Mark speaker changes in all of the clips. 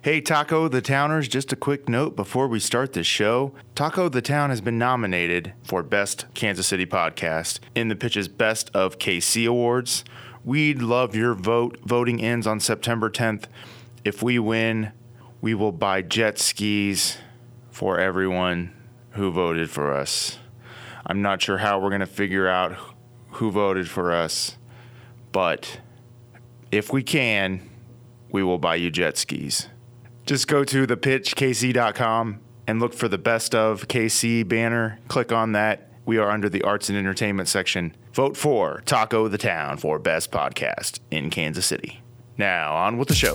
Speaker 1: Hey, Taco the Towners, just a quick note before we start this show. Taco the Town has been nominated for Best Kansas City Podcast in the Pitch's Best of KC Awards. We'd love your vote. Voting ends on September 10th. If we win, we will buy jet skis for everyone who voted for us. I'm not sure how we're going to figure out who voted for us, but if we can, we will buy you jet skis. Just go to thepitchkc.com and look for the best of KC banner. Click on that. We are under the arts and entertainment section. Vote for Taco the Town for best podcast in Kansas City. Now, on with the show.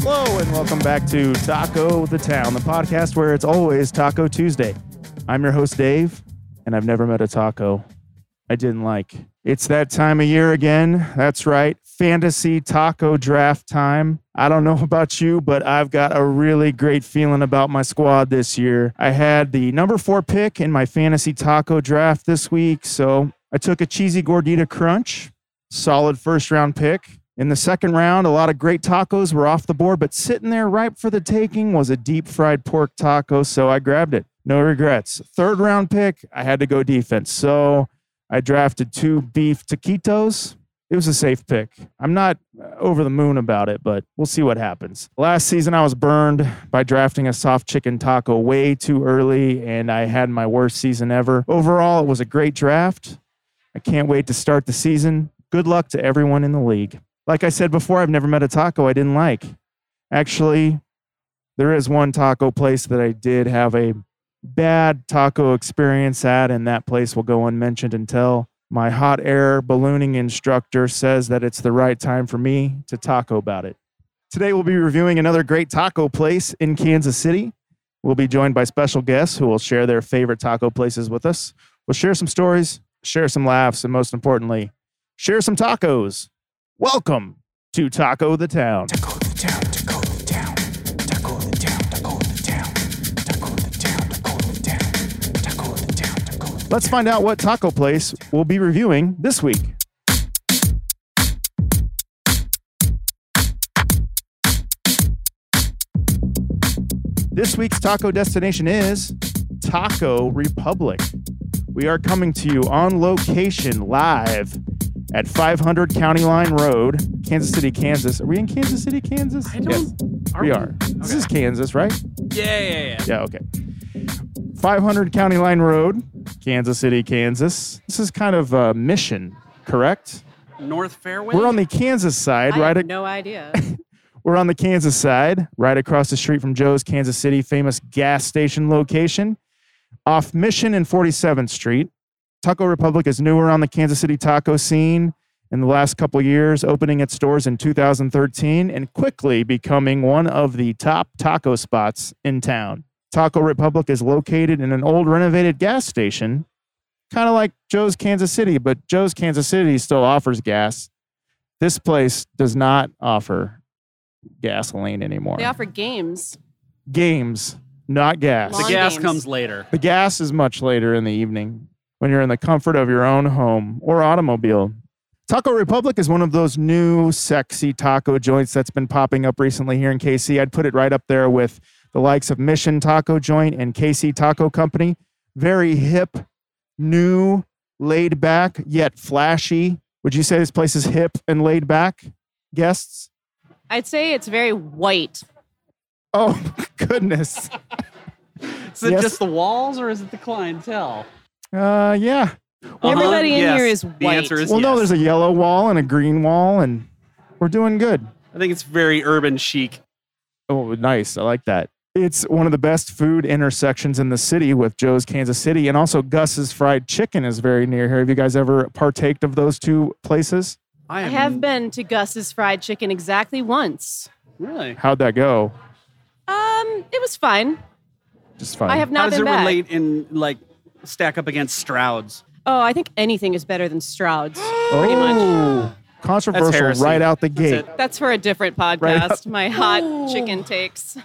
Speaker 2: Hello, and welcome back to Taco the Town, the podcast where it's always Taco Tuesday. I'm your host, Dave, and I've never met a taco I didn't like. It's that time of year again. That's right, fantasy taco draft time. I don't know about you, but I've got a really great feeling about my squad this year. I had the number four pick in my fantasy taco draft this week, so I took a cheesy gordita crunch solid first round pick. In the second round, a lot of great tacos were off the board, but sitting there ripe for the taking was a deep fried pork taco, so I grabbed it. No regrets. Third round pick, I had to go defense, so I drafted two beef taquitos. It was a safe pick. I'm not uh, over the moon about it, but we'll see what happens. Last season, I was burned by drafting a soft chicken taco way too early, and I had my worst season ever. Overall, it was a great draft. I can't wait to start the season. Good luck to everyone in the league. Like I said before, I've never met a taco I didn't like. Actually, there is one taco place that I did have a bad taco experience at, and that place will go unmentioned until my hot air ballooning instructor says that it's the right time for me to taco about it. Today, we'll be reviewing another great taco place in Kansas City. We'll be joined by special guests who will share their favorite taco places with us. We'll share some stories, share some laughs, and most importantly, share some tacos. Welcome to Taco the Town. Let's find out what taco place we'll be reviewing this week. This week's taco destination is Taco Republic. We are coming to you on location live at 500 County Line Road, Kansas City, Kansas. Are we in Kansas City, Kansas?
Speaker 3: I don't.
Speaker 2: Yes, we are. This is Kansas, right?
Speaker 3: Yeah, yeah, yeah.
Speaker 2: Yeah, okay. 500 County Line Road, Kansas City, Kansas. This is kind of a mission, correct?
Speaker 3: North Fairway.
Speaker 2: We're on the Kansas side,
Speaker 4: I
Speaker 2: right?
Speaker 4: have
Speaker 2: ac-
Speaker 4: no idea.
Speaker 2: We're on the Kansas side, right across the street from Joe's Kansas City famous gas station location, off Mission and 47th Street. Taco Republic is newer on the Kansas City taco scene in the last couple years, opening its doors in 2013 and quickly becoming one of the top taco spots in town. Taco Republic is located in an old renovated gas station, kind of like Joe's Kansas City, but Joe's Kansas City still offers gas. This place does not offer gasoline anymore.
Speaker 4: they offer games.
Speaker 2: Games, not gas.
Speaker 3: the
Speaker 4: Lawn
Speaker 3: gas
Speaker 4: games.
Speaker 3: comes later.
Speaker 2: The gas is much later in the evening when you're in the comfort of your own home or automobile. Taco Republic is one of those new sexy taco joints that's been popping up recently here in KC. I'd put it right up there with the likes of Mission Taco Joint and KC Taco Company. Very hip, new, laid back, yet flashy. Would you say this place is hip and laid back? Guests?
Speaker 4: I'd say it's very white.
Speaker 2: Oh, goodness.
Speaker 3: Is it
Speaker 2: Yes.
Speaker 3: just the walls or is it the clientele?
Speaker 2: Uh, yeah,
Speaker 4: Everybody in
Speaker 3: Yes,
Speaker 4: here is
Speaker 3: The
Speaker 4: white.
Speaker 3: answer is
Speaker 2: Well, no,
Speaker 3: yes.
Speaker 2: there's a yellow wall and a green wall, and we're doing good.
Speaker 3: I think it's very urban chic.
Speaker 2: Oh, nice. I like that. It's one of the best food intersections in the city with Joe's Kansas City, and also Gus's Fried Chicken is very near here. Have you guys ever partaked of those two places?
Speaker 4: I
Speaker 3: am-
Speaker 4: have been to Gus's Fried Chicken exactly once.
Speaker 3: really.
Speaker 2: How'd that go?
Speaker 4: Um, it was fine.
Speaker 2: Just fine.
Speaker 4: I have not
Speaker 3: How does
Speaker 4: been
Speaker 3: it
Speaker 4: back.
Speaker 3: relate in like stack up against Stroud's?
Speaker 4: Oh, I think anything is better than Stroud's.
Speaker 2: pretty much. Controversial
Speaker 3: heresy.
Speaker 2: right out the
Speaker 3: That's
Speaker 2: gate.
Speaker 3: it.
Speaker 4: That's for a different
Speaker 2: Right.
Speaker 4: podcast. My hot chicken takes.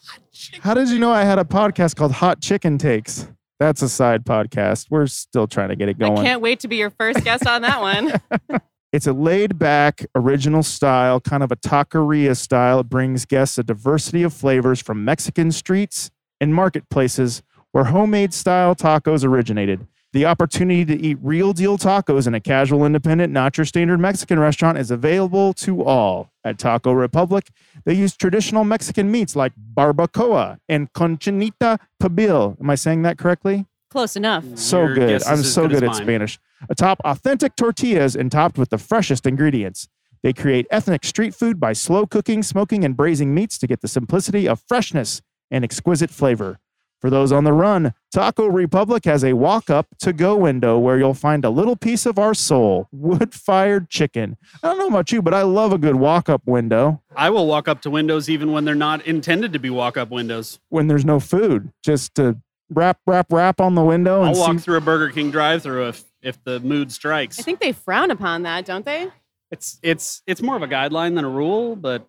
Speaker 2: How did you know I had a podcast called Hot Chicken Takes? That's a side podcast. We're still trying to get it
Speaker 4: I
Speaker 2: going.
Speaker 4: can't wait to be your first guest on that one.
Speaker 2: It's a laid back, original style, kind of a taqueria style. It brings guests a diversity of flavors from Mexican streets and marketplaces where homemade style tacos originated. The opportunity to eat real deal tacos in a casual, independent, not your standard Mexican restaurant is available to all. At Taco Republic, they use traditional Mexican meats like barbacoa and conchinita pibil. Am I saying that correctly?
Speaker 4: Close enough.
Speaker 2: So
Speaker 3: Your
Speaker 2: good.
Speaker 3: guess
Speaker 2: I'm
Speaker 3: is as
Speaker 2: so
Speaker 3: good
Speaker 2: good,
Speaker 3: as
Speaker 2: at
Speaker 3: mine.
Speaker 2: Spanish. Atop authentic tortillas and topped with the freshest ingredients. They create ethnic street food by slow cooking, smoking, and braising meats to get the simplicity of freshness and exquisite flavor. For those on the run, Taco Republic has a walk up to go window where you'll find a little piece of our soul wood fired chicken. I don't know about you, but I love a good walk up window
Speaker 3: I will walk up to windows even when they're not intended to be walk up windows.
Speaker 2: when there's no food, just to rap, rap, rap on the window
Speaker 3: I'll
Speaker 2: and
Speaker 3: walk
Speaker 2: see
Speaker 3: through a Burger King drive through if if the mood strikes.
Speaker 4: I think they frown upon that, don't they?
Speaker 3: it's it's it's more of a guideline than a rule, but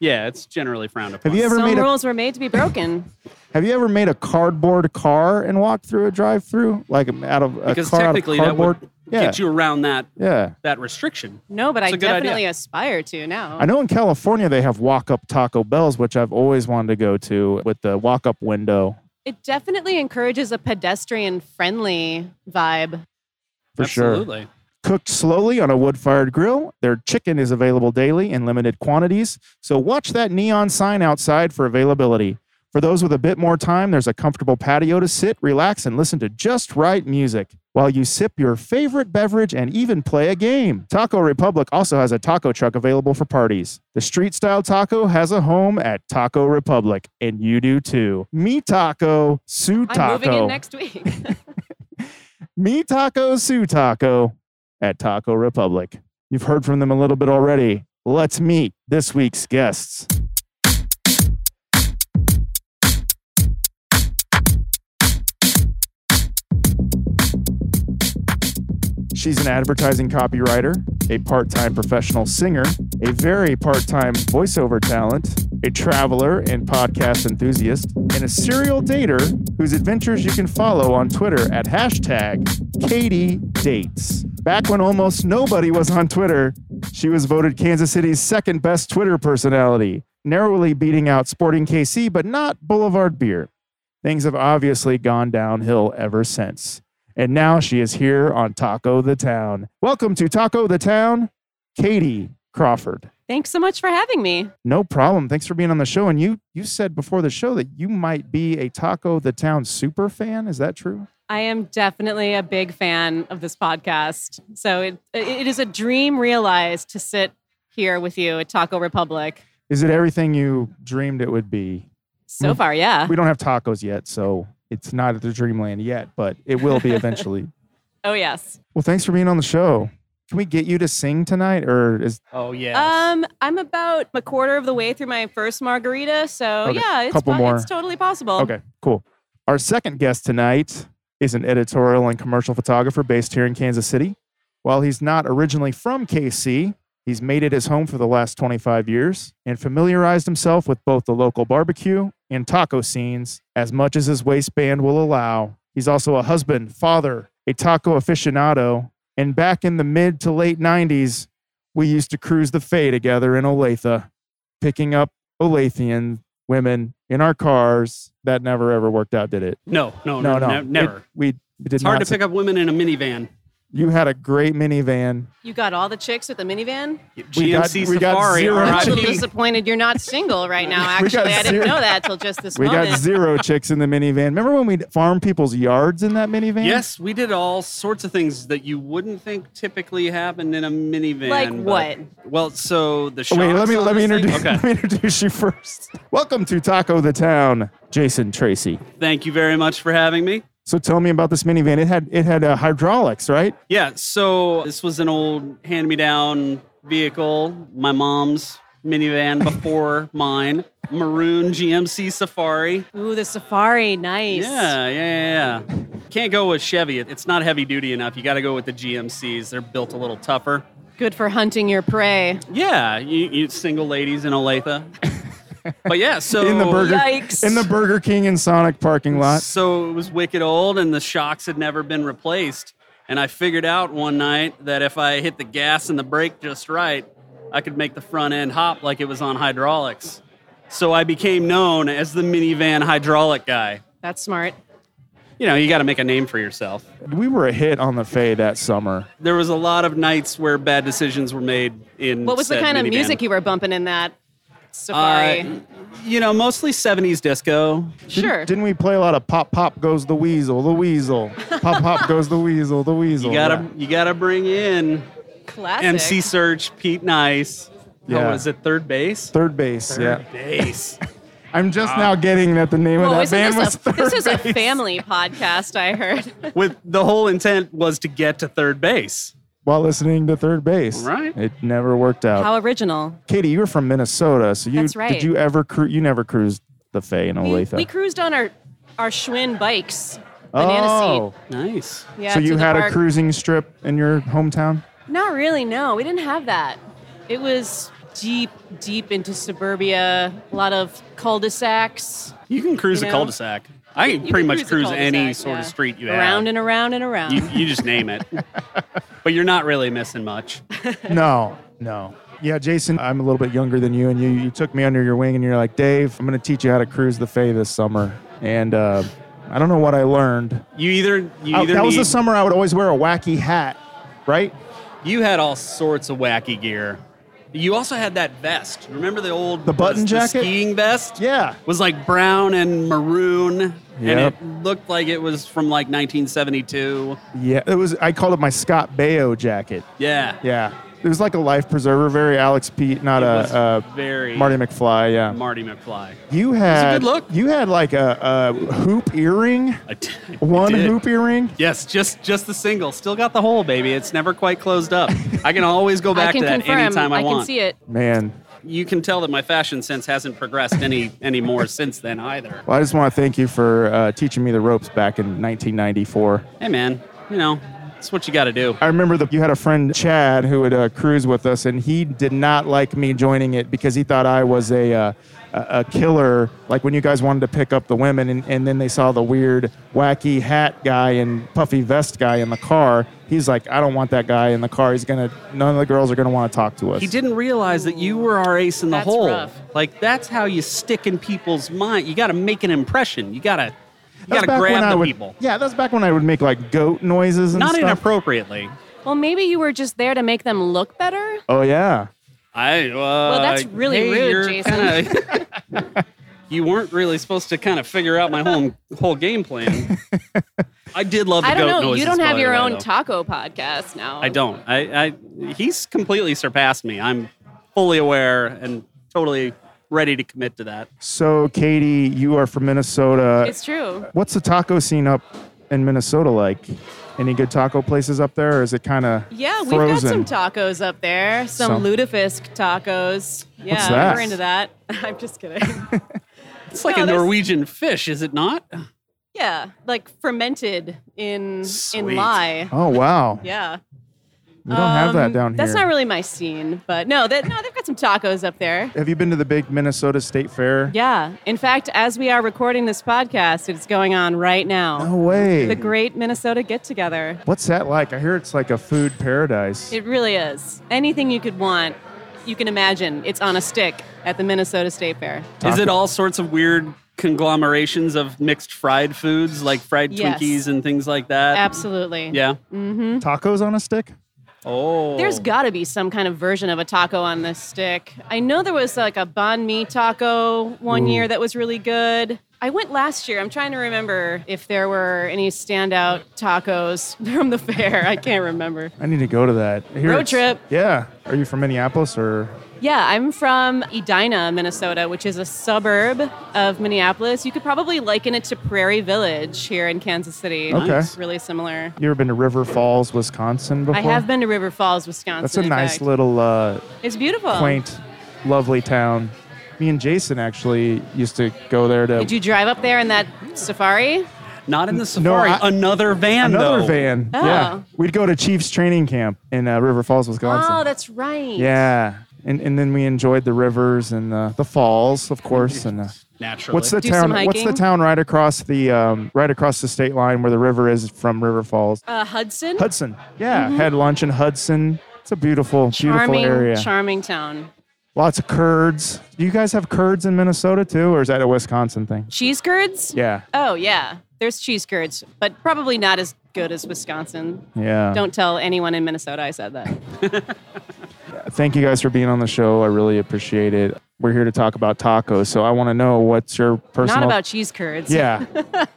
Speaker 3: yeah, it's generally frowned upon.
Speaker 2: Have you ever
Speaker 4: Some
Speaker 2: made a
Speaker 4: rules were made to be broken.
Speaker 2: Have you ever made a cardboard car and walked through a drive-through, like out of a
Speaker 3: because
Speaker 2: car
Speaker 3: technically
Speaker 2: out
Speaker 3: that
Speaker 2: of cardboard?
Speaker 3: would
Speaker 2: yeah,
Speaker 3: get you around that
Speaker 2: yeah.
Speaker 3: that restriction.
Speaker 4: No, but
Speaker 3: It's
Speaker 4: I
Speaker 3: a good idea.
Speaker 4: definitely aspire to now.
Speaker 2: I know in California they have walk-up Taco Bells, which I've always wanted to go to with the walk-up window
Speaker 4: It definitely encourages a pedestrian friendly vibe.
Speaker 2: for sure.
Speaker 3: Absolutely.
Speaker 2: Cooked slowly on a wood-fired grill, their chicken is available daily in limited quantities. So watch that neon sign outside for availability. For those with a bit more time, there's a comfortable patio to sit, relax, and listen to just right music while you sip your favorite beverage and even play a game. Taco Republic also has a taco truck available for parties. The street style taco has a home at Taco Republic, and you do too. Me Taco, Sue
Speaker 4: I'm moving
Speaker 2: Taco.
Speaker 4: in next week.
Speaker 2: Me Taco Sue Taco at Taco Republic. You've heard from them a little bit already. Let's meet this week's guests. She's an advertising copywriter, a part time professional singer, a very part time voiceover talent, a traveler and podcast enthusiast, and a serial dater whose adventures you can follow on Twitter at hashtag Katie Dates. Back when almost nobody was on Twitter, she was voted Kansas City's second best Twitter personality, narrowly beating out Sporting KC, but not Boulevard Beer. Things have obviously gone downhill ever since. And now she is here on Taco the Town. Welcome to Taco the Town, Katie Crawford.
Speaker 4: Thanks so much for having me.
Speaker 2: No problem. Thanks for being on the show. And you you said before the show that you might be a Taco the Town super fan. Is that true?
Speaker 4: I am definitely a big fan of this podcast. So it, it is a dream realized to sit here with you at Taco Republic.
Speaker 2: Is it everything you dreamed it would be?
Speaker 4: So
Speaker 2: Mm.
Speaker 4: far, yeah.
Speaker 2: We don't have tacos yet, so it's not at the dreamland yet, but it will be eventually.
Speaker 4: Oh, yes.
Speaker 2: well, thanks for being on the show. Can we get you to sing tonight or is
Speaker 3: Oh yeah.
Speaker 4: Um, I'm about a quarter of the way through my first margarita. So
Speaker 2: Okay,
Speaker 4: yeah, it's,
Speaker 2: couple
Speaker 4: po-
Speaker 2: more.
Speaker 4: it's totally possible.
Speaker 2: Okay, cool. Our second guest tonight is an editorial and commercial photographer based here in Kansas City. While he's not originally from KC, he's made it his home for the last 25 years and familiarized himself with both the local barbecue and taco scenes as much as his waistband will allow. He's also a husband, father, a taco aficionado, and back in the mid to late 90s, we used to cruise the Fay together in Olathe, picking up Olathian women in our cars. That never ever worked out, did it?
Speaker 3: no, no,
Speaker 2: no,
Speaker 3: Oh, no,
Speaker 2: no,
Speaker 3: ne- never.
Speaker 2: It- we it did
Speaker 3: it's hard
Speaker 2: not
Speaker 3: to pick up women in a minivan.
Speaker 2: You had a great minivan.
Speaker 4: You got all the chicks with the minivan?
Speaker 2: We got-
Speaker 3: GMC
Speaker 2: we got
Speaker 3: Safari.
Speaker 2: zero
Speaker 3: RIP.
Speaker 4: I'm disappointed you're not single right now,
Speaker 2: We got
Speaker 4: actually. I didn't
Speaker 2: zero-
Speaker 4: know that till just this
Speaker 2: We
Speaker 4: moment.
Speaker 2: got zero chicks in the minivan. Remember when we farm people's yards in that minivan?
Speaker 3: Yes, we did all sorts of things that you wouldn't think typically happened in a minivan.
Speaker 4: Like
Speaker 3: but-
Speaker 4: what?
Speaker 3: well, so the
Speaker 2: Oh, Wait, let
Speaker 3: shocks
Speaker 2: me
Speaker 3: on
Speaker 2: let me
Speaker 3: this thing-
Speaker 2: introduce let
Speaker 3: Okay,
Speaker 2: me introduce you first. Welcome to Taco the Town, Jason Tracy.
Speaker 3: thank you very much for having me.
Speaker 2: So tell me about this minivan. It had it had uh, hydraulics, right?
Speaker 3: Yeah, so this was an old hand-me-down vehicle, my mom's minivan before mine, maroon GMC Safari.
Speaker 4: Ooh, the safari, nice.
Speaker 3: Yeah, yeah, yeah, yeah. Can't go with Chevy. It- It's not heavy duty enough. You got to go with the GMCs. They're built a little tougher.
Speaker 4: Good for hunting your prey.
Speaker 3: Yeah, you, you single ladies in Olathe. but yeah, so
Speaker 2: In the burger
Speaker 4: Yikes.
Speaker 2: in the Burger King and Sonic parking lot.
Speaker 3: So it was wicked old, and the shocks had never been replaced. And I figured out one night that if I hit the gas and the brake just right, I could make the front end hop like it was on hydraulics. So I became known as the minivan hydraulic guy.
Speaker 4: That's smart.
Speaker 3: You know, you got to make a name for yourself.
Speaker 2: We were a hit on the Fay that summer.
Speaker 3: There was a lot of nights where bad decisions were made in.
Speaker 4: What was the
Speaker 3: said
Speaker 4: kind of
Speaker 3: minivan.
Speaker 4: music you were bumping in that safari?
Speaker 3: Uh, you know, mostly '70s disco.
Speaker 2: Didn't-
Speaker 4: sure.
Speaker 2: Didn't we play a lot of pop pop goes the weasel, the weasel, pop pop goes the weasel, the weasel.
Speaker 3: You gotta, you gotta bring in
Speaker 4: Classic.
Speaker 3: MC Search, Pete Nice.
Speaker 2: Yeah.
Speaker 3: Yeah. was it third base?
Speaker 2: third base. Yeah,
Speaker 3: base.
Speaker 2: I'm
Speaker 3: Ah.
Speaker 2: just now getting that the name
Speaker 4: Whoa,
Speaker 2: of that
Speaker 4: isn't
Speaker 2: band was
Speaker 4: this, a,
Speaker 2: third
Speaker 4: this is a
Speaker 2: base.
Speaker 4: family podcast, I heard.
Speaker 3: With the whole intent was to get to third base.
Speaker 2: While listening to third base,
Speaker 3: Right.
Speaker 2: It never worked out.
Speaker 4: How original.
Speaker 2: Katie, you were from Minnesota, so you
Speaker 4: That's right.
Speaker 2: did you ever cru- you never cruised the Fay in
Speaker 4: We,
Speaker 2: Olathe?
Speaker 4: we cruised on our, our Schwinn bikes. Banana
Speaker 2: oh,
Speaker 3: Nice.
Speaker 4: seat. Yeah,
Speaker 2: so you
Speaker 4: to the
Speaker 2: had
Speaker 4: park.
Speaker 2: a cruising strip in your hometown?
Speaker 4: Not really, no. We didn't have that. It was deep, deep into suburbia, a lot of cul-de-sacs.
Speaker 3: You can cruise
Speaker 4: You
Speaker 3: a
Speaker 4: know?
Speaker 3: cul-de-sac. I can
Speaker 4: You
Speaker 3: pretty
Speaker 4: could
Speaker 3: much cruise,
Speaker 4: a
Speaker 3: any
Speaker 4: cul-de-sac,
Speaker 3: sort of
Speaker 4: yeah.
Speaker 3: street you
Speaker 4: Around
Speaker 3: have.
Speaker 4: and around and around.
Speaker 3: you, you just name it. but you're not really missing much.
Speaker 2: no, no. Yeah, Jason, I'm a little bit younger than you, and you, you took me under your wing, and you're like, Dave, I'm going to teach you how to cruise the Fay this summer. And uh, I don't know what I learned.
Speaker 3: You either you
Speaker 2: I-
Speaker 3: either
Speaker 2: Oh, that was the
Speaker 3: need-
Speaker 2: summer I would always wear a wacky hat, right?
Speaker 3: you had all sorts of wacky gear. You also had that vest. Remember the old
Speaker 2: The button jacket?
Speaker 3: skiing vest?
Speaker 2: Yeah.
Speaker 3: was like brown and maroon, and
Speaker 2: Yep.
Speaker 3: it looked like it was from like 1972.
Speaker 2: Yeah, it was. I called it my Scott Baio jacket.
Speaker 3: Yeah,
Speaker 2: Yeah, it was like a life preserver, very Alex Pete, not
Speaker 3: It was
Speaker 2: a, uh
Speaker 3: very
Speaker 2: Marty McFly. Yeah,
Speaker 3: Marty McFly.
Speaker 2: you had
Speaker 3: good look.
Speaker 2: You had like a, a hoop earring,
Speaker 3: I did- I
Speaker 2: one
Speaker 3: did.
Speaker 2: hoop earring.
Speaker 3: Yes, just just the single. Still got the hole, baby. It's never quite closed up. I can always go
Speaker 4: I
Speaker 3: back
Speaker 4: can
Speaker 3: to that
Speaker 4: confirm.
Speaker 3: anytime I, want.
Speaker 4: can see it.
Speaker 2: Man,
Speaker 3: You can tell that my fashion sense hasn't progressed any any more since then either.
Speaker 2: well, I just want to thank you for uh, teaching me the ropes back in 1994.
Speaker 3: Hey man, you know it's what you got to do.
Speaker 2: I remember that you had a friend Chad who would uh, cruise with us, and he did not like me joining it because he thought I was a uh, a a killer. Like when you guys wanted to pick up the women, and, and then they saw the weird wacky hat guy and puffy vest guy in the car. He's like, I don't want that guy in the car. He's gonna. None of the girls are gonna want to talk to us.
Speaker 3: He didn't realize that you were our ace in the
Speaker 4: That's
Speaker 3: hole.
Speaker 4: rough.
Speaker 3: Like that's how you stick in people's mind. You got to make an impression. You got to you got
Speaker 2: That's
Speaker 3: to
Speaker 2: back when
Speaker 3: grab
Speaker 2: I
Speaker 3: the
Speaker 2: would-
Speaker 3: people.
Speaker 2: Yeah, that's back when I would make like goat noises and
Speaker 3: Not
Speaker 2: stuff.
Speaker 3: inappropriately.
Speaker 4: Well, maybe you were just there to make them look better.
Speaker 2: oh yeah.
Speaker 3: I uh, well,
Speaker 4: that's really rude, Jason.
Speaker 3: Kinda, you weren't really supposed to kind of figure out my whole whole game plan. I did love the
Speaker 4: I don't
Speaker 3: goat
Speaker 4: know.
Speaker 3: noises,
Speaker 4: you don't
Speaker 3: by
Speaker 4: have
Speaker 3: the
Speaker 4: your
Speaker 3: way,
Speaker 4: own
Speaker 3: though.
Speaker 4: taco podcast now.
Speaker 3: I don't. I, I he's completely surpassed me. I'm fully aware and totally ready to commit to that.
Speaker 2: So Katie, you are from Minnesota.
Speaker 4: It's true.
Speaker 2: What's the taco scene up in Minnesota like? Any good taco places up there, or is it kind of
Speaker 4: Yeah,
Speaker 2: frozen?
Speaker 4: we've got some tacos up there. Some
Speaker 2: Some-
Speaker 4: lutefisk tacos. Yeah,
Speaker 2: that?
Speaker 4: we're into that. I'm just kidding.
Speaker 3: It's like
Speaker 4: No,
Speaker 3: a
Speaker 4: there's-
Speaker 3: Norwegian fish, is it not?
Speaker 4: yeah, like fermented in in
Speaker 3: Sweet.
Speaker 4: lye.
Speaker 2: Oh wow,
Speaker 4: Yeah.
Speaker 2: we don't have that
Speaker 4: Um,
Speaker 2: down here.
Speaker 4: That's not really my scene, but no, that no, they've got some tacos up there.
Speaker 2: Have you been to the big Minnesota State Fair?
Speaker 4: Yeah. In fact, as we are recording this podcast, it's going on right now.
Speaker 2: No way.
Speaker 4: The Great Minnesota Get Together.
Speaker 2: What's that like? I hear it's like a food paradise.
Speaker 4: It really is. Anything you could want, you can imagine. It's on a stick at the Minnesota State Fair.
Speaker 3: Is it all sorts of weird conglomerations of mixed fried foods like fried
Speaker 4: Yes.
Speaker 3: Twinkies and things like that.
Speaker 4: Absolutely.
Speaker 3: Yeah.
Speaker 4: Mm-hmm.
Speaker 2: Tacos on a stick?
Speaker 3: Oh.
Speaker 4: There's got to be some kind of version of a taco on this stick. I know there was like a banh mi taco one year that was really good. I went last year. I'm trying to remember if there were any standout tacos from the fair. I can't remember.
Speaker 2: I need to go to that. I hear
Speaker 4: Road
Speaker 2: it's-
Speaker 4: trip.
Speaker 2: Yeah. Are you from Minneapolis or?
Speaker 4: Yeah, I'm from Edina, Minnesota, which is a suburb of Minneapolis. You could probably liken it to Prairie Village here in Kansas City.
Speaker 2: Okay.
Speaker 4: It's really similar.
Speaker 2: You ever been to River Falls, Wisconsin before?
Speaker 4: I have been to River Falls, Wisconsin.
Speaker 2: That's a
Speaker 4: in
Speaker 2: nice
Speaker 4: fact.
Speaker 2: little uh,
Speaker 4: It's beautiful.
Speaker 2: quaint, lovely town. Me and Jason actually used to go there to
Speaker 4: Did you drive up there in that safari?
Speaker 3: not in the safari.
Speaker 2: I-
Speaker 3: another van
Speaker 2: another
Speaker 3: though.
Speaker 2: van. Yeah,
Speaker 4: Oh.
Speaker 2: we'd go to Chiefs training camp in uh, River Falls, Wisconsin.
Speaker 4: Oh, that's right.
Speaker 2: yeah, and and then we enjoyed the rivers and the, the falls, of course, and. Uh,
Speaker 3: Naturally.
Speaker 2: What's the
Speaker 4: Do some
Speaker 2: town? What's the
Speaker 4: hiking?
Speaker 2: town right across the um, right across the state line where the river is from River Falls?
Speaker 4: Uh, Hudson?
Speaker 2: Hudson. Yeah, had lunch in Hudson. It's a beautiful,
Speaker 4: Mm-hmm. charming,
Speaker 2: beautiful area.
Speaker 4: charming town.
Speaker 2: Lots of curds. Do you guys have curds in Minnesota too, or is that a Wisconsin thing?
Speaker 4: Cheese curds?
Speaker 2: Yeah,
Speaker 4: Oh, yeah. There's cheese curds, but probably not as good as Wisconsin.
Speaker 2: yeah.
Speaker 4: Don't tell anyone in Minnesota I said that.
Speaker 2: Thank you guys for being on the show. I really appreciate it. We're here to talk about tacos, so I want to know what's your personal.
Speaker 4: Not about cheese curds.
Speaker 2: Yeah,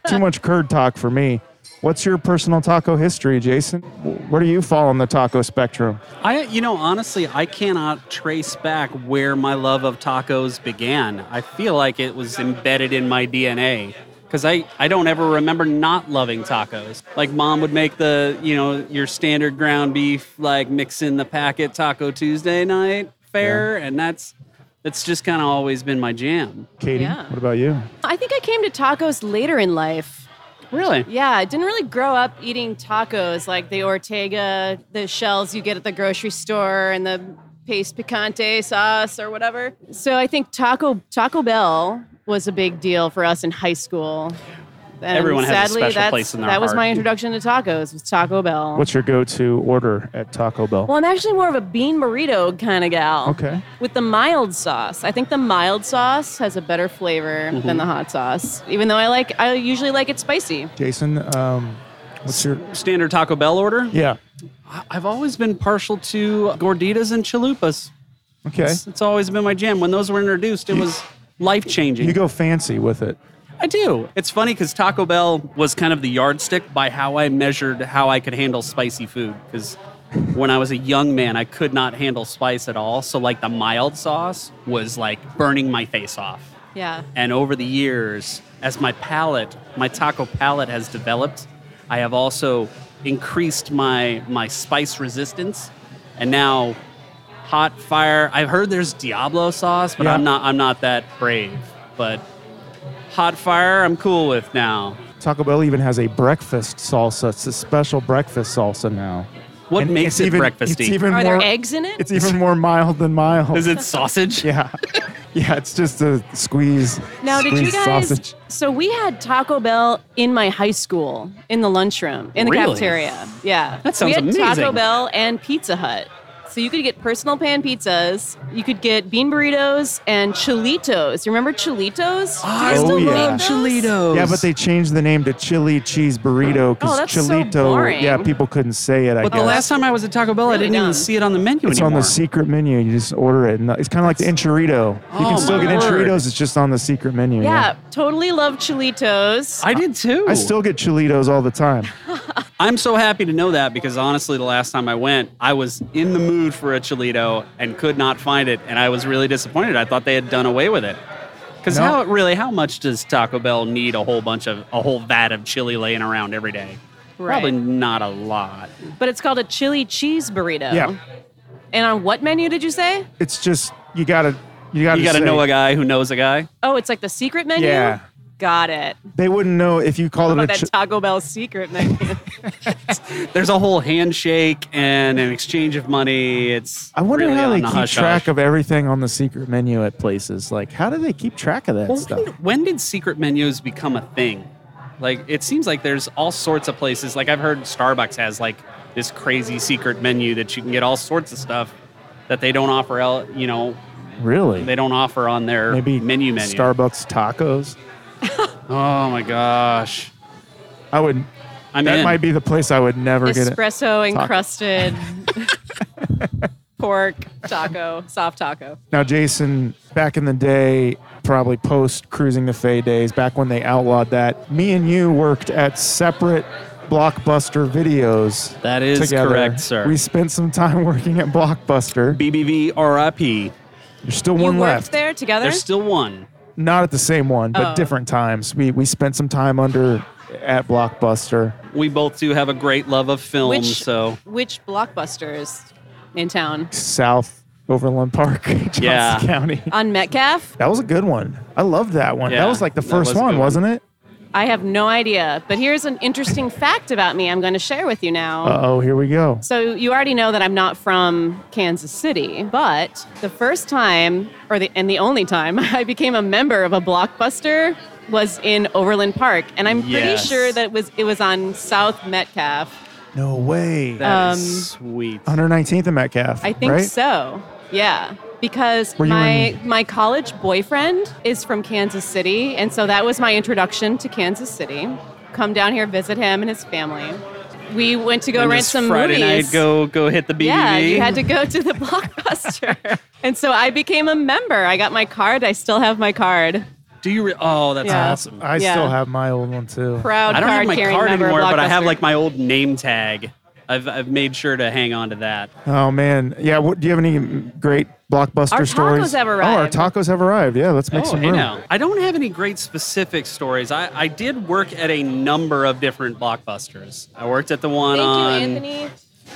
Speaker 2: too much curd talk for me. What's your personal taco history, Jason? Wh- Where do you fall on the taco spectrum?
Speaker 3: I, you know, honestly, I cannot trace back where my love of tacos began. I feel like it was embedded in my DNA because I, I don't ever remember not loving tacos. Like, mom would make the, you know, your standard ground beef, like, mix in the packet Taco Tuesday night fair. And that's, that's just kind of always been my jam.
Speaker 2: Katie,
Speaker 4: Yeah.
Speaker 2: what about you?
Speaker 4: I think I came to tacos later in life.
Speaker 3: Really?
Speaker 4: Yeah, I didn't really grow up eating tacos like the Ortega, the shells you get at the grocery store, and the paste picante sauce or whatever. So I think Taco Taco Bell was a big deal for us in high school. And
Speaker 3: Everyone has a
Speaker 4: sadly,
Speaker 3: special
Speaker 4: that's-
Speaker 3: place in their
Speaker 4: That was
Speaker 3: heart.
Speaker 4: my introduction to tacos was Taco Bell.
Speaker 2: What's your go-to order at Taco Bell?
Speaker 4: well, I'm actually more of a bean burrito kind of gal.
Speaker 2: Okay.
Speaker 4: With the mild sauce. I think the mild sauce has a better flavor
Speaker 3: Mm-hmm.
Speaker 4: than the hot sauce. Even though I like I usually like it spicy.
Speaker 2: Jason, um, what's your?
Speaker 3: Standard Taco Bell order?
Speaker 2: Yeah.
Speaker 3: I- I've always been partial to gorditas and chalupas.
Speaker 2: Okay.
Speaker 3: It's, it's always been my jam. When those were introduced, it was life changing.
Speaker 2: You go fancy with it.
Speaker 3: I do. It's funny because Taco Bell was kind of the yardstick by how I measured how I could handle spicy food. Because when I was a young man, I could not handle spice at all. So, like, the mild sauce was like burning my face off.
Speaker 4: Yeah.
Speaker 3: And over the years, as my palate, my taco palate has developed, I have also increased my my spice resistance. And now hot fire. I've heard there's Diablo sauce, but
Speaker 2: Yeah.
Speaker 3: I'm not I'm not that brave. But hot fire I'm cool with now.
Speaker 2: Taco Bell even has a breakfast salsa. It's a special breakfast salsa now.
Speaker 3: What
Speaker 2: And
Speaker 3: makes
Speaker 2: it's
Speaker 3: it
Speaker 2: even,
Speaker 3: breakfasty?
Speaker 2: It's even
Speaker 4: Are
Speaker 2: more,
Speaker 4: there eggs in it?
Speaker 2: It's even more mild than mild.
Speaker 3: Is it sausage?
Speaker 2: Yeah. Yeah, it's just a squeeze.
Speaker 4: Now, did you
Speaker 2: squeeze
Speaker 4: guys?
Speaker 2: Sausage.
Speaker 4: So we had Taco Bell in my high school in the lunchroom in the
Speaker 3: Really?
Speaker 4: cafeteria. Yeah,
Speaker 3: That sounds
Speaker 4: We had Taco
Speaker 3: amazing.
Speaker 4: Bell and Pizza Hut. So you could get personal pan pizzas. You could get bean burritos and chilitos. You remember chilitos? Do you
Speaker 2: I
Speaker 3: Oh,
Speaker 4: still
Speaker 2: love
Speaker 4: love those?
Speaker 3: Chilitos.
Speaker 2: Oh, Yeah, but they changed the name to chili cheese burrito because
Speaker 4: Oh, that's so
Speaker 2: chilito.
Speaker 4: boring.
Speaker 2: Yeah, people couldn't say it. I
Speaker 3: But the
Speaker 2: guess
Speaker 3: last time I was at Taco Bell, I
Speaker 4: Really
Speaker 3: didn't even
Speaker 4: dumb.
Speaker 3: see it on the menu
Speaker 2: it's on
Speaker 3: anymore.
Speaker 2: the secret menu. You just order it, and it's kind of like the enchilito. you
Speaker 3: Oh,
Speaker 2: can still
Speaker 3: my
Speaker 2: get
Speaker 3: word.
Speaker 2: enchilitos. It's just on the secret menu.
Speaker 4: Yeah, totally love chilitos.
Speaker 3: I did too.
Speaker 2: I still get chilitos all the time.
Speaker 3: I'm so happy to know that because honestly, the last time I went, I was in the mood for a Cholito and could not find it, and I was really disappointed. I thought they had done away with it. Because
Speaker 2: No.
Speaker 3: how really, how much does Taco Bell need a whole bunch of a whole vat of chili laying around every day? Probably
Speaker 4: Right.
Speaker 3: not a lot.
Speaker 4: But it's called a chili cheese burrito.
Speaker 2: Yeah,
Speaker 4: And on what menu did you say?
Speaker 2: it's just you gotta you gotta
Speaker 3: You got to
Speaker 2: say-
Speaker 3: know a guy who knows a guy.
Speaker 4: Oh, it's like the secret menu.
Speaker 2: Yeah.
Speaker 4: Got it.
Speaker 2: They wouldn't know if you called
Speaker 4: About
Speaker 2: it a.
Speaker 4: that
Speaker 2: Chi-
Speaker 4: Taco Bell secret menu.
Speaker 3: There's a whole handshake and an exchange of money. It's
Speaker 2: I wonder
Speaker 3: really
Speaker 2: how they
Speaker 3: on
Speaker 2: keep
Speaker 3: the hush
Speaker 2: track
Speaker 3: hush.
Speaker 2: of everything on the secret menu at places. Like, how do they keep track of that
Speaker 3: Well,
Speaker 2: stuff?
Speaker 3: when, when did secret menus become a thing? Like, it seems like there's all sorts of places. Like, I've heard Starbucks has like this crazy secret menu that you can get all sorts of stuff that they don't offer. el- You know,
Speaker 2: Really?
Speaker 3: they don't offer on their
Speaker 2: Maybe
Speaker 3: menu menu.
Speaker 2: Starbucks tacos.
Speaker 3: Oh my gosh.
Speaker 2: I would.
Speaker 3: I'm
Speaker 2: that
Speaker 3: in.
Speaker 2: might be the place I would never get it.
Speaker 4: Espresso encrusted pork taco, soft taco.
Speaker 2: Now, Jason, back in the day, probably post cruising the Fay days, back when they outlawed that, me and you worked at separate Blockbuster videos.
Speaker 3: That is
Speaker 2: together.
Speaker 3: correct, sir.
Speaker 2: We spent some time working at Blockbuster.
Speaker 3: BBV RIP.
Speaker 2: There's still
Speaker 4: You
Speaker 2: one
Speaker 4: worked
Speaker 2: left.
Speaker 4: there together?
Speaker 3: There's still one.
Speaker 2: Not at the same one, but
Speaker 4: Oh.
Speaker 2: different times. We we spent some time under at Blockbuster.
Speaker 3: We both do have a great love of film,
Speaker 4: which
Speaker 3: so
Speaker 4: which blockbuster is in town?
Speaker 2: South Overland Park, Johnson
Speaker 3: Yeah.
Speaker 2: County.
Speaker 4: On Metcalf?
Speaker 2: That was a good one. I loved that one.
Speaker 3: Yeah,
Speaker 2: that was like the
Speaker 3: that
Speaker 2: first
Speaker 3: was a
Speaker 2: one,
Speaker 3: good one.
Speaker 2: wasn't it?
Speaker 4: I have no idea. But here's an interesting fact about me I'm going to share with you now.
Speaker 2: Uh oh, here we go.
Speaker 4: So you already know that I'm not from Kansas City, but the first time, or the and the only time, I became a member of a blockbuster was in Overland Park, and I'm
Speaker 3: Yes.
Speaker 4: pretty sure that it was it was on South Metcalf.
Speaker 2: No way.
Speaker 4: um,
Speaker 3: that is sweet.
Speaker 2: 119th in Metcalf.
Speaker 4: I think
Speaker 2: right?
Speaker 4: so. Yeah. Because
Speaker 2: Were you
Speaker 4: my
Speaker 2: in-
Speaker 4: my college boyfriend is from Kansas City, and so that was my introduction to Kansas City. Come down here, visit him and his family. We went to go
Speaker 3: And
Speaker 4: rent
Speaker 3: just
Speaker 4: some
Speaker 3: Friday
Speaker 4: movies.
Speaker 3: night, go go hit the BBV.
Speaker 4: Yeah, you had to go to the blockbuster, and so I became a member. I got my card. I still have my card.
Speaker 3: Do you? Re- oh, that's
Speaker 4: Yeah.
Speaker 3: awesome.
Speaker 2: I
Speaker 4: Yeah.
Speaker 2: still have my old one too.
Speaker 4: Proud
Speaker 3: I don't have
Speaker 4: card
Speaker 3: my
Speaker 4: carrying
Speaker 3: card
Speaker 4: member
Speaker 3: anymore,
Speaker 4: of
Speaker 3: but I have
Speaker 4: Blockbuster.
Speaker 3: like my old name tag. I've I've made sure to hang on to that.
Speaker 2: Oh man, yeah. What, do you have any great blockbuster
Speaker 4: Our tacos
Speaker 2: stories?
Speaker 4: have
Speaker 2: Oh, our
Speaker 4: arrived.
Speaker 2: tacos have arrived. Yeah, let's make
Speaker 3: Oh,
Speaker 2: some
Speaker 3: hey
Speaker 2: room.
Speaker 3: now. I don't have any great specific stories. I, I did work at a number of different blockbusters. I worked at the one
Speaker 4: Thank
Speaker 3: on.
Speaker 4: you, Anthony.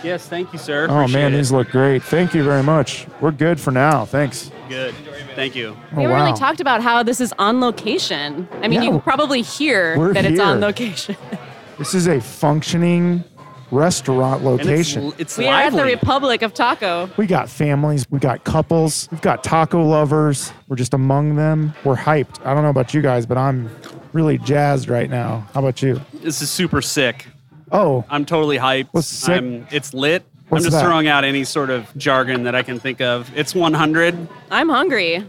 Speaker 3: Yes, thank you, sir.
Speaker 2: Oh
Speaker 3: Appreciate
Speaker 2: man,
Speaker 3: it.
Speaker 2: these look great. Thank you very much. We're good for now. Thanks.
Speaker 3: good. Thank you.
Speaker 2: Oh,
Speaker 4: We haven't
Speaker 2: wow.
Speaker 4: really talked about how this is on location. I mean,
Speaker 2: Yeah,
Speaker 4: you
Speaker 2: w-
Speaker 4: can probably hear
Speaker 2: we're
Speaker 4: that it's on
Speaker 2: here.
Speaker 4: location.
Speaker 2: this is a functioning restaurant
Speaker 3: And it's,
Speaker 2: location.
Speaker 3: l- it's
Speaker 4: we are at the
Speaker 3: lively.
Speaker 4: Republic of Taco.
Speaker 2: we got families, we got couples, we've got taco lovers. We're just among them. We're hyped. I don't know about you guys, but I'm really jazzed right now. How about you?
Speaker 3: this is super sick.
Speaker 2: Oh,
Speaker 3: I'm totally hyped.
Speaker 2: What's sick?
Speaker 3: I'm, it's lit.
Speaker 2: What's
Speaker 3: I'm just
Speaker 2: that?
Speaker 3: throwing out any sort of jargon that I can think of. It's 100.
Speaker 4: I'm hungry.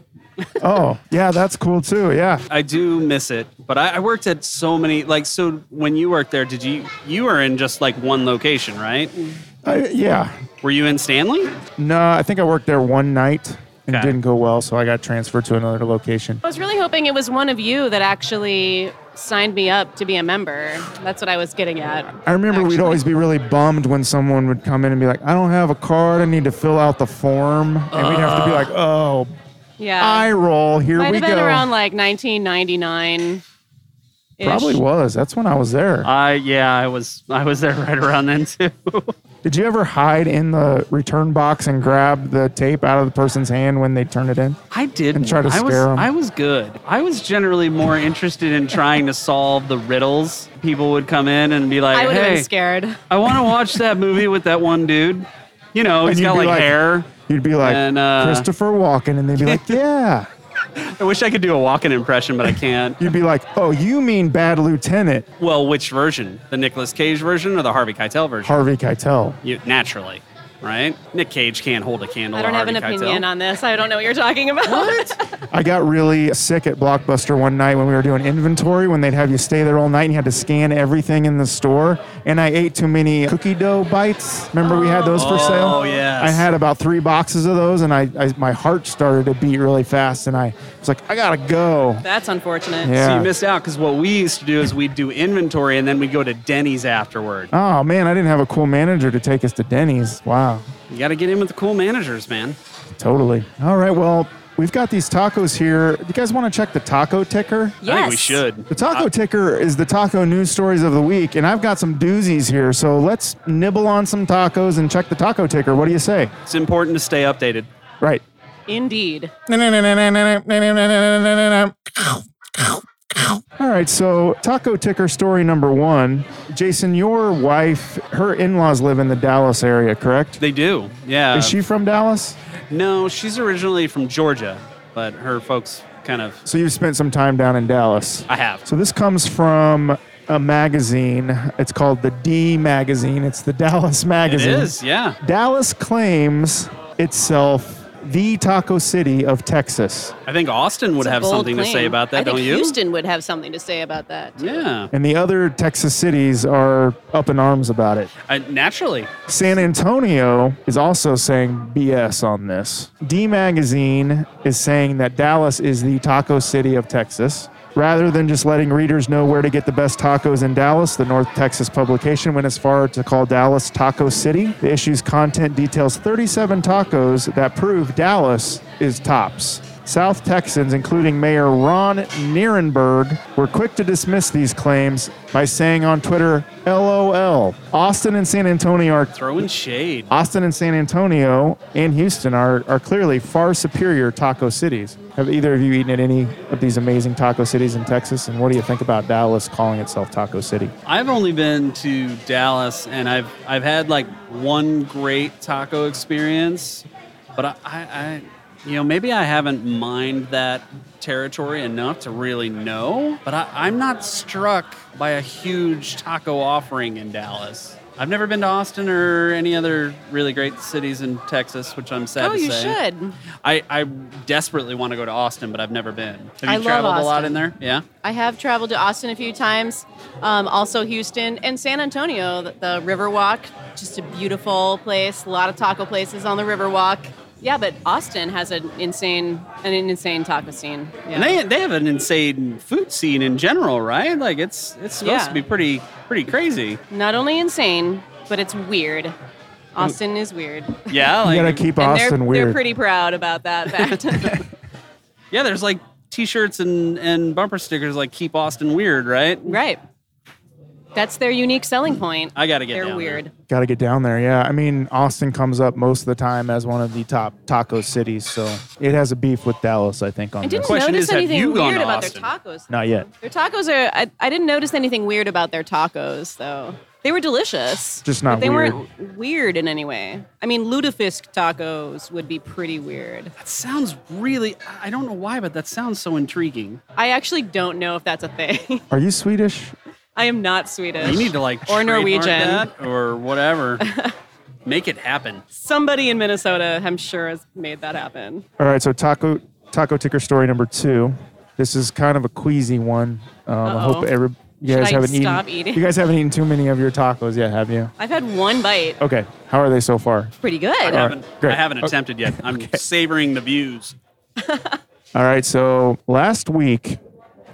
Speaker 2: oh, yeah, that's cool too. Yeah.
Speaker 3: I do miss it, but I, I worked at so many. Like, so when you worked there, did you you were in just like one location, right?
Speaker 2: I, yeah.
Speaker 3: Were you in Stanley?
Speaker 2: No, I think I worked there one night and it
Speaker 3: Okay.
Speaker 2: didn't go well, so I got transferred to another location.
Speaker 4: I was really hoping it was one of you that actually signed me up to be a member. That's what I was getting at.
Speaker 2: I remember we'd
Speaker 4: actually.
Speaker 2: always be really bummed when someone would come in and be like, I don't have a card. I need to fill out the form. And we'd have to be like, oh,
Speaker 4: Yeah.
Speaker 2: eye roll. Here
Speaker 4: Might
Speaker 2: we
Speaker 4: have been
Speaker 2: go.
Speaker 4: around like 1999. -ish.
Speaker 2: Probably was. That's when I was there.
Speaker 3: I yeah, I was I was there right around then too.
Speaker 2: Did you ever hide in the return box and grab the tape out of the person's hand when they turn it in?
Speaker 3: I did
Speaker 2: And try to
Speaker 3: I was,
Speaker 2: scare 'em.
Speaker 3: I was good. I was generally more interested in trying to solve the riddles. People would come in and be like,
Speaker 4: I would have
Speaker 3: "Hey,
Speaker 4: been scared.
Speaker 3: I want to watch that movie with that one dude. You know, he's
Speaker 2: you'd
Speaker 3: got
Speaker 2: be
Speaker 3: like,
Speaker 2: like-
Speaker 3: hair.
Speaker 2: You'd be like,
Speaker 3: And, uh,
Speaker 2: Christopher Walken. And they'd be like, yeah.
Speaker 3: I wish I could do a walking impression, but I can't.
Speaker 2: You'd be like, oh, you mean Bad Lieutenant
Speaker 3: well, which version? The Nicolas Cage version or the Harvey Keitel version?
Speaker 2: Harvey Keitel?
Speaker 3: you, naturally, right? Nick Cage can't hold a candle.
Speaker 4: I don't
Speaker 3: to
Speaker 4: have an
Speaker 3: Harvey
Speaker 4: opinion
Speaker 3: Keitel.
Speaker 4: on this. I don't know what you're talking about.
Speaker 2: I got really sick at Blockbuster one night when we were doing inventory, when they'd have you stay there all night and you had to scan everything in the store. And I ate too many cookie dough bites. Remember we had those for sale?
Speaker 3: Oh, yes.
Speaker 2: I had about three boxes of those and I, I my heart started to beat really fast and I was like, I gotta go.
Speaker 4: That's unfortunate.
Speaker 2: Yeah.
Speaker 3: So you missed out because what we used to do is we'd do inventory and then we'd go to Denny's afterward.
Speaker 2: Oh man, I didn't have a cool manager to take us to Denny's. Wow.
Speaker 3: You got to get in with the cool managers, man.
Speaker 2: Totally. All right, well, we've got these tacos here. You guys wanna check the taco ticker?
Speaker 4: Yes.
Speaker 3: I think we should.
Speaker 2: The taco ticker is the taco news stories of the week, and I've got some doozies here. So let's nibble on some tacos and check the taco ticker. What do you say?
Speaker 3: It's important to stay updated.
Speaker 2: Right.
Speaker 4: Indeed.
Speaker 2: All right. So taco ticker story number one. Jason, your wife, her in-laws live in the Dallas area, correct?
Speaker 3: They do. Yeah.
Speaker 2: Is she from Dallas?
Speaker 3: No, she's originally from Georgia, but her folks kind of.
Speaker 2: So you've spent some time down in Dallas.
Speaker 3: I have.
Speaker 2: So this comes from a magazine. It's called the D Magazine. It's the Dallas
Speaker 3: It
Speaker 2: Magazine.
Speaker 3: is, yeah.
Speaker 2: Dallas claims itself the taco city of Texas.
Speaker 3: I think Austin would
Speaker 4: It's a
Speaker 3: have
Speaker 4: bold
Speaker 3: something to say
Speaker 4: claim.
Speaker 3: about that,
Speaker 4: I think
Speaker 3: don't you?
Speaker 4: Houston would have something to say about that. too.
Speaker 3: Yeah,
Speaker 2: And the other Texas cities are up in arms about it.
Speaker 3: I, naturally.
Speaker 2: San Antonio is also saying BS on this. D Magazine is saying that Dallas is the taco city of Texas. Rather than just letting readers know where to get the best tacos in Dallas, the North Texas publication went as far to call Dallas Taco City. The issue's content details 37 tacos that prove Dallas is tops. South Texans, including Mayor Ron Nierenberg, were quick to dismiss these claims by saying on Twitter, LOL. Austin and San Antonio are
Speaker 3: Throwing shade.
Speaker 2: Austin and San Antonio and Houston are, are clearly far superior taco cities. Have either of you eaten at any of these amazing taco cities in Texas? And what do you think about Dallas calling itself Taco City?
Speaker 3: I've only been to Dallas, and I've I've had like one great taco experience, but I, I, I you know, maybe I haven't mined that territory enough to really know. But I, I'm not struck by a huge taco offering in Dallas. I've never been to Austin or any other really great cities in Texas, which I'm sad
Speaker 4: Oh,
Speaker 3: to
Speaker 4: you
Speaker 3: say.
Speaker 4: should.
Speaker 3: I, I desperately want to go to Austin, but I've never been. Have you
Speaker 4: I love
Speaker 3: traveled a lot
Speaker 4: Austin.
Speaker 3: in there? Yeah.
Speaker 4: I have traveled to Austin a few times, um, also Houston and San Antonio, the, the Riverwalk, just a beautiful place, a lot of taco places on the Riverwalk. Yeah, but Austin has an insane, an insane taco scene. Yeah.
Speaker 3: And they, they have an insane food scene in general, right? Like it's it's supposed
Speaker 4: Yeah.
Speaker 3: to be pretty pretty crazy.
Speaker 4: Not only insane, but it's weird. Austin is weird.
Speaker 3: Yeah,
Speaker 2: You
Speaker 3: like
Speaker 2: gotta keep
Speaker 4: and
Speaker 2: Austin
Speaker 4: they're,
Speaker 2: weird.
Speaker 4: they're pretty proud about that fact.
Speaker 3: yeah. There's like t-shirts and and bumper stickers like "Keep Austin Weird," right?
Speaker 4: right. That's their unique selling point.
Speaker 3: I gotta get
Speaker 4: They're
Speaker 3: down there.
Speaker 4: weird.
Speaker 2: Got to get down there. Yeah. I mean, Austin comes up most of the time as one of the top taco cities. So it has a beef with Dallas, I think, on
Speaker 4: I didn't
Speaker 2: this.
Speaker 3: question
Speaker 4: notice
Speaker 3: is, have
Speaker 4: anything
Speaker 3: you gone
Speaker 4: weird
Speaker 3: to
Speaker 4: about
Speaker 3: Austin?
Speaker 4: their tacos.
Speaker 2: Not yet.
Speaker 4: Their tacos are. I, I didn't notice anything weird about their tacos, though. They were delicious.
Speaker 2: Just not
Speaker 4: But they
Speaker 2: weird.
Speaker 4: weren't weird in any way. I mean, lutefisk tacos would be pretty weird.
Speaker 3: That sounds really. I don't know why, but that sounds so intriguing.
Speaker 4: I actually don't know if that's a thing.
Speaker 2: Are you Swedish?
Speaker 4: I am not Swedish.
Speaker 3: You need to like
Speaker 4: or
Speaker 3: trademark
Speaker 4: Norwegian.
Speaker 3: that or whatever. Make it happen.
Speaker 4: Somebody in Minnesota, I'm sure, has made that happen.
Speaker 2: All right. So, taco, taco ticker story number two. This is kind of a queasy one. Um, I
Speaker 4: Uh-oh.
Speaker 2: hope every, you
Speaker 4: Should
Speaker 2: guys
Speaker 4: I
Speaker 2: haven't
Speaker 4: stop
Speaker 2: eaten.
Speaker 4: eating?
Speaker 2: You guys haven't eaten too many of your tacos yet, have you?
Speaker 4: I've had one bite.
Speaker 2: Okay. How are they so far?
Speaker 4: Pretty good.
Speaker 3: I haven't,
Speaker 2: great.
Speaker 3: I haven't attempted yet. I'm savoring the views.
Speaker 2: All right. So last week,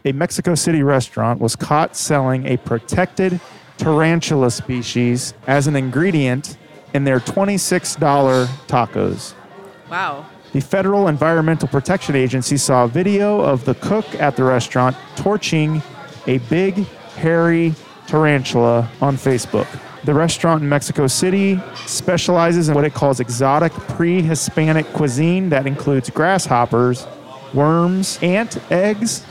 Speaker 2: a Mexico City restaurant was caught selling a protected tarantula species as an ingredient in their $26 tacos.
Speaker 4: Wow.
Speaker 2: The Federal Environmental Protection Agency saw a video of the cook at the restaurant torching a big, hairy tarantula on Facebook. The restaurant in Mexico City specializes in what it calls exotic pre Hispanic cuisine that includes grasshoppers, worms, ant eggs.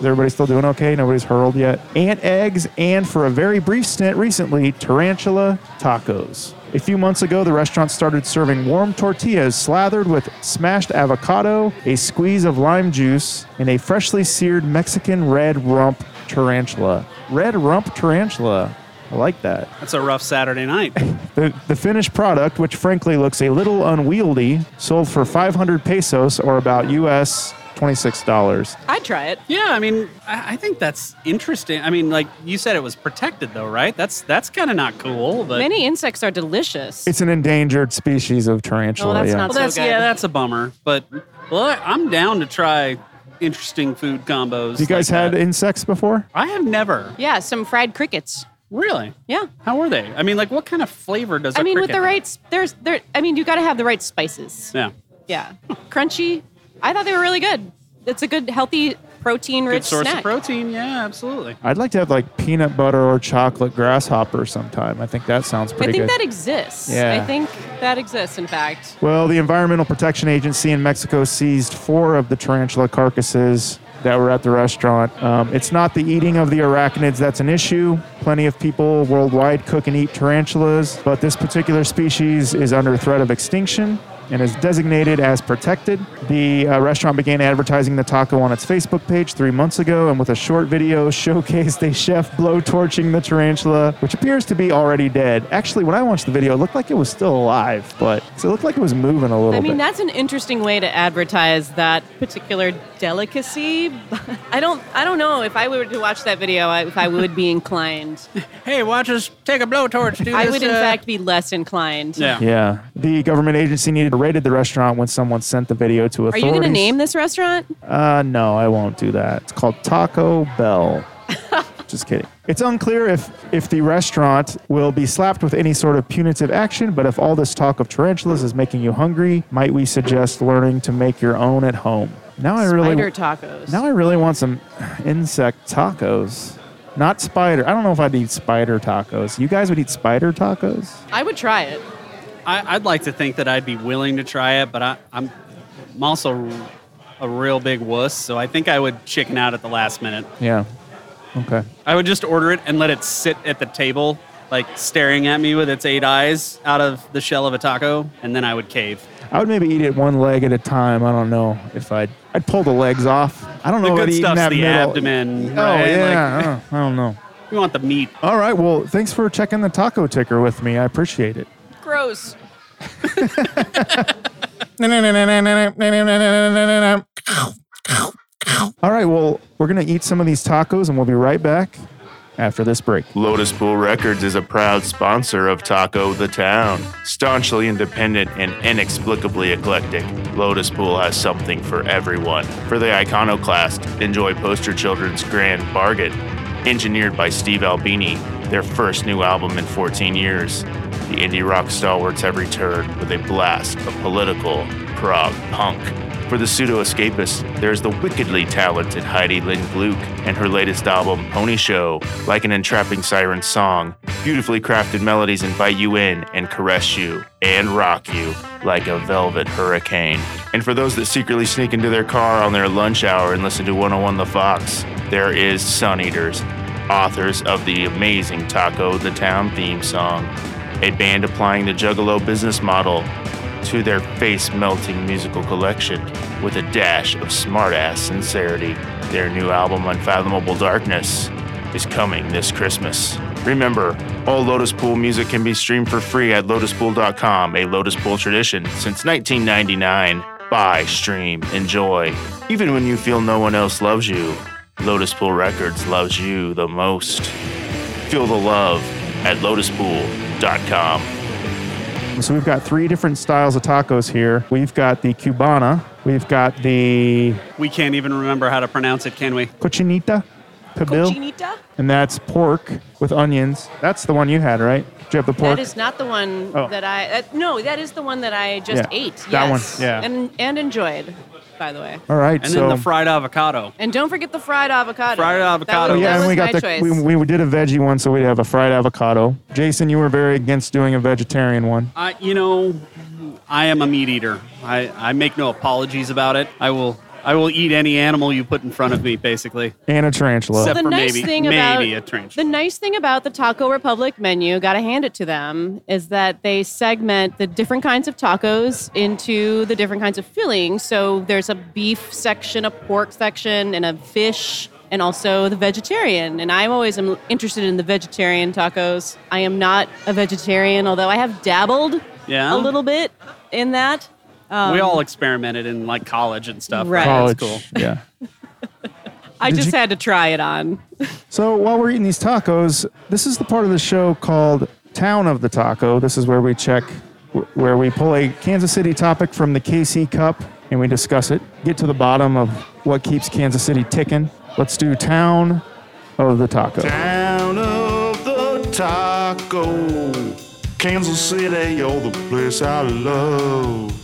Speaker 2: Is everybody still doing okay? Nobody's hurled yet. Ant eggs, and for a very brief stint recently, tarantula tacos. A few months ago, the restaurant started serving warm tortillas slathered with smashed avocado, a squeeze of lime juice, and a freshly seared Mexican red rump tarantula. Red rump tarantula. I like that.
Speaker 3: That's a rough Saturday night.
Speaker 2: The, the finished product, which frankly looks a little unwieldy, sold for 500 pesos or about US $26.
Speaker 4: I'd try it.
Speaker 3: Yeah, I mean, I, I think that's interesting. I mean, like you said, it was protected though, right? That's that's kind of not cool. But
Speaker 4: Many insects are delicious.
Speaker 2: It's an endangered species of tarantula.
Speaker 4: that's
Speaker 2: yeah.
Speaker 4: not
Speaker 3: well, that's
Speaker 4: so good.
Speaker 3: yeah, that's a bummer. But well, I- I'm down to try interesting food combos.
Speaker 2: you guys
Speaker 3: like
Speaker 2: had
Speaker 3: that.
Speaker 2: insects before?
Speaker 3: I have never
Speaker 4: yeah, some fried crickets.
Speaker 3: really.
Speaker 4: Yeah.
Speaker 3: How were they? I mean, like, what kind of flavor does?
Speaker 4: I
Speaker 3: a
Speaker 4: mean, with
Speaker 3: cricket
Speaker 4: the
Speaker 3: have?
Speaker 4: right, s- there's there. I mean, you got to have the right spices.
Speaker 3: Yeah.
Speaker 4: Yeah. Crunchy. I thought they were really good. It's a good, healthy, protein
Speaker 3: Good
Speaker 4: rich
Speaker 3: source
Speaker 4: snack.
Speaker 3: of protein. Yeah, absolutely.
Speaker 2: I'd like to have like peanut butter or chocolate grasshopper sometime. I think that sounds
Speaker 4: I
Speaker 2: pretty
Speaker 4: think
Speaker 2: good.
Speaker 4: that exists.
Speaker 2: Yeah.
Speaker 4: I think that exists, in fact.
Speaker 2: well, the Environmental Protection Agency in Mexico seized four of the tarantula carcasses that were at the restaurant. Um, it's not the eating of the arachnids that's an issue. Plenty of people worldwide cook and eat tarantulas, but this particular species is under threat of extinction. and is designated as protected. The uh, restaurant began advertising the taco on its Facebook page three months ago and with a short video showcased a chef blowtorching the tarantula, which appears to be already dead. Actually, when I watched the video, it looked like it was still alive, but 'cause it looked like it was moving a little
Speaker 4: I mean,
Speaker 2: bit.
Speaker 4: that's an interesting way to advertise that particular delicacy. I don't, I don't know if I were to watch that video, I- if I would be inclined.
Speaker 3: Hey, watch us take a blowtorch, dude.
Speaker 4: I would, in fact, be less inclined.
Speaker 3: Yeah.
Speaker 2: yeah. The government agency needed raided the restaurant when someone sent the video to
Speaker 4: Are
Speaker 2: authorities.
Speaker 4: you going to name this restaurant?
Speaker 2: Uh, no, I won't do that. It's called Taco Bell. Just kidding. It's unclear if, if the restaurant will be slapped with any sort of punitive action, but if all this talk of tarantulas is making you hungry, might we suggest learning to make your own at home? Now I really
Speaker 4: Spider tacos.
Speaker 2: now I really want some insect tacos. Not spider. I don't know if I'd eat spider tacos. You guys would eat spider tacos?
Speaker 4: I would try it.
Speaker 3: I, I'd like to think that I'd be willing to try it, but I, I'm, I'm also a real big wuss, so I think I would chicken out at the last minute.
Speaker 2: Yeah. Okay.
Speaker 3: I would just order it and let it sit at the table, like staring at me with its eight eyes out of the shell of a taco, and then I would cave.
Speaker 2: I would maybe eat it one leg at a time. I don't know if I'd I'd pull the legs off. I don't know
Speaker 3: The
Speaker 2: about
Speaker 3: good
Speaker 2: eating
Speaker 3: stuff's
Speaker 2: that
Speaker 3: the
Speaker 2: middle.
Speaker 3: abdomen,
Speaker 2: Oh
Speaker 3: right?
Speaker 2: yeah, I don't- I don't know.
Speaker 3: We want the meat.
Speaker 2: All right, well, thanks for checking the taco ticker with me. I appreciate it.
Speaker 4: Gross.
Speaker 2: All right, well, we're gonna eat some of these tacos, and we'll be right back after this break.
Speaker 1: Lotus Pool Records is a proud sponsor of Taco the Town. Staunchly independent and inexplicably eclectic, Lotus Pool has something for everyone. For the iconoclast, enjoy Poster Children's Grand Bargain, engineered by Steve Albini, their first new album in 14 years. The indie rock stalwarts have returned with a blast of political prog punk. For the pseudo escapist, there's the wickedly talented Heidi Lynn Gluck and her latest album, Pony Show. Like an entrapping siren song, beautifully crafted melodies invite you in and caress you and rock you like a velvet hurricane. And for those that secretly sneak into their car on their lunch hour and listen to 101 The Fox, there is Sun Eaters, authors of the amazing Taco the Town theme song, a band applying the Juggalo business model to their face melting musical collection with a dash of smart ass sincerity. Their new album, Unfathomable Darkness, is coming this Christmas. Remember, all Lotus Pool music can be streamed for free at lotuspool.com, a Lotus Pool tradition since 1999. Buy, stream, enjoy. Even when you feel no one else loves you, Lotus Pool Records loves you the most. Feel the love at lotuspool.com.
Speaker 2: So we've got three different styles of tacos here. We've got the cubana, we've got the
Speaker 3: We can't even remember how to pronounce it, can we?
Speaker 2: cochinita, pibil,
Speaker 4: Cochinita?
Speaker 2: and that's pork with onions. That's the one you had, right? Did you have the pork?
Speaker 4: That is not the one
Speaker 2: Oh.
Speaker 4: that I. That, no, that is the one that I just
Speaker 2: Yeah,
Speaker 4: ate.
Speaker 2: that one,
Speaker 4: yes.
Speaker 2: yeah.
Speaker 4: And and enjoyed, by the way.
Speaker 2: All right,
Speaker 3: And
Speaker 2: so
Speaker 3: then the fried avocado.
Speaker 4: And don't forget the fried avocado.
Speaker 3: Fried
Speaker 4: That
Speaker 3: avocado.
Speaker 4: was-
Speaker 2: Oh, yeah, and
Speaker 4: that was
Speaker 2: we got
Speaker 4: my
Speaker 2: the
Speaker 4: choice.
Speaker 2: we, we did a veggie one, so we'd have a fried avocado. Jason, you were very against doing a vegetarian one.
Speaker 3: I, you know, I am a meat eater. I, I make no apologies about it. I will I will eat any animal you put in front of me, basically.
Speaker 2: And a tarantula.
Speaker 3: Except
Speaker 4: the
Speaker 3: for
Speaker 4: nice
Speaker 3: maybe
Speaker 4: thing
Speaker 3: maybe
Speaker 4: about
Speaker 3: a trench.
Speaker 4: the nice thing about the Taco Republic menu, gotta hand it to them, is that they segment the different kinds of tacos into the different kinds of fillings. So there's a beef section, a pork section, and a fish. And also the vegetarian, and I'm always am interested in the vegetarian tacos. I am not a vegetarian, although I have dabbled
Speaker 3: Yeah?
Speaker 4: a little bit in that.
Speaker 3: we all experimented in like college and stuff.
Speaker 4: Um, Right.
Speaker 2: College.
Speaker 3: That's cool.
Speaker 2: Yeah.
Speaker 4: I
Speaker 2: Did
Speaker 4: just
Speaker 2: you-
Speaker 4: had to try it on.
Speaker 2: So while we're eating these tacos, this is the part of the show called Town of the Taco. This is where we check, wh- where we pull a Kansas City topic from the KC Cup and we discuss it, get to the bottom of what keeps Kansas City ticking. Let's do Town of the Taco.
Speaker 1: Town of the Taco. Kansas City, you're the place I love.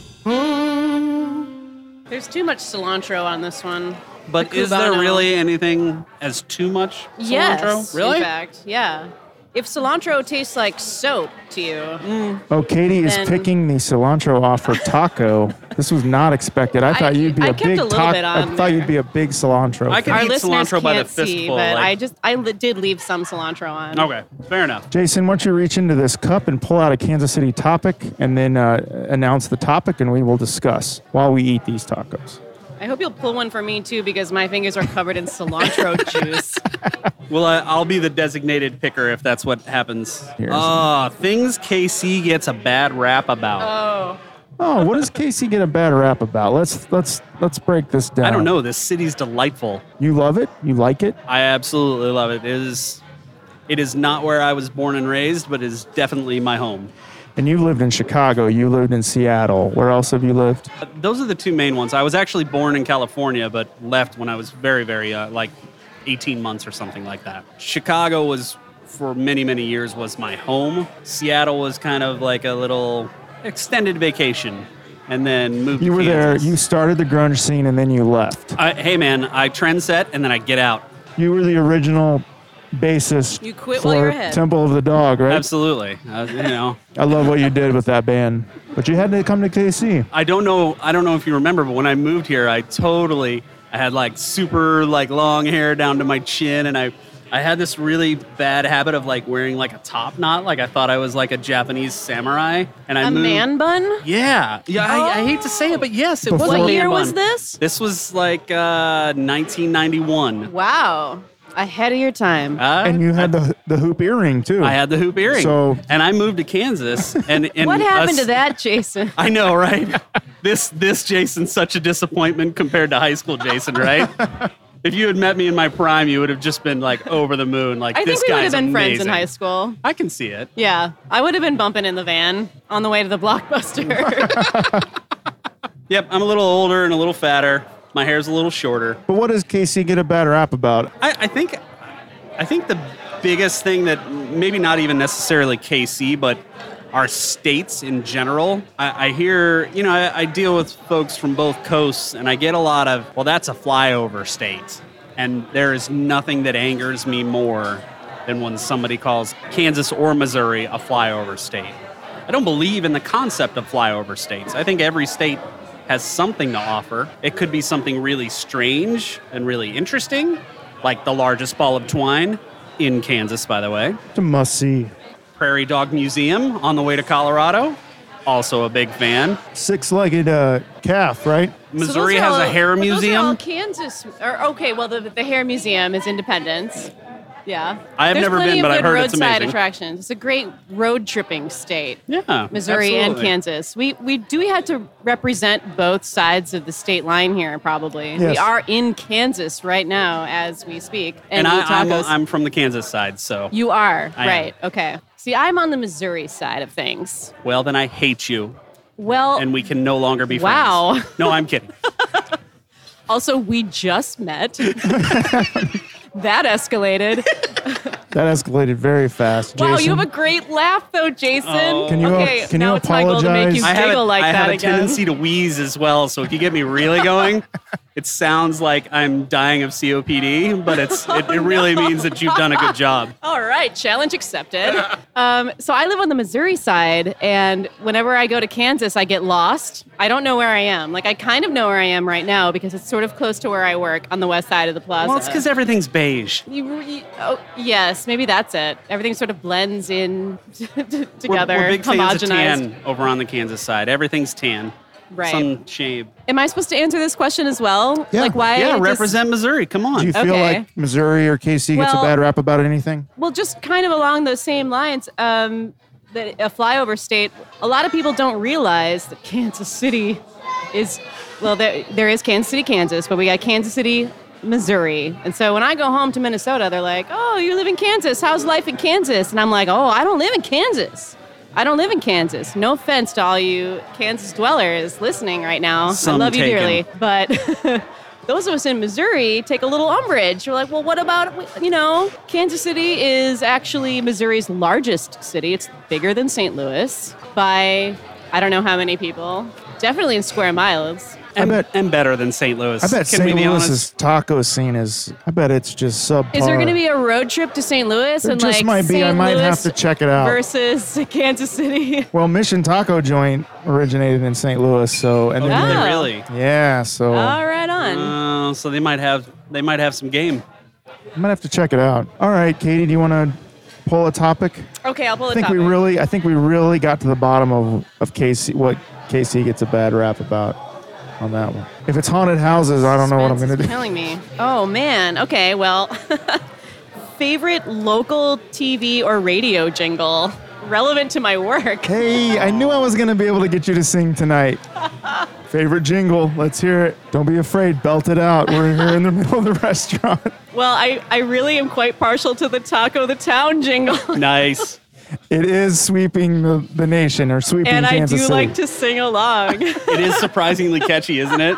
Speaker 4: There's too much cilantro on this one.
Speaker 3: But
Speaker 4: The
Speaker 3: is there
Speaker 4: Cubano.
Speaker 3: really anything as too much cilantro?
Speaker 4: Yes,
Speaker 3: really?
Speaker 4: In fact, yeah. if cilantro tastes like soap to you,
Speaker 3: Mm.
Speaker 2: Oh, Katie is
Speaker 4: And-
Speaker 2: picking the cilantro off her taco. this was not expected. I thought you'd be
Speaker 4: I
Speaker 2: a
Speaker 4: kept
Speaker 2: big
Speaker 4: a little
Speaker 2: taco.
Speaker 4: bit
Speaker 2: I
Speaker 4: on
Speaker 2: thought you'd
Speaker 4: there.
Speaker 2: be a big cilantro.
Speaker 3: I could
Speaker 2: fan.
Speaker 4: our
Speaker 3: eat
Speaker 4: listeners
Speaker 3: cilantro
Speaker 4: can't
Speaker 3: by the
Speaker 4: see,
Speaker 3: fistful,
Speaker 4: but
Speaker 3: like- Oh.
Speaker 4: I just I li- did leave some cilantro on.
Speaker 3: Okay, fair enough.
Speaker 2: Jason, why don't you reach into this cup and pull out a Kansas City topic, and then uh, announce the topic, and we will discuss while we eat these tacos.
Speaker 4: I hope you'll pull one for me too because my fingers are covered in cilantro juice.
Speaker 3: Well, I, I'll be the designated picker if that's what happens.
Speaker 2: Here's-
Speaker 3: Ah, things KC gets a bad rap about.
Speaker 4: Oh,
Speaker 2: Oh, what does Casey get a bad rap about? Let's let's let's break this
Speaker 4: Oh.
Speaker 2: down.
Speaker 3: I don't know. This city's delightful.
Speaker 2: You love it? You like it?
Speaker 3: I absolutely love it. It is, it is not where I was born and raised, but it is definitely my home.
Speaker 2: And you lived in Chicago. You lived in Seattle. Where else have you lived?
Speaker 3: Uh, Those are the two main ones. I was actually born in California, but left when I was very, very uh, like 18 months or something like that. Chicago was for many, many years was my home. Seattle was kind of like a little extended vacation, and then moved.
Speaker 2: You
Speaker 3: to
Speaker 2: were there.
Speaker 3: Kansas.
Speaker 2: You started the grunge scene, and then you left.
Speaker 3: I, hey man, I trend set and then I get out.
Speaker 2: You were the original bassist.
Speaker 4: You quit
Speaker 2: for
Speaker 4: while you were ahead.
Speaker 2: Temple of the Dog, right?
Speaker 3: Absolutely, uh, you know.
Speaker 2: I love what you did with that band, but you had to come to KC.
Speaker 3: I don't know. I don't know if you remember, but when I moved here, I totally I had like super like long hair down to my chin, and I I had this really bad habit of like wearing like a top knot. Like I thought I was like a Japanese samurai, and I
Speaker 4: a
Speaker 3: moved.
Speaker 4: man bun?
Speaker 3: Yeah, yeah. I, I hate to say it, but yes, it was.
Speaker 2: What
Speaker 3: a man
Speaker 4: year was
Speaker 3: bun.
Speaker 4: this?
Speaker 3: This was like uh, 1991.
Speaker 4: Wow, ahead of your time.
Speaker 3: Uh,
Speaker 2: And you had the the hoop earring too.
Speaker 3: I had the hoop earring,
Speaker 2: So-
Speaker 3: and I moved to Kansas. And, and
Speaker 4: what happened
Speaker 3: us-
Speaker 4: to that, Jason?
Speaker 3: I know, right? this this Jason's such a disappointment compared to high school Jason, right? if you had met me in my prime, you would have just been like over the moon. Like
Speaker 4: I
Speaker 3: this
Speaker 4: think we would
Speaker 3: guy's
Speaker 4: have been friends in
Speaker 3: amazing."
Speaker 4: high school.
Speaker 3: I can see it.
Speaker 4: Yeah, I would have been bumping in the van on the way to the blockbuster.
Speaker 3: Yep, I'm a little older and a little fatter. My hair's a little shorter.
Speaker 2: but what does KC get a bad rap about?
Speaker 3: I, I think I think the biggest thing that maybe not even necessarily KC, but our states in general. I, I hear, you know, I, I deal with folks from both coasts, and I get a lot of, well, that's a flyover state, and there is nothing that angers me more than when somebody calls Kansas or Missouri a flyover state. I don't believe in the concept of flyover states. I think every state has something to offer. It could be something really strange and really interesting, like the largest ball of twine in Kansas, by the way.
Speaker 2: It's a must see.
Speaker 3: Prairie Dog Museum on the way to Colorado. Also a big fan.
Speaker 2: Six legged uh, calf, right?
Speaker 3: Missouri has a hair museum.
Speaker 4: Kansas, or okay, well the, the hair museum is Independence. Yeah,
Speaker 3: I have
Speaker 4: There's
Speaker 3: never
Speaker 4: plenty
Speaker 3: been,
Speaker 4: of
Speaker 3: but I've
Speaker 4: good
Speaker 3: heard it's
Speaker 4: roadside
Speaker 3: amazing.
Speaker 4: attractions. It's a great road tripping state.
Speaker 3: yeah,
Speaker 4: Missouri and
Speaker 3: absolutely.
Speaker 4: Kansas. We we do we have to represent both sides of the state line here. Probably
Speaker 2: Yes.
Speaker 4: we are in Kansas right now as we speak,
Speaker 3: And,
Speaker 4: and, eat
Speaker 3: I, I'm,
Speaker 4: tacos.
Speaker 3: I'm from the Kansas side, so
Speaker 4: you are
Speaker 3: I am.
Speaker 4: right. Okay. See, I'm on the Missouri side of things.
Speaker 3: well then I hate you,
Speaker 4: Well,
Speaker 3: and we can no longer be
Speaker 4: Wow.
Speaker 3: friends. No, I'm kidding.
Speaker 4: also we just met. that escalated.
Speaker 2: That escalated very fast.
Speaker 4: Wow, you
Speaker 2: Jason.
Speaker 4: have a great laugh though, Jason.
Speaker 3: Oh. Can
Speaker 2: you ap-
Speaker 4: okay,
Speaker 2: can you
Speaker 4: now it's my goal to make you
Speaker 2: apologize?
Speaker 3: I have, a,
Speaker 4: giggle like
Speaker 3: I
Speaker 4: that
Speaker 3: have a
Speaker 4: again.
Speaker 3: tendency to wheeze as well, so if you get me really going, it sounds like I'm dying of COPD, but it's it, it really means that you've done a good job.
Speaker 4: All right, challenge accepted. um, so I live on the Missouri side, and whenever I go to Kansas, I get lost. I don't know where I am. Like I kind of know where I am right now because it's sort of close to where I work on the west side of the plaza.
Speaker 3: Well, it's because everything's beige.
Speaker 4: You, you, oh, yes, maybe that's it. Everything sort of blends in together,
Speaker 3: We're, we're big fans
Speaker 4: homogenized.
Speaker 3: of tan over on the Kansas side. Everything's tan.
Speaker 4: Right.
Speaker 3: Some shade.
Speaker 4: Am I supposed to answer this question as well?
Speaker 2: Yeah.
Speaker 4: Like why?
Speaker 3: yeah,
Speaker 4: does-
Speaker 3: represent Missouri. Come
Speaker 2: Do you
Speaker 3: on.
Speaker 2: feel
Speaker 4: Okay.
Speaker 2: like Missouri or KC gets a
Speaker 4: Well-
Speaker 2: bad rap about anything?
Speaker 4: Well, just kind of along those same lines, um, that a flyover state. A lot of people don't realize that Kansas City is well, there, there is Kansas City, Kansas, but we got Kansas City, Missouri. And so when I go home to Minnesota, they're like, "Oh, you live in Kansas? How's life in Kansas?" And I'm like, "Oh, I don't live in Kansas." I don't live in Kansas. No offense to all you Kansas dwellers listening right now. I
Speaker 3: Some
Speaker 4: love you
Speaker 3: taken.
Speaker 4: dearly. But those of us in Missouri take a little umbrage. We're like, well, what about, you know, Kansas City is actually Missouri's largest city. It's bigger than St. Louis by I don't know how many people. Definitely in square miles.
Speaker 3: And,
Speaker 2: bet-
Speaker 3: and better than St. Louis.
Speaker 2: I bet
Speaker 3: Can we
Speaker 2: St.
Speaker 3: be honest?
Speaker 2: Louis's taco scene is. I bet it's just subpar.
Speaker 4: Is there going to be a road trip to St. Louis?
Speaker 2: There
Speaker 4: and
Speaker 2: just
Speaker 4: like
Speaker 2: might be.
Speaker 4: St.
Speaker 2: I might
Speaker 4: Louis
Speaker 2: have to check it out.
Speaker 4: Versus Kansas City.
Speaker 2: well, Mission Taco Joint originated in St. Louis, so and
Speaker 3: Oh,
Speaker 2: then
Speaker 4: Ah.
Speaker 3: really?
Speaker 2: yeah, so
Speaker 4: All right, on.
Speaker 3: Uh, so they might have they might have some game.
Speaker 2: I might have to check it out. All right, Katie, do you want to pull a topic?
Speaker 4: okay, I'll pull
Speaker 2: I
Speaker 4: it.
Speaker 2: think we really, I think we really got to the bottom of of KC what KC gets a bad rap about on that one. If it's haunted houses, I don't know what I'm going to do.
Speaker 4: Telling me. Oh man. Okay. Well, favorite local TV or radio jingle relevant to my work.
Speaker 2: Hey, I knew I was going to be able to get you to sing tonight. Favorite jingle? Let's hear it. Don't be afraid. Belt it out. We're here in the middle of the restaurant.
Speaker 4: Well, I, I really am quite partial to the Taco the Town jingle.
Speaker 3: Nice.
Speaker 2: It is sweeping the, the nation or sweeping
Speaker 4: and I do
Speaker 2: Kansas City.
Speaker 4: like to sing along.
Speaker 3: it is surprisingly catchy, isn't it?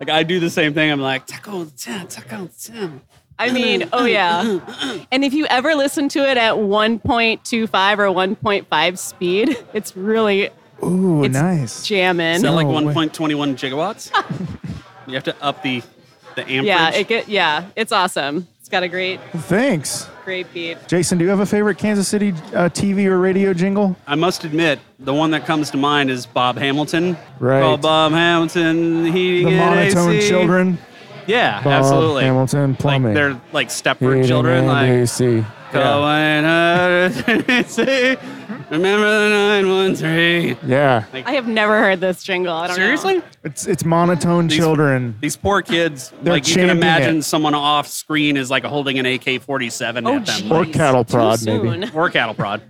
Speaker 3: Like I do the same thing. I'm like taco on the town, taco on the town.
Speaker 4: I mean, oh yeah. And if you ever listen to it at 1.25 or 1.5 speed, it's really
Speaker 2: Ooh,
Speaker 4: it's
Speaker 2: Oh, nice.
Speaker 4: jamming.
Speaker 3: Is that like
Speaker 2: No way.
Speaker 3: 1.21 gigawatts? you have to up the the amperage.
Speaker 4: yeah, it get yeah, it's awesome. It's got a great
Speaker 2: Thanks.
Speaker 4: great beat.
Speaker 2: Jason, do you have a favorite Kansas City uh, TV or radio jingle?
Speaker 3: I must admit, the one that comes to mind is Bob Hamilton.
Speaker 2: Right.
Speaker 3: Call Bob Hamilton heating
Speaker 2: The
Speaker 3: and
Speaker 2: monotone
Speaker 3: AC.
Speaker 2: children.
Speaker 3: Yeah,
Speaker 2: Bob
Speaker 3: absolutely.
Speaker 2: Hamilton plumbing.
Speaker 3: Like they're like
Speaker 2: Heating
Speaker 3: Stepford children.
Speaker 2: and
Speaker 3: Like
Speaker 2: AC. Yeah.
Speaker 3: Cohen, remember the nine one three.
Speaker 2: Yeah.
Speaker 4: I have never heard this jingle. I don't know.
Speaker 3: Seriously?
Speaker 2: It's it's monotone children.
Speaker 3: These poor kids.
Speaker 2: They're
Speaker 3: like you can
Speaker 2: chanting
Speaker 3: imagine
Speaker 2: it.
Speaker 3: someone off screen is like holding an AK forty seven
Speaker 4: Oh
Speaker 3: at them.
Speaker 4: geez.
Speaker 2: Or cattle prod,
Speaker 4: Too
Speaker 2: maybe.
Speaker 4: soon.
Speaker 3: Or cattle prod.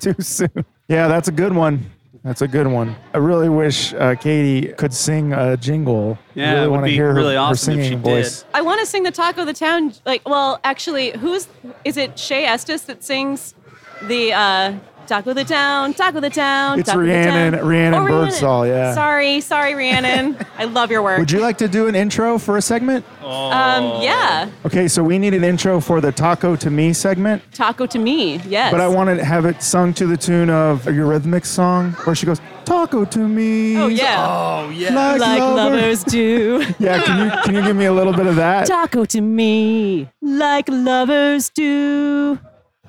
Speaker 2: Too soon. Yeah, that's a good one. That's a good one. I really wish uh, Katie could sing a jingle.
Speaker 3: Yeah,
Speaker 2: I
Speaker 3: it
Speaker 2: really
Speaker 3: would
Speaker 2: want to
Speaker 3: be
Speaker 2: hear her,
Speaker 3: really
Speaker 2: her
Speaker 3: awesome if
Speaker 2: singing
Speaker 3: she did.
Speaker 2: voice.
Speaker 4: I want to sing the Taco the Town. Like, well, actually, who's is it? Shay Estes that sings the uh, Taco the Town, Taco the Town.
Speaker 2: It's
Speaker 4: Taco the
Speaker 2: Rhiannon-
Speaker 4: Town. Oh,
Speaker 2: Rhiannon Birdsall, yeah.
Speaker 4: Sorry, sorry, Rhiannon. I love your work.
Speaker 2: Would you like to do an intro for a segment?
Speaker 4: um, yeah,
Speaker 2: Okay, so we need an intro for the Taco to Me segment,
Speaker 4: Taco to me. Yes.
Speaker 2: but I want to have it sung to the tune of your rhythmic song where she goes, Taco to Me.
Speaker 4: Oh yeah.
Speaker 3: Oh yeah.
Speaker 2: Like,
Speaker 4: Like
Speaker 2: lover.
Speaker 4: lovers do.
Speaker 2: Yeah, can you, can you give me a little bit of that?
Speaker 4: Taco to me. Like lovers do.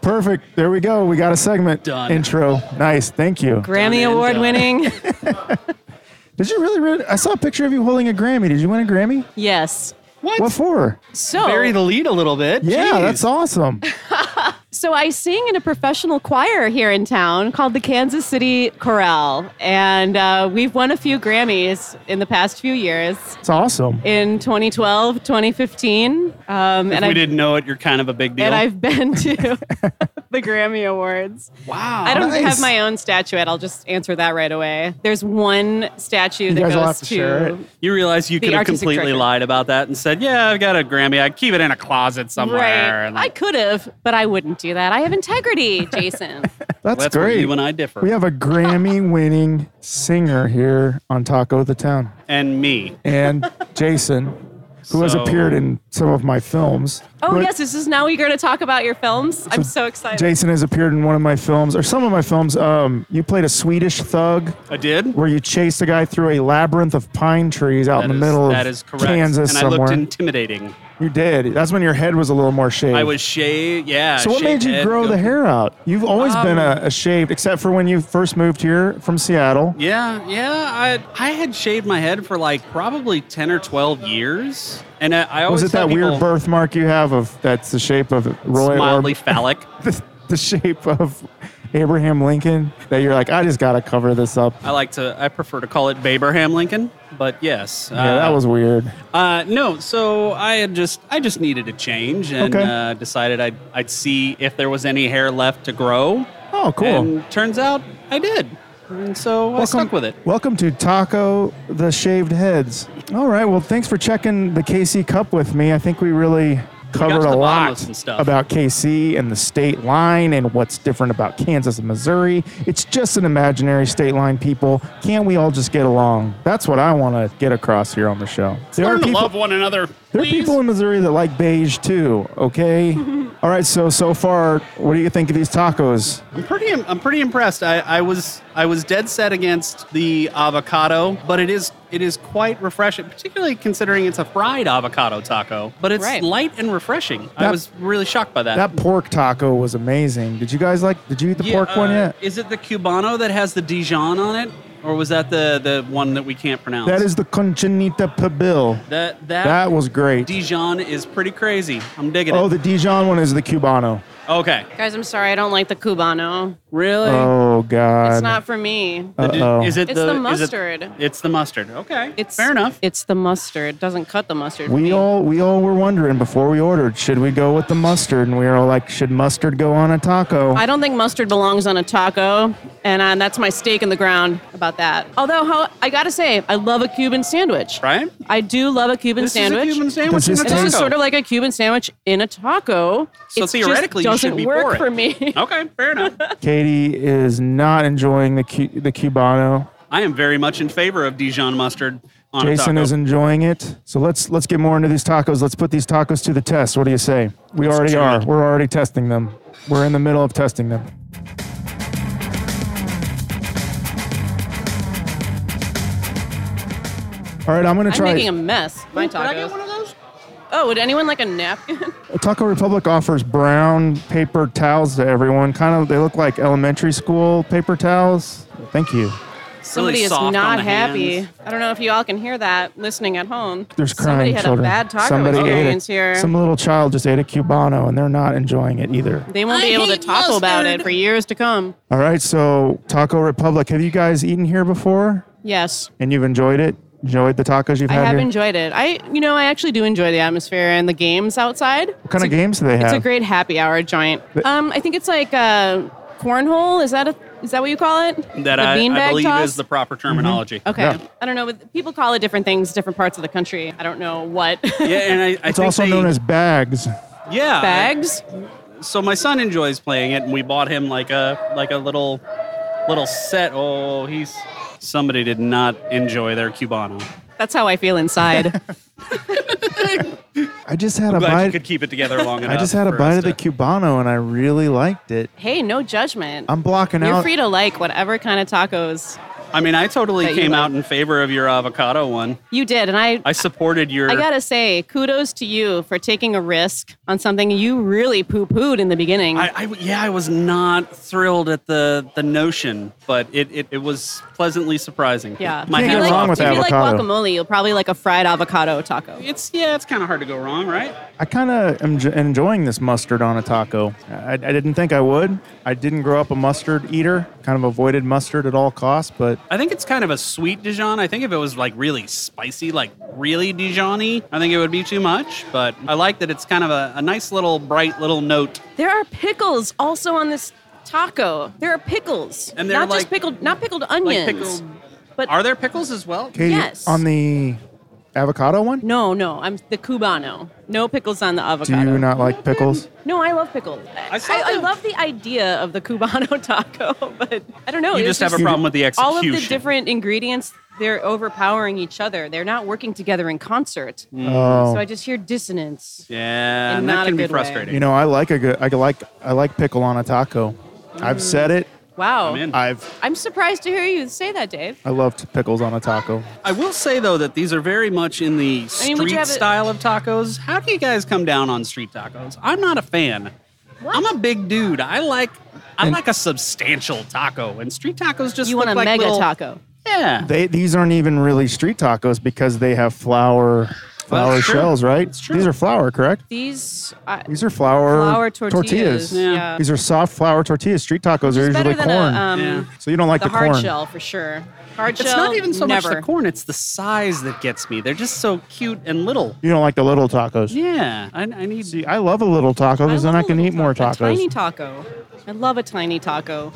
Speaker 2: Perfect. There we go. We got a segment
Speaker 3: Done.
Speaker 2: intro. Nice. Thank you.
Speaker 3: Done
Speaker 4: Grammy
Speaker 3: and
Speaker 4: award
Speaker 3: done.
Speaker 4: winning.
Speaker 2: Did you really? Read, I saw a picture of you holding a Grammy. Did you win a Grammy?
Speaker 4: yes.
Speaker 2: What for?
Speaker 4: So
Speaker 3: Bury the lead a little bit.
Speaker 2: Yeah,
Speaker 3: Jeez.
Speaker 2: that's awesome.
Speaker 4: So I sing in a professional choir here in town called the Kansas City Chorale, and uh, we've won a few Grammys in the past few years.
Speaker 2: It's awesome.
Speaker 4: In 2012, 2015, um,
Speaker 3: If
Speaker 4: and
Speaker 3: we
Speaker 4: I've
Speaker 3: didn't know it, you're kind of a big deal.
Speaker 4: and I've been to the Grammy Awards.
Speaker 3: wow.
Speaker 4: I don't
Speaker 2: Nice.
Speaker 4: have my own statuette. I'll just answer that right away. There's one statue that
Speaker 2: guys
Speaker 4: goes
Speaker 2: will have to share it.
Speaker 3: You realize you
Speaker 4: The
Speaker 3: could have
Speaker 4: artistic
Speaker 3: completely
Speaker 4: director.
Speaker 3: lied about that and said, "Yeah, I've got a Grammy. I keep it in a closet somewhere."
Speaker 4: Right.
Speaker 3: and
Speaker 4: I
Speaker 3: like,
Speaker 4: could have, but I wouldn't do that. I have integrity, Jason.
Speaker 2: That's,
Speaker 3: that's where
Speaker 2: great.
Speaker 3: you and I differ.
Speaker 2: we have a Grammy winning singer here on Taco the Town
Speaker 3: and me.
Speaker 2: and Jason, who has
Speaker 3: So-
Speaker 2: appeared in some of my films.
Speaker 4: Oh
Speaker 2: Who-
Speaker 4: yes, this is now you're going to talk about your films. I'm so excited.
Speaker 2: Jason has appeared in one of my films or some of my films. Um, you played a Swedish thug
Speaker 3: I did.
Speaker 2: where you chased a guy through a labyrinth of pine trees out in the
Speaker 3: That is-
Speaker 2: middle
Speaker 3: that
Speaker 2: of
Speaker 3: is correct.
Speaker 2: Kansas
Speaker 3: and
Speaker 2: somewhere.
Speaker 3: I looked intimidating.
Speaker 2: you did. That's when your head was a little more shaved.
Speaker 3: I was shaved. Yeah.
Speaker 2: So what made
Speaker 3: shaved Um,
Speaker 2: you
Speaker 3: head,
Speaker 2: grow
Speaker 3: go-
Speaker 2: the hair out? You've always been a, a shaved, except for when you first moved here from Seattle.
Speaker 3: Yeah, yeah. I I had shaved my head for like probably ten or twelve years, and I, I always
Speaker 2: Was it
Speaker 3: tell
Speaker 2: that weird
Speaker 3: people,
Speaker 2: birthmark you have of that's the shape of Roy
Speaker 3: it's mildly
Speaker 2: or
Speaker 3: phallic.
Speaker 2: the, the shape of Abraham Lincoln that you're like, I just gotta cover this up.
Speaker 3: I like to. I prefer to call it Baberham Lincoln, but yes.
Speaker 2: Yeah, that was weird.
Speaker 3: Uh, no, so I had just I just needed a change and
Speaker 2: Okay.
Speaker 3: uh, decided I'd I'd see if there was any hair left to grow.
Speaker 2: Oh, cool.
Speaker 3: And turns out I did, and so I stuck with it.
Speaker 2: Welcome to Taco the Shaved Heads. All right. Well, thanks for checking the KC Cup with me. I think we really
Speaker 3: to
Speaker 2: covered
Speaker 3: the
Speaker 2: a
Speaker 3: bottom
Speaker 2: lot
Speaker 3: of some stuff.
Speaker 2: about KC and the state line and what's different about Kansas and Missouri. It's just an imaginary state line, people. Can't we all just get along? That's what I want to get across here on the show. There
Speaker 3: Learn to
Speaker 2: people,
Speaker 3: love one another.
Speaker 2: there are people in Missouri that like beige too, okay? All right, so so far, what do you think of these tacos?
Speaker 3: I'm pretty. I'm pretty impressed. I, I was. I was dead set against the avocado, but it is. It is quite refreshing, particularly considering it's a fried avocado taco. But it's
Speaker 4: Right.
Speaker 3: light and refreshing. I
Speaker 2: That-
Speaker 3: was really shocked by that.
Speaker 2: That pork taco was amazing. Did you guys like? Did you eat the
Speaker 3: Yeah,
Speaker 2: pork one
Speaker 3: uh,
Speaker 2: yet?
Speaker 3: Is it the cubano that has the Dijon on it, or was that the the one that we can't pronounce?
Speaker 2: That is the conchinita pibil.
Speaker 3: that that,
Speaker 2: That was great.
Speaker 3: Dijon is pretty crazy. I'm digging
Speaker 2: Oh,
Speaker 3: it.
Speaker 2: the Dijon one is the cubano.
Speaker 3: okay,
Speaker 4: Guys, I'm sorry. I don't like the Cubano.
Speaker 3: really?
Speaker 2: Oh God.
Speaker 4: It's not for me.
Speaker 3: The di-
Speaker 2: Uh-oh.
Speaker 3: Is it
Speaker 4: It's the
Speaker 3: is it-
Speaker 4: mustard.
Speaker 3: it's the mustard. Okay,
Speaker 4: It's
Speaker 3: fair enough.
Speaker 4: It's the mustard. Doesn't cut the mustard. for
Speaker 2: We
Speaker 4: me.
Speaker 2: all we all were wondering before we ordered, should we go with the mustard? And we were all like, should mustard go on a taco?
Speaker 4: I don't think mustard belongs on a taco, and uh, that's my stake in the ground about that. Although, how I gotta say, I love a Cuban sandwich.
Speaker 3: Right?
Speaker 4: I do love a Cuban
Speaker 3: This
Speaker 4: sandwich.
Speaker 3: is a Cuban
Speaker 2: Does
Speaker 3: sandwich.
Speaker 2: this
Speaker 3: in a
Speaker 4: This
Speaker 2: taste-
Speaker 4: is
Speaker 3: taco.
Speaker 4: sort of like a Cuban sandwich in a taco.
Speaker 3: So
Speaker 4: It
Speaker 3: theoretically, you
Speaker 4: just
Speaker 3: should
Speaker 4: doesn't
Speaker 3: be
Speaker 4: work
Speaker 3: for it.
Speaker 4: for me.
Speaker 3: Okay, fair enough.
Speaker 2: Katie is not enjoying the cu- the cubano.
Speaker 3: I am very much in favor of Dijon mustard on
Speaker 2: Jason
Speaker 3: a taco.
Speaker 2: is enjoying it. So let's let's get more into these tacos. Let's put these tacos to the test. What do you say? We
Speaker 3: Let's
Speaker 2: already
Speaker 3: do
Speaker 2: are.
Speaker 3: it.
Speaker 2: We're already testing them. We're in the middle of testing them. All right, I'm gonna
Speaker 4: I'm
Speaker 2: try.
Speaker 4: making a mess. My
Speaker 3: Did I get one
Speaker 4: tacos.
Speaker 3: of those?
Speaker 4: Oh, would anyone like a napkin?
Speaker 2: Taco Republic offers brown paper towels to everyone. Kind of, they look like elementary school paper towels. Thank you.
Speaker 4: Somebody is
Speaker 3: soft on
Speaker 4: not
Speaker 3: the
Speaker 4: happy.
Speaker 3: hands.
Speaker 4: I don't know if you all can hear that listening at home.
Speaker 2: There's
Speaker 4: Somebody
Speaker 2: crying
Speaker 4: had
Speaker 2: children.
Speaker 4: a bad taco
Speaker 2: Somebody
Speaker 4: experience
Speaker 2: ate it.
Speaker 4: here.
Speaker 2: Some little child just ate a cubano, and they're not enjoying it either.
Speaker 4: they won't
Speaker 3: I
Speaker 4: be able to
Speaker 3: hate
Speaker 4: talk about it
Speaker 3: mustard.
Speaker 4: for years to come.
Speaker 2: All right, so Taco Republic, have you guys eaten here before?
Speaker 4: Yes.
Speaker 2: And you've enjoyed it? Enjoyed the tacos you've
Speaker 4: I
Speaker 2: had
Speaker 4: have
Speaker 2: here?
Speaker 4: enjoyed it. I, you know, I actually do enjoy the atmosphere and the games outside.
Speaker 2: what kind of games do they have?
Speaker 4: It's a great happy hour joint. Um, I think it's like a cornhole. Is that a is that what you call it?
Speaker 3: That
Speaker 4: the
Speaker 3: I, I
Speaker 4: beanbag
Speaker 3: believe
Speaker 4: toss?
Speaker 3: is the proper terminology.
Speaker 4: Okay,
Speaker 2: Mm-hmm. Yeah.
Speaker 4: I don't know. But people call it different things, different parts of the country. I don't know what
Speaker 3: Yeah, and I, I
Speaker 2: it's
Speaker 3: think
Speaker 2: also
Speaker 3: they-
Speaker 2: known as bags.
Speaker 3: yeah I-
Speaker 4: bags.
Speaker 3: so my son enjoys playing it, and we bought him like a like a little little set. Oh, he's somebody did not enjoy their cubano.
Speaker 4: That's how I feel inside.
Speaker 2: I just had a
Speaker 3: Glad you
Speaker 2: bite.
Speaker 3: could keep it together long enough.
Speaker 2: I just had a
Speaker 3: for
Speaker 2: bite
Speaker 3: us
Speaker 2: of the
Speaker 3: to-
Speaker 2: cubano, and I really liked it.
Speaker 4: hey, no judgment.
Speaker 2: I'm blocking
Speaker 4: You're
Speaker 2: out.
Speaker 4: free to like whatever kind of tacos
Speaker 3: I mean, I totally
Speaker 4: that you
Speaker 3: came
Speaker 4: like.
Speaker 3: out in favor of your avocado one.
Speaker 4: you did, and I.
Speaker 3: I supported your.
Speaker 4: I gotta say, kudos to you for taking a risk on something you really poo-pooed in the beginning.
Speaker 3: I, I- yeah, I was not thrilled at the the notion, but it it, it was pleasantly surprising.
Speaker 4: Yeah.
Speaker 3: my
Speaker 2: Can't go
Speaker 3: hands
Speaker 2: wrong
Speaker 3: off
Speaker 2: with
Speaker 3: to
Speaker 4: if
Speaker 3: you.
Speaker 4: you like
Speaker 2: avocado.
Speaker 4: guacamole, you'll probably like a fried avocado taco.
Speaker 3: It's yeah, it's kind of hard to go wrong, right?
Speaker 2: I kind of am j- enjoying this mustard on a taco. I, I didn't think I would. I didn't grow up a mustard eater. Kind of avoided mustard at all costs, but
Speaker 3: I think it's kind of a sweet Dijon. I think if it was like really spicy, like really Dijon y, I think it would be too much. But I like that it's kind of a, a nice little bright little note.
Speaker 4: There are pickles also on this taco. There are pickles.
Speaker 3: And they're
Speaker 4: not
Speaker 3: like-
Speaker 4: just pickled not pickled
Speaker 3: Like
Speaker 4: onions.
Speaker 3: pickled.
Speaker 4: But-
Speaker 3: Are there pickles as well?
Speaker 2: Katie,
Speaker 4: Yes.
Speaker 2: on the avocado one,
Speaker 4: no, no, I'm the cubano. No pickles on the
Speaker 2: do
Speaker 4: avocado.
Speaker 2: you not like pickles?
Speaker 4: No, I love pickles.
Speaker 3: I
Speaker 4: I,
Speaker 3: saw
Speaker 4: I, I
Speaker 3: the-
Speaker 4: love the idea of the cubano taco, but I don't know.
Speaker 3: You
Speaker 4: it's
Speaker 3: just have a problem with the
Speaker 4: All of the
Speaker 3: execution.
Speaker 4: different ingredients, they're overpowering each other. They're not working together in concert.
Speaker 2: Oh,
Speaker 4: So I just hear dissonance.
Speaker 3: Yeah,
Speaker 4: In
Speaker 3: and
Speaker 4: not
Speaker 3: that
Speaker 4: a
Speaker 3: can be
Speaker 4: good way.
Speaker 3: frustrating.
Speaker 2: you know, I like a good. I like. I like pickle on a taco. I've said it.
Speaker 4: Wow.
Speaker 3: I'm in.
Speaker 2: I've.
Speaker 4: I'm surprised to hear you say that, Dave.
Speaker 2: I loved pickles on a taco.
Speaker 3: I will say though that these are very much in the
Speaker 4: I
Speaker 3: street
Speaker 4: mean, would you have it-
Speaker 3: style of tacos. How do you guys come down on street tacos? I'm not a fan.
Speaker 4: What?
Speaker 3: I'm a big dude. I like I like a substantial taco, and street tacos just
Speaker 4: You
Speaker 3: look
Speaker 4: want a
Speaker 3: like
Speaker 4: mega
Speaker 3: little-
Speaker 4: taco.
Speaker 3: Yeah,
Speaker 2: They these aren't even really street tacos because they have flour flour
Speaker 3: Well, sure.
Speaker 2: shells, right?
Speaker 3: It's true.
Speaker 2: These are flour, correct?
Speaker 4: These uh, I,
Speaker 2: These are flour,
Speaker 4: flour tortillas.
Speaker 3: Yeah.
Speaker 2: These are soft flour tortillas. Street tacos are
Speaker 4: It's
Speaker 2: usually
Speaker 4: better than
Speaker 2: corn.
Speaker 4: a um,
Speaker 3: Yeah.
Speaker 2: so you don't like
Speaker 4: the
Speaker 2: the,
Speaker 4: hard
Speaker 2: corn.
Speaker 4: shell for sure. Hard
Speaker 3: It's
Speaker 4: shell.
Speaker 3: not even so
Speaker 4: never.
Speaker 3: much the corn, it's the size that gets me. They're just so cute and little.
Speaker 2: You don't like the little tacos.
Speaker 3: Yeah, I, I need.
Speaker 2: See, I love a little taco because then
Speaker 4: love
Speaker 2: I
Speaker 4: a
Speaker 2: can
Speaker 4: little
Speaker 2: eat more
Speaker 4: taco.
Speaker 2: tacos.
Speaker 4: A tiny taco. I love a tiny taco.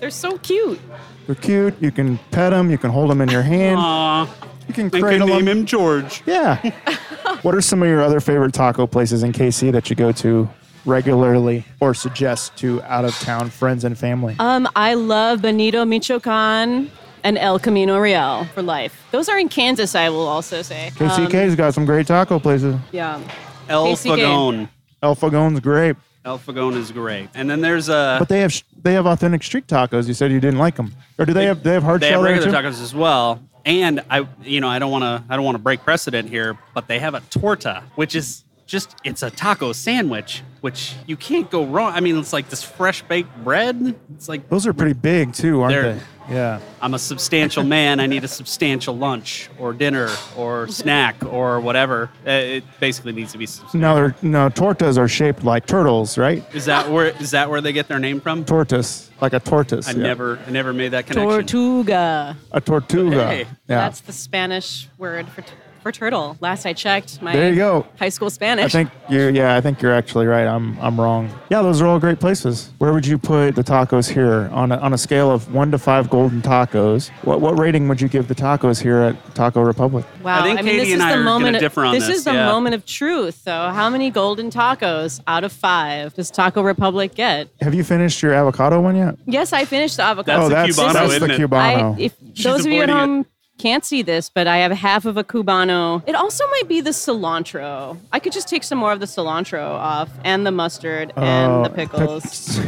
Speaker 4: They're so cute.
Speaker 2: They're cute. You can pet them. You can hold them in your hand.
Speaker 3: Aw,
Speaker 2: You can
Speaker 3: I could
Speaker 2: cradle
Speaker 3: name
Speaker 2: them.
Speaker 3: him George.
Speaker 2: Yeah. what are some of your other favorite taco places in KC that you go to regularly or suggest to out of town friends and family?
Speaker 4: Um, I love Benito Michoacan and El Camino Real for life. Those are in Kansas, I will also say. Um,
Speaker 2: KCK's got some great taco places.
Speaker 4: yeah.
Speaker 3: El
Speaker 4: KCK.
Speaker 3: Fagone.
Speaker 2: Elfagone's grape.
Speaker 3: Alphagone is great. And then there's a
Speaker 2: But they have sh- they have authentic street tacos. You said you didn't like them, or do they, have they have hard
Speaker 3: they have
Speaker 2: shell there
Speaker 3: regular
Speaker 2: too?
Speaker 3: tacos as well. And I, you know, I don't want to, I don't want to break precedent here, but they have a torta, which is just, it's a taco sandwich, which you can't go wrong. I mean, it's like this fresh baked bread. It's like
Speaker 2: Those are pretty big too, aren't
Speaker 3: They're-
Speaker 2: they? Yeah.
Speaker 3: I'm a substantial man. I need a substantial lunch or dinner or snack or whatever. Uh, It basically needs to be. subs-
Speaker 2: Now they're no tortas are shaped like turtles, right?
Speaker 3: Is that where is that where they get their name from?
Speaker 2: Tortoise, like a tortoise.
Speaker 3: I
Speaker 2: yeah.
Speaker 3: never, I never made that connection.
Speaker 4: Tortuga.
Speaker 2: a tortuga.
Speaker 3: Hey,
Speaker 2: yeah.
Speaker 4: That's the Spanish word for, t- for turtle. Last I checked, my
Speaker 2: There you go.
Speaker 4: high school
Speaker 2: I
Speaker 4: Spanish.
Speaker 2: think you're yeah, I think you're actually right. I'm I'm wrong. Yeah, those are all great places. Where would you put the tacos here on a, on a scale of 1 to 5 golden tacos? What what rating would you give the tacos here at Taco Republic?
Speaker 4: wow.
Speaker 3: I think
Speaker 4: mean,
Speaker 3: Katie
Speaker 4: this
Speaker 3: and
Speaker 4: is
Speaker 3: I
Speaker 4: the
Speaker 3: are gonna
Speaker 4: moment.
Speaker 3: differ on this,
Speaker 4: is the
Speaker 3: yeah.
Speaker 4: moment of truth, though. How many golden tacos out of five does Taco Republic get?
Speaker 2: Have you finished your avocado one yet?
Speaker 4: Yes, I finished the avocado.
Speaker 3: That's
Speaker 2: oh,
Speaker 3: a
Speaker 2: that's
Speaker 3: Cubano,
Speaker 2: that's
Speaker 3: isn't
Speaker 2: the
Speaker 3: it?
Speaker 2: Cubano.
Speaker 4: I, if
Speaker 3: She's
Speaker 4: those of you at
Speaker 3: avoiding it.
Speaker 4: home can't see this, but I have half of a cubano. It also might be the cilantro. I could just take some more of the cilantro off, and the mustard, and
Speaker 2: Oh,
Speaker 4: the pickles,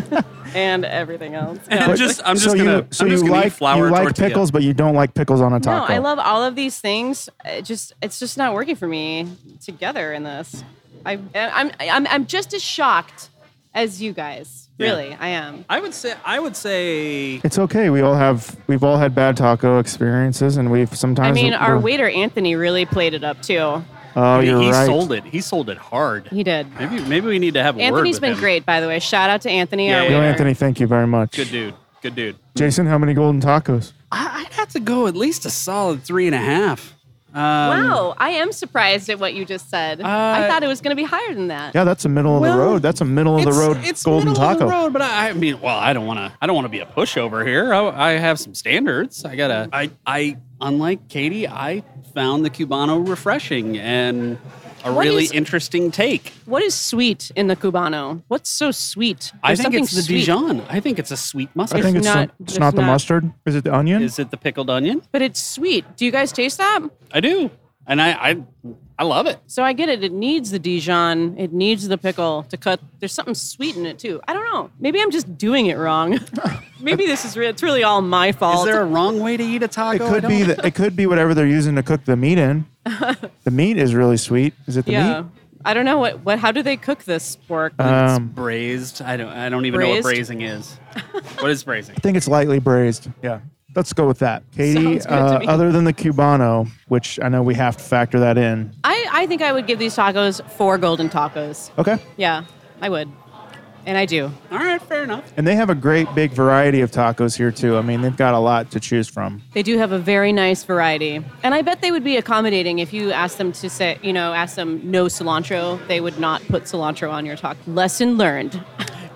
Speaker 4: and everything else.
Speaker 3: And I'm
Speaker 4: No,
Speaker 3: just, I'm just
Speaker 2: so
Speaker 3: gonna,
Speaker 2: you, so
Speaker 3: I'm just
Speaker 2: you
Speaker 3: gonna
Speaker 2: like
Speaker 3: eat flour
Speaker 2: you like
Speaker 3: tortilla.
Speaker 2: pickles, but you don't like pickles on a
Speaker 4: no,
Speaker 2: taco.
Speaker 4: I love all of these things. It just it's just not working for me together in this. I, and I'm I'm I'm just as shocked as you guys.
Speaker 3: Yeah.
Speaker 4: Really, I am.
Speaker 3: I would say, I would say
Speaker 2: It's okay. We all have we've all had bad taco experiences, and we've sometimes.
Speaker 4: I mean, our
Speaker 2: we're-
Speaker 4: waiter Anthony really played it up too.
Speaker 2: Oh,
Speaker 3: he
Speaker 2: you're right.
Speaker 3: sold it. He sold it hard.
Speaker 4: He did.
Speaker 3: Maybe maybe we need to have a word
Speaker 4: Anthony's
Speaker 3: with
Speaker 4: been
Speaker 3: him.
Speaker 4: great, by the way. Shout out to Anthony.
Speaker 3: Yeah,
Speaker 4: our
Speaker 3: yeah,
Speaker 2: Yo,
Speaker 4: waiter.
Speaker 2: Anthony, thank you very much.
Speaker 3: Good dude. Good dude.
Speaker 2: Jason, how many golden tacos?
Speaker 3: I, I'd have to go at least a solid three and a half. Um,
Speaker 4: Wow, I am surprised at what you just said. I
Speaker 3: Uh,
Speaker 4: thought it was going to be higher than that.
Speaker 2: Yeah, that's a middle of the
Speaker 3: Well,
Speaker 2: road. That's a middle of the
Speaker 3: It's-
Speaker 2: road
Speaker 3: It's
Speaker 2: golden
Speaker 3: middle
Speaker 2: taco.
Speaker 3: Of the road, but I, I mean, well, I don't want to. I don't want to be a pushover here. I, I have some standards. I gotta. I I unlike Katie, I found the cubano refreshing and a
Speaker 4: What
Speaker 3: really
Speaker 4: is-
Speaker 3: interesting take.
Speaker 4: What is sweet in the Cubano? What's so sweet?
Speaker 3: I
Speaker 4: There's
Speaker 3: think
Speaker 4: something
Speaker 3: it's the
Speaker 4: sweet.
Speaker 3: Dijon. I think it's a sweet mustard.
Speaker 2: I think it's,
Speaker 4: not-
Speaker 2: some- it's
Speaker 4: it's
Speaker 2: not the
Speaker 4: not.
Speaker 2: mustard. Is it the onion?
Speaker 3: Is it the pickled onion?
Speaker 4: But it's sweet. Do you guys taste that?
Speaker 3: I do, and I I, I love it.
Speaker 4: So I get it. It needs the Dijon. It needs the pickle to cut. There's something sweet in it too. I don't know. Maybe I'm just doing it wrong. Maybe this is re- it's really all my fault.
Speaker 3: Is there a wrong way to eat a taco?
Speaker 2: it
Speaker 3: I
Speaker 2: could
Speaker 3: don't-
Speaker 2: be the, it could be whatever they're using to cook the meat in. the meat is really sweet. Is it the
Speaker 4: yeah.
Speaker 2: meat?
Speaker 4: I don't know what what how do they cook this pork?
Speaker 3: It's
Speaker 2: Um,
Speaker 3: braised. I don't. I don't even know what
Speaker 4: Braised?
Speaker 3: braising is. what is braising?
Speaker 2: I think it's lightly braised. Yeah. Let's go with that. Katie,
Speaker 4: Sounds good to
Speaker 2: uh,
Speaker 4: me.
Speaker 2: other than the Cubano, which I know we have to factor that in.
Speaker 4: I I think I would give these tacos four golden tacos.
Speaker 2: Okay.
Speaker 4: Yeah, I would. And I do.
Speaker 3: All right, fair enough.
Speaker 2: And they have a great big variety of tacos here, too. I mean, they've got a lot to choose from.
Speaker 4: They do have a very nice variety. And I bet they would be accommodating if you asked them to say, you know, ask them no cilantro. They would not put cilantro on your taco. Lesson learned.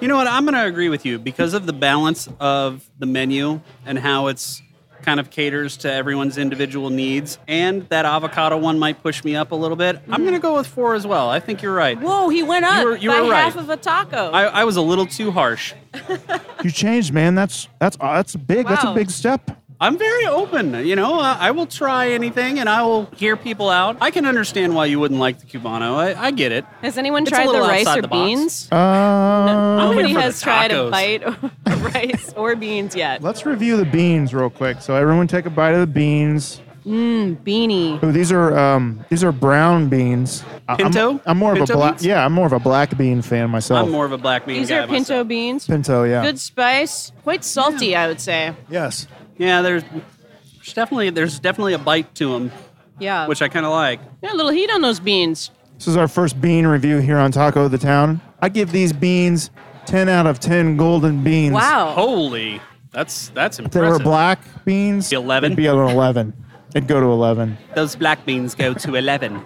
Speaker 3: You know what? I'm going to agree with you because of the balance of the menu and how it's kind of caters to everyone's individual needs. And that avocado one might push me up a little bit. I'm going to go with four as well. I think you're right.
Speaker 4: Whoa, he went up
Speaker 3: You were- you
Speaker 4: by
Speaker 3: were
Speaker 4: half
Speaker 3: right.
Speaker 4: of a taco.
Speaker 3: I, I was a little too harsh.
Speaker 2: You changed, man. That's that's uh, that's big. That's a
Speaker 4: Wow.
Speaker 2: big step.
Speaker 3: I'm very open. You know, I, I will try anything and I will hear people out. I can understand why you wouldn't like the Cubano. I, I get it.
Speaker 4: Has anyone
Speaker 3: It's a
Speaker 4: tried the
Speaker 3: little
Speaker 4: rice
Speaker 3: outside
Speaker 4: or
Speaker 3: the box.
Speaker 4: beans?
Speaker 2: Uh,
Speaker 4: Nobody
Speaker 3: here for the
Speaker 4: has tried a
Speaker 3: tacos.
Speaker 4: bite of rice or beans yet.
Speaker 2: Let's review the beans real quick. So everyone, take a bite of the beans.
Speaker 4: Beanie.
Speaker 2: Ooh, these are um, these are brown beans. I- I'm- I'm,
Speaker 3: Pinto?
Speaker 2: more of a
Speaker 3: Pinto
Speaker 2: black.
Speaker 3: beans?
Speaker 2: Yeah, I'm more of a black bean fan myself.
Speaker 3: I'm more of a black bean
Speaker 4: These
Speaker 3: guy
Speaker 4: are pinto
Speaker 3: myself.
Speaker 4: beans.
Speaker 2: pinto. Yeah.
Speaker 4: Good spice. Quite salty, I would say.
Speaker 2: Yes.
Speaker 3: Yeah, there's, there's definitely there's definitely a bite to them,
Speaker 4: Yeah.
Speaker 3: which I kind of like.
Speaker 4: yeah, a little heat on those beans.
Speaker 2: This is our first bean review here on Taco of the Town. I give these beans 10 out of 10 golden beans.
Speaker 4: Wow.
Speaker 3: Holy, that's that's
Speaker 2: If they
Speaker 3: impressive.
Speaker 2: were black beans,
Speaker 3: Be 11?
Speaker 2: it'd be an 11. It'd go to 11.
Speaker 3: Those black beans go to eleven.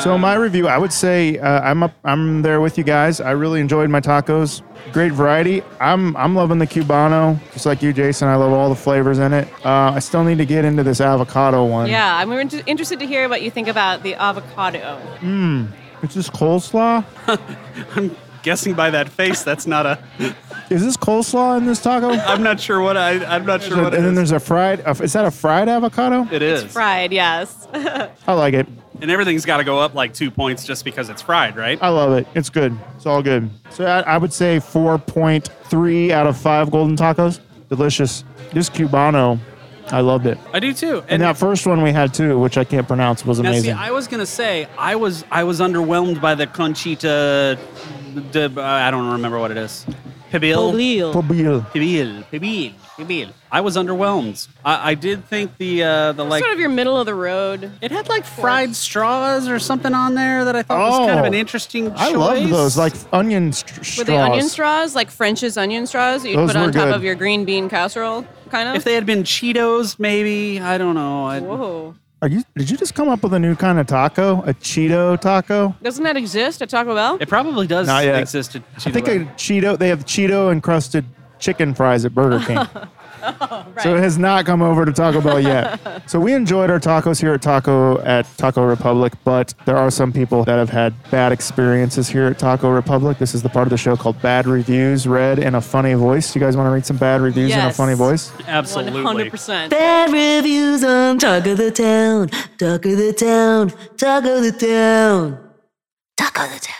Speaker 2: So my review, I would say uh, I'm up, I'm there with you guys. I really enjoyed my tacos. Great variety. I'm I'm loving the cubano, just like you, Jason. I love all the flavors in it. Uh, I still need to get into this avocado one.
Speaker 4: Yeah, I'm inter- interested to hear what you think about the avocado.
Speaker 2: Is this coleslaw?
Speaker 3: Guessing by that face, that's not a.
Speaker 2: Is this coleslaw in this taco?
Speaker 3: I'm not sure what I. I'm not sure
Speaker 2: and
Speaker 3: what it
Speaker 2: then
Speaker 3: is.
Speaker 2: there's a fried. Uh, is that a fried avocado?
Speaker 3: It is.
Speaker 4: Fried, yes.
Speaker 2: I like it.
Speaker 3: And everything's got to go up like two points just because it's fried, right?
Speaker 2: I love it. It's good. It's all good. So I, I would say 4.3 out of 5 golden tacos. Delicious. This Cubano, I loved it.
Speaker 3: I do too.
Speaker 2: And that first one we had too, which I can't pronounce, was
Speaker 3: now, see,
Speaker 2: amazing.
Speaker 3: I was gonna say I was I was underwhelmed by the Conchita. De, uh, I don't remember what it is. Pibil.
Speaker 2: Pobil.
Speaker 3: Pibil. Pibil. Pibil. I was underwhelmed. I, I did think the uh, the like
Speaker 4: sort of your middle of the road.
Speaker 3: It had like fried straws or something on there that I thought was kind of
Speaker 2: Oh.
Speaker 3: an interesting choice.
Speaker 2: I loved those, like onion str-
Speaker 4: Were
Speaker 2: straws.
Speaker 4: they onion straws, like French's onion straws that you
Speaker 2: Those
Speaker 4: put on
Speaker 2: were
Speaker 4: top
Speaker 2: good.
Speaker 4: of your green bean casserole, kind of?
Speaker 3: if they had been Cheetos, maybe I don't know. I,
Speaker 4: Whoa.
Speaker 2: Are you? Did you just come up with a new kind of taco? A Cheeto taco?
Speaker 4: Doesn't that exist at Taco Bell?
Speaker 3: It probably does
Speaker 2: Not yet.
Speaker 3: exist. At
Speaker 2: I think a
Speaker 3: Cheeto.
Speaker 2: Cheeto. They have Cheeto encrusted chicken fries at Burger King. So it has not come over to Taco Bell yet. so we enjoyed our tacos here at Taco at Taco Republic, but there are some people that have had bad experiences here at Taco Republic. This is the part of the show called Bad Reviews, read in a funny voice. You guys want to read some bad reviews in a
Speaker 4: Yes.
Speaker 2: funny voice?
Speaker 3: absolutely.
Speaker 4: 100%.
Speaker 5: Bad reviews on Talk of the Town. Talk of the Town. Talk of the Town. Talk of the Town.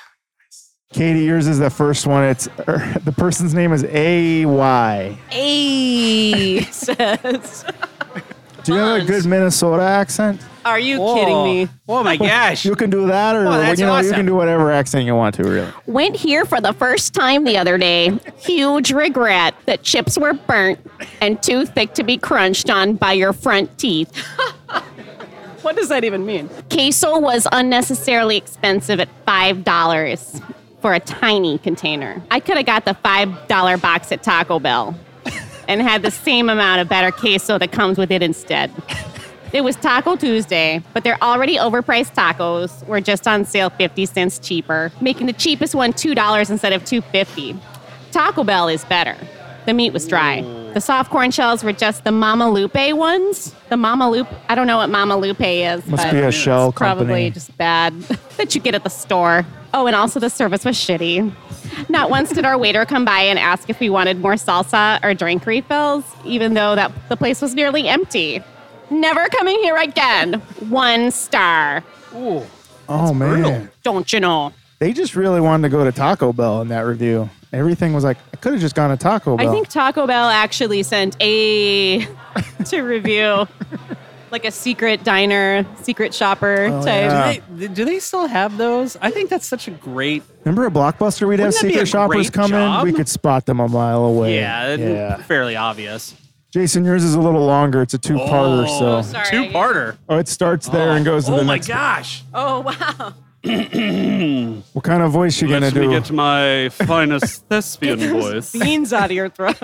Speaker 2: Katie, yours is the first one. It's er, the person's name is A Y.
Speaker 4: Ayy, says.
Speaker 2: Do you have a
Speaker 4: Hans.
Speaker 2: good Minnesota accent?
Speaker 4: Are you
Speaker 3: Whoa.
Speaker 4: kidding me?
Speaker 3: Oh my gosh!
Speaker 2: You can do that, or
Speaker 3: Oh, that's
Speaker 2: you know, you
Speaker 3: awesome.
Speaker 2: can do whatever accent you want to. Really,
Speaker 6: Went here for the first time the other day. Huge regret that chips were burnt and too thick to be crunched on by your front teeth.
Speaker 4: What does that even mean?
Speaker 6: Queso was unnecessarily expensive at $5 for a tiny container. I could have got the $5 box at Taco Bell and had the same amount of better queso that comes with it instead. It was Taco Tuesday, but their already overpriced tacos were just on sale 50 cents cheaper, making the cheapest one $2 instead of $2.50. Taco Bell is better. The meat was dry. The soft corn shells were just the Mama Lupe ones. The Mama Lupe, I don't know what Mama Lupe is.
Speaker 2: must
Speaker 6: but
Speaker 2: be a
Speaker 6: it's
Speaker 2: shell
Speaker 6: probably
Speaker 2: company.
Speaker 6: just bad that you get at the store. Oh, and also the service was shitty. Not once did our waiter come by and ask if we wanted more salsa or drink refills, even though that the place was nearly empty. Never coming here again. One star.
Speaker 2: oh man,
Speaker 6: Don't you know?
Speaker 2: they just really wanted to go to Taco Bell in that review. Everything was like, I could have just gone to Taco Bell.
Speaker 4: I think Taco Bell actually sent a to review, like a secret diner, secret shopper
Speaker 2: Oh,
Speaker 4: type.
Speaker 2: yeah.
Speaker 3: They- do they still have those? I think that's such a great.
Speaker 2: Remember at Blockbuster, we'd have
Speaker 3: Wouldn't that be a
Speaker 2: secret shoppers
Speaker 3: great
Speaker 2: come
Speaker 3: job?
Speaker 2: in. We could spot them a mile away.
Speaker 3: Yeah,
Speaker 2: yeah.
Speaker 3: fairly obvious.
Speaker 2: Jason, yours is a little longer. It's a two-parter, so
Speaker 3: Oh,
Speaker 4: Sorry,
Speaker 3: two parter.
Speaker 2: oh, it starts there and goes to
Speaker 3: oh
Speaker 2: the
Speaker 3: my
Speaker 2: next.
Speaker 3: gosh!
Speaker 4: Oh wow!
Speaker 2: What kind of voice you gonna
Speaker 3: Let me
Speaker 2: do?
Speaker 3: get my finest thespian voice.
Speaker 4: Beans out of your throat.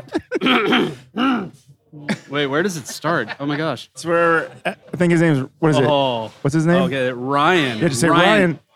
Speaker 3: Wait, where does it start? Oh my gosh!
Speaker 2: It's where I think his name's what is
Speaker 3: Oh,
Speaker 2: it? What's his name?
Speaker 3: Okay, Ryan.
Speaker 2: just say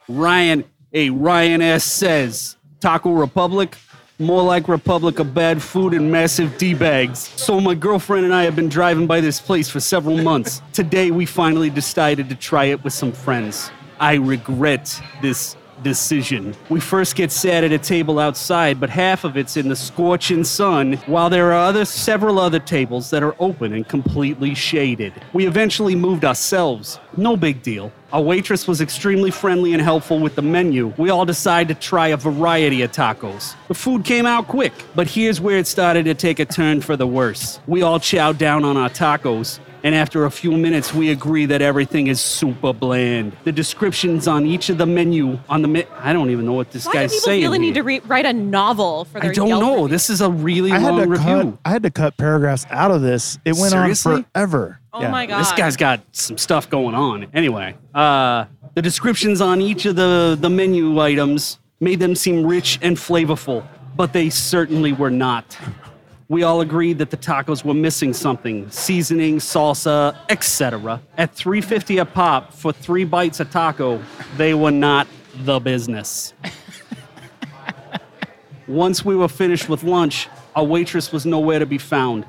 Speaker 3: Ryan. Hey, Ryan S says Taco Republic, more like Republic of bad food and massive d bags. So my girlfriend and I have been driving by this place for several months. Today we finally decided to try it with some friends. I regret this decision. We first get sat at a table outside, but half of it's in the scorching sun, while there are other several other tables that are open and completely shaded. We eventually moved ourselves. No big deal. Our waitress was extremely friendly and helpful with the menu. We all decided to try a variety of tacos. The food came out quick, but here's where it started to take a turn for the worse. We all chowed down on our tacos. And after a few minutes, we agree that everything is super bland. The descriptions on each of the menu on the me- I don't even know what this
Speaker 4: Why do
Speaker 3: guy's
Speaker 4: people
Speaker 3: saying.
Speaker 4: feel the need
Speaker 3: here.
Speaker 4: to re- write a novel for their?
Speaker 3: I don't
Speaker 4: Yelp
Speaker 3: know.
Speaker 4: review?
Speaker 3: This is a really
Speaker 2: I had
Speaker 3: long
Speaker 2: to cut.
Speaker 3: review.
Speaker 2: I had to cut paragraphs out of this. It went on
Speaker 3: Seriously?
Speaker 2: forever.
Speaker 4: Oh
Speaker 2: Yeah.
Speaker 4: my god!
Speaker 3: This guy's got some stuff going on. Anyway, uh, the descriptions on each of the, the menu items made them seem rich and flavorful, but they certainly were not. We all agreed that the tacos were missing something: seasoning, salsa, etc. At 3.50 a pop for three bites of taco, they were not the business. Once we were finished with lunch, our waitress was nowhere to be found.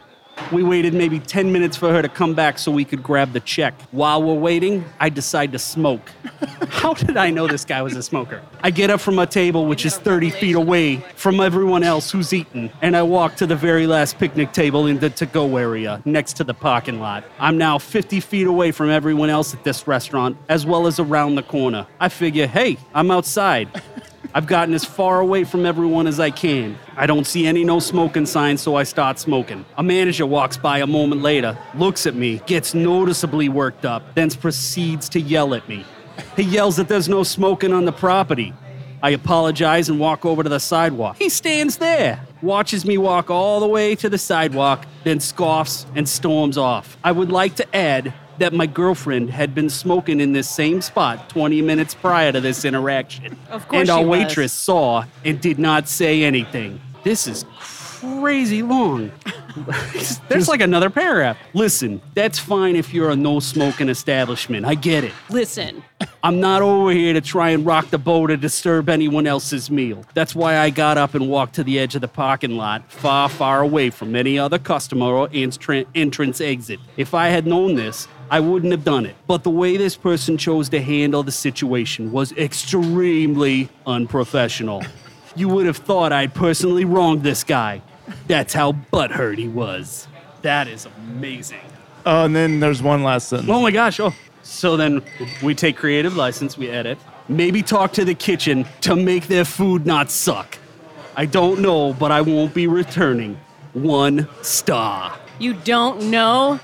Speaker 3: We waited maybe 10 minutes for her to come back so we could grab the check. While we're waiting, I decide to smoke. How did I know this guy was a smoker? I get up from a table which is 30 feet away from everyone else who's eaten, and I walk to the very last picnic table in the to go area next to the parking lot. I'm now 50 feet away from everyone else at this restaurant, as well as around the corner. I figure, hey, I'm outside. I've gotten as far away from everyone as I can. I don't see any no smoking signs, so I start smoking. A manager walks by a moment later, looks at me, gets noticeably worked up, then proceeds to yell at me. He yells that there's no smoking on the property. I apologize and walk over to the sidewalk. He stands there, watches me walk all the way to the sidewalk, then scoffs and storms off. I would like to add that my girlfriend had been smoking in this same spot 20 minutes prior to this interaction.
Speaker 4: Of course
Speaker 3: And our
Speaker 4: she was.
Speaker 3: waitress saw and did not say anything. This is crazy long. There's like another paragraph. Listen, that's fine if you're a no smoking establishment. I get it.
Speaker 4: Listen,
Speaker 3: I'm not over here to try and rock the boat or disturb anyone else's meal. That's why I got up and walked to the edge of the parking lot, far, far away from any other customer or entran- entrance exit. If I had known this, I wouldn't have done it. But the way this person chose to handle the situation was extremely unprofessional. You would have thought I'd personally wronged this guy. That's how butthurt he was. That is amazing.
Speaker 2: Oh, and then there's one last sentence.
Speaker 3: Oh my gosh. Oh. So then we take creative license, we edit. Maybe talk to the kitchen to make their food not suck. I don't know, but I won't be returning. One star.
Speaker 4: you don't know.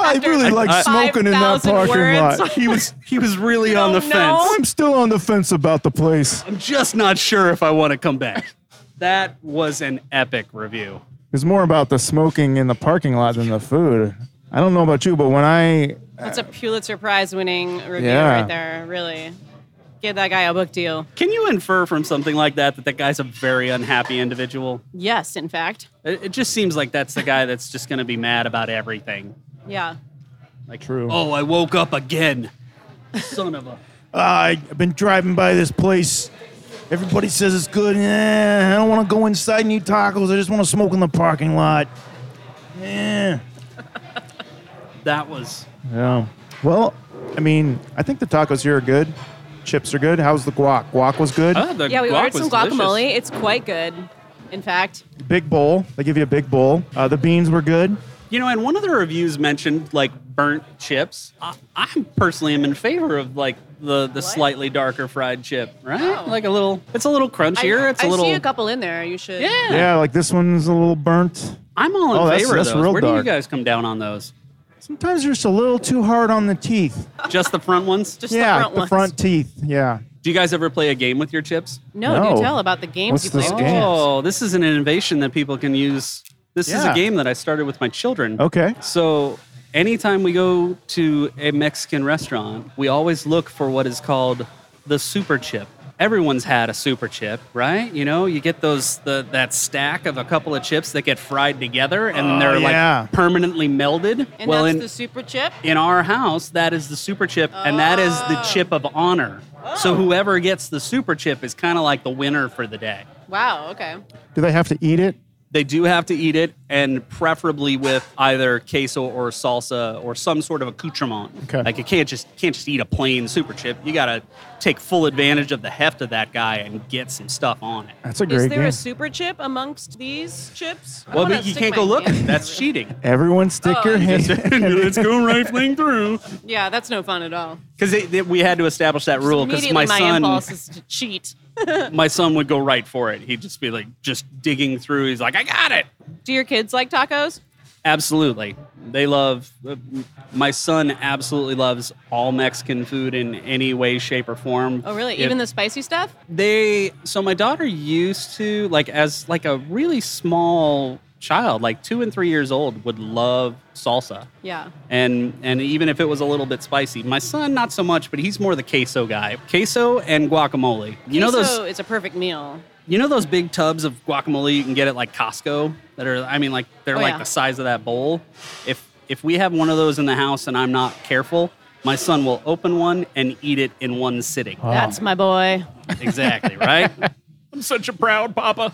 Speaker 2: I really like
Speaker 4: I-
Speaker 2: smoking in that
Speaker 4: 5,000
Speaker 2: parking
Speaker 4: words.
Speaker 2: lot.
Speaker 3: He was he was really on the
Speaker 4: don't know?
Speaker 3: fence.
Speaker 2: I'm still on the fence about the place.
Speaker 3: I'm just not sure if I want to come back. That was an epic review.
Speaker 2: It's more about the smoking in the parking lot than the food. I don't know about you, but when I
Speaker 4: That's a Pulitzer Prize winning review
Speaker 2: Yeah.
Speaker 4: right there, really. Give that guy a book deal.
Speaker 3: Can you infer from something like that that that guy's a very unhappy individual?
Speaker 4: Yes, in fact.
Speaker 3: It, it just seems like that's the guy that's just going to be mad about everything.
Speaker 4: Yeah.
Speaker 3: Like,
Speaker 2: True.
Speaker 3: Oh, I woke up again. Son of a.
Speaker 2: I've been driving by this place. Everybody says it's good. Eh, I don't want to go inside and eat tacos. I just want to smoke in the parking lot. Eh. Yeah.
Speaker 3: That was.
Speaker 2: Yeah. Well, I mean, I think the tacos here are good. Chips are good. How's the guac? Guac was good.
Speaker 3: Oh, the
Speaker 4: Yeah, we
Speaker 3: guac
Speaker 4: ordered some
Speaker 3: was delicious.
Speaker 4: guacamole. It's quite good, in fact.
Speaker 2: Big bowl. They give you a big bowl. Uh, the beans were good.
Speaker 3: You know, and one of the reviews mentioned like burnt chips. I, I personally am in favor of like the the slightly darker fried chip, right?
Speaker 4: Oh.
Speaker 3: Like a little. It's a little crunchier.
Speaker 4: I,
Speaker 3: it's a
Speaker 4: I
Speaker 3: little.
Speaker 4: see a couple in there. You should.
Speaker 3: Yeah.
Speaker 2: Yeah, like this one's a little burnt.
Speaker 3: I'm all in
Speaker 2: Oh, that's-
Speaker 3: favor
Speaker 2: that's
Speaker 3: of those.
Speaker 2: real
Speaker 3: Where do you
Speaker 2: dark.
Speaker 3: guys come down on those?
Speaker 2: Sometimes you're just a little too hard on the teeth.
Speaker 3: Just the front ones?
Speaker 4: Just
Speaker 2: yeah,
Speaker 4: the front ones.
Speaker 2: teeth. Yeah.
Speaker 3: do you guys ever play a game with your chips?
Speaker 4: No, do
Speaker 2: No.
Speaker 4: tell about the games
Speaker 2: What's
Speaker 4: you play.
Speaker 2: this
Speaker 4: with
Speaker 2: game?
Speaker 4: it.
Speaker 3: Oh, this is an innovation that people can use. This is a
Speaker 2: Yeah.
Speaker 3: game that I started with my children.
Speaker 2: Okay.
Speaker 3: So anytime we go to a Mexican restaurant, we always look for what is called the super chip. Everyone's had a super chip, right? You know, you get those the that stack of a couple of chips that get fried together and
Speaker 2: Oh,
Speaker 3: they're
Speaker 2: yeah.
Speaker 3: like permanently melded.
Speaker 4: And
Speaker 3: well,
Speaker 4: that's
Speaker 3: in
Speaker 4: the super chip.
Speaker 3: in our house, that is the super chip, and that is the
Speaker 4: Oh.
Speaker 3: chip of honor. So whoever gets the super chip is kind of like the winner for the day.
Speaker 4: Wow, okay.
Speaker 2: Do they have to eat it?
Speaker 3: They do have to eat it, and preferably with either queso or salsa or some sort of accoutrement.
Speaker 2: Okay.
Speaker 3: Like you can't just can't just eat a plain super chip. You gotta take full advantage of the heft of that guy and get some stuff on it.
Speaker 2: That's a great
Speaker 4: Is there
Speaker 2: game.
Speaker 4: a super chip amongst these chips? I
Speaker 3: Well,
Speaker 4: wanna
Speaker 3: but you
Speaker 4: stick
Speaker 3: can't
Speaker 4: my
Speaker 3: go look.
Speaker 4: hand in
Speaker 3: That's
Speaker 4: there.
Speaker 3: cheating.
Speaker 2: Everyone stick
Speaker 4: Oh,
Speaker 2: your
Speaker 4: I
Speaker 2: hand.
Speaker 3: Let's go rifling through.
Speaker 4: Yeah, that's no fun at all.
Speaker 3: Because we had to establish that rule. Because
Speaker 4: Immediately,
Speaker 3: my, son,
Speaker 4: impulse is to cheat.
Speaker 3: my son would go right for it. He'd just be like, just digging through. He's like, I got it.
Speaker 4: Do your kids like tacos?
Speaker 3: Absolutely. They love, my son absolutely loves all Mexican food in any way, shape, or form.
Speaker 4: Oh, really?
Speaker 3: If-
Speaker 4: Even the spicy stuff?
Speaker 3: They, so my daughter used to, like, as like a really small child, like two and three years old, would love salsa.
Speaker 4: Yeah.
Speaker 3: And and even if it was a little bit spicy, my son not so much, but he's more the queso guy. Queso and guacamole. You know those
Speaker 4: Queso is a perfect meal.
Speaker 3: you know those big tubs of guacamole you can get at like Costco that are I mean like they're
Speaker 4: Oh,
Speaker 3: like
Speaker 4: yeah.
Speaker 3: the size of that bowl. If if we have one of those in the house and I'm not careful, my son will open one and eat it in one sitting.
Speaker 2: Oh.
Speaker 4: That's my boy.
Speaker 3: Exactly, right? I'm such a proud papa.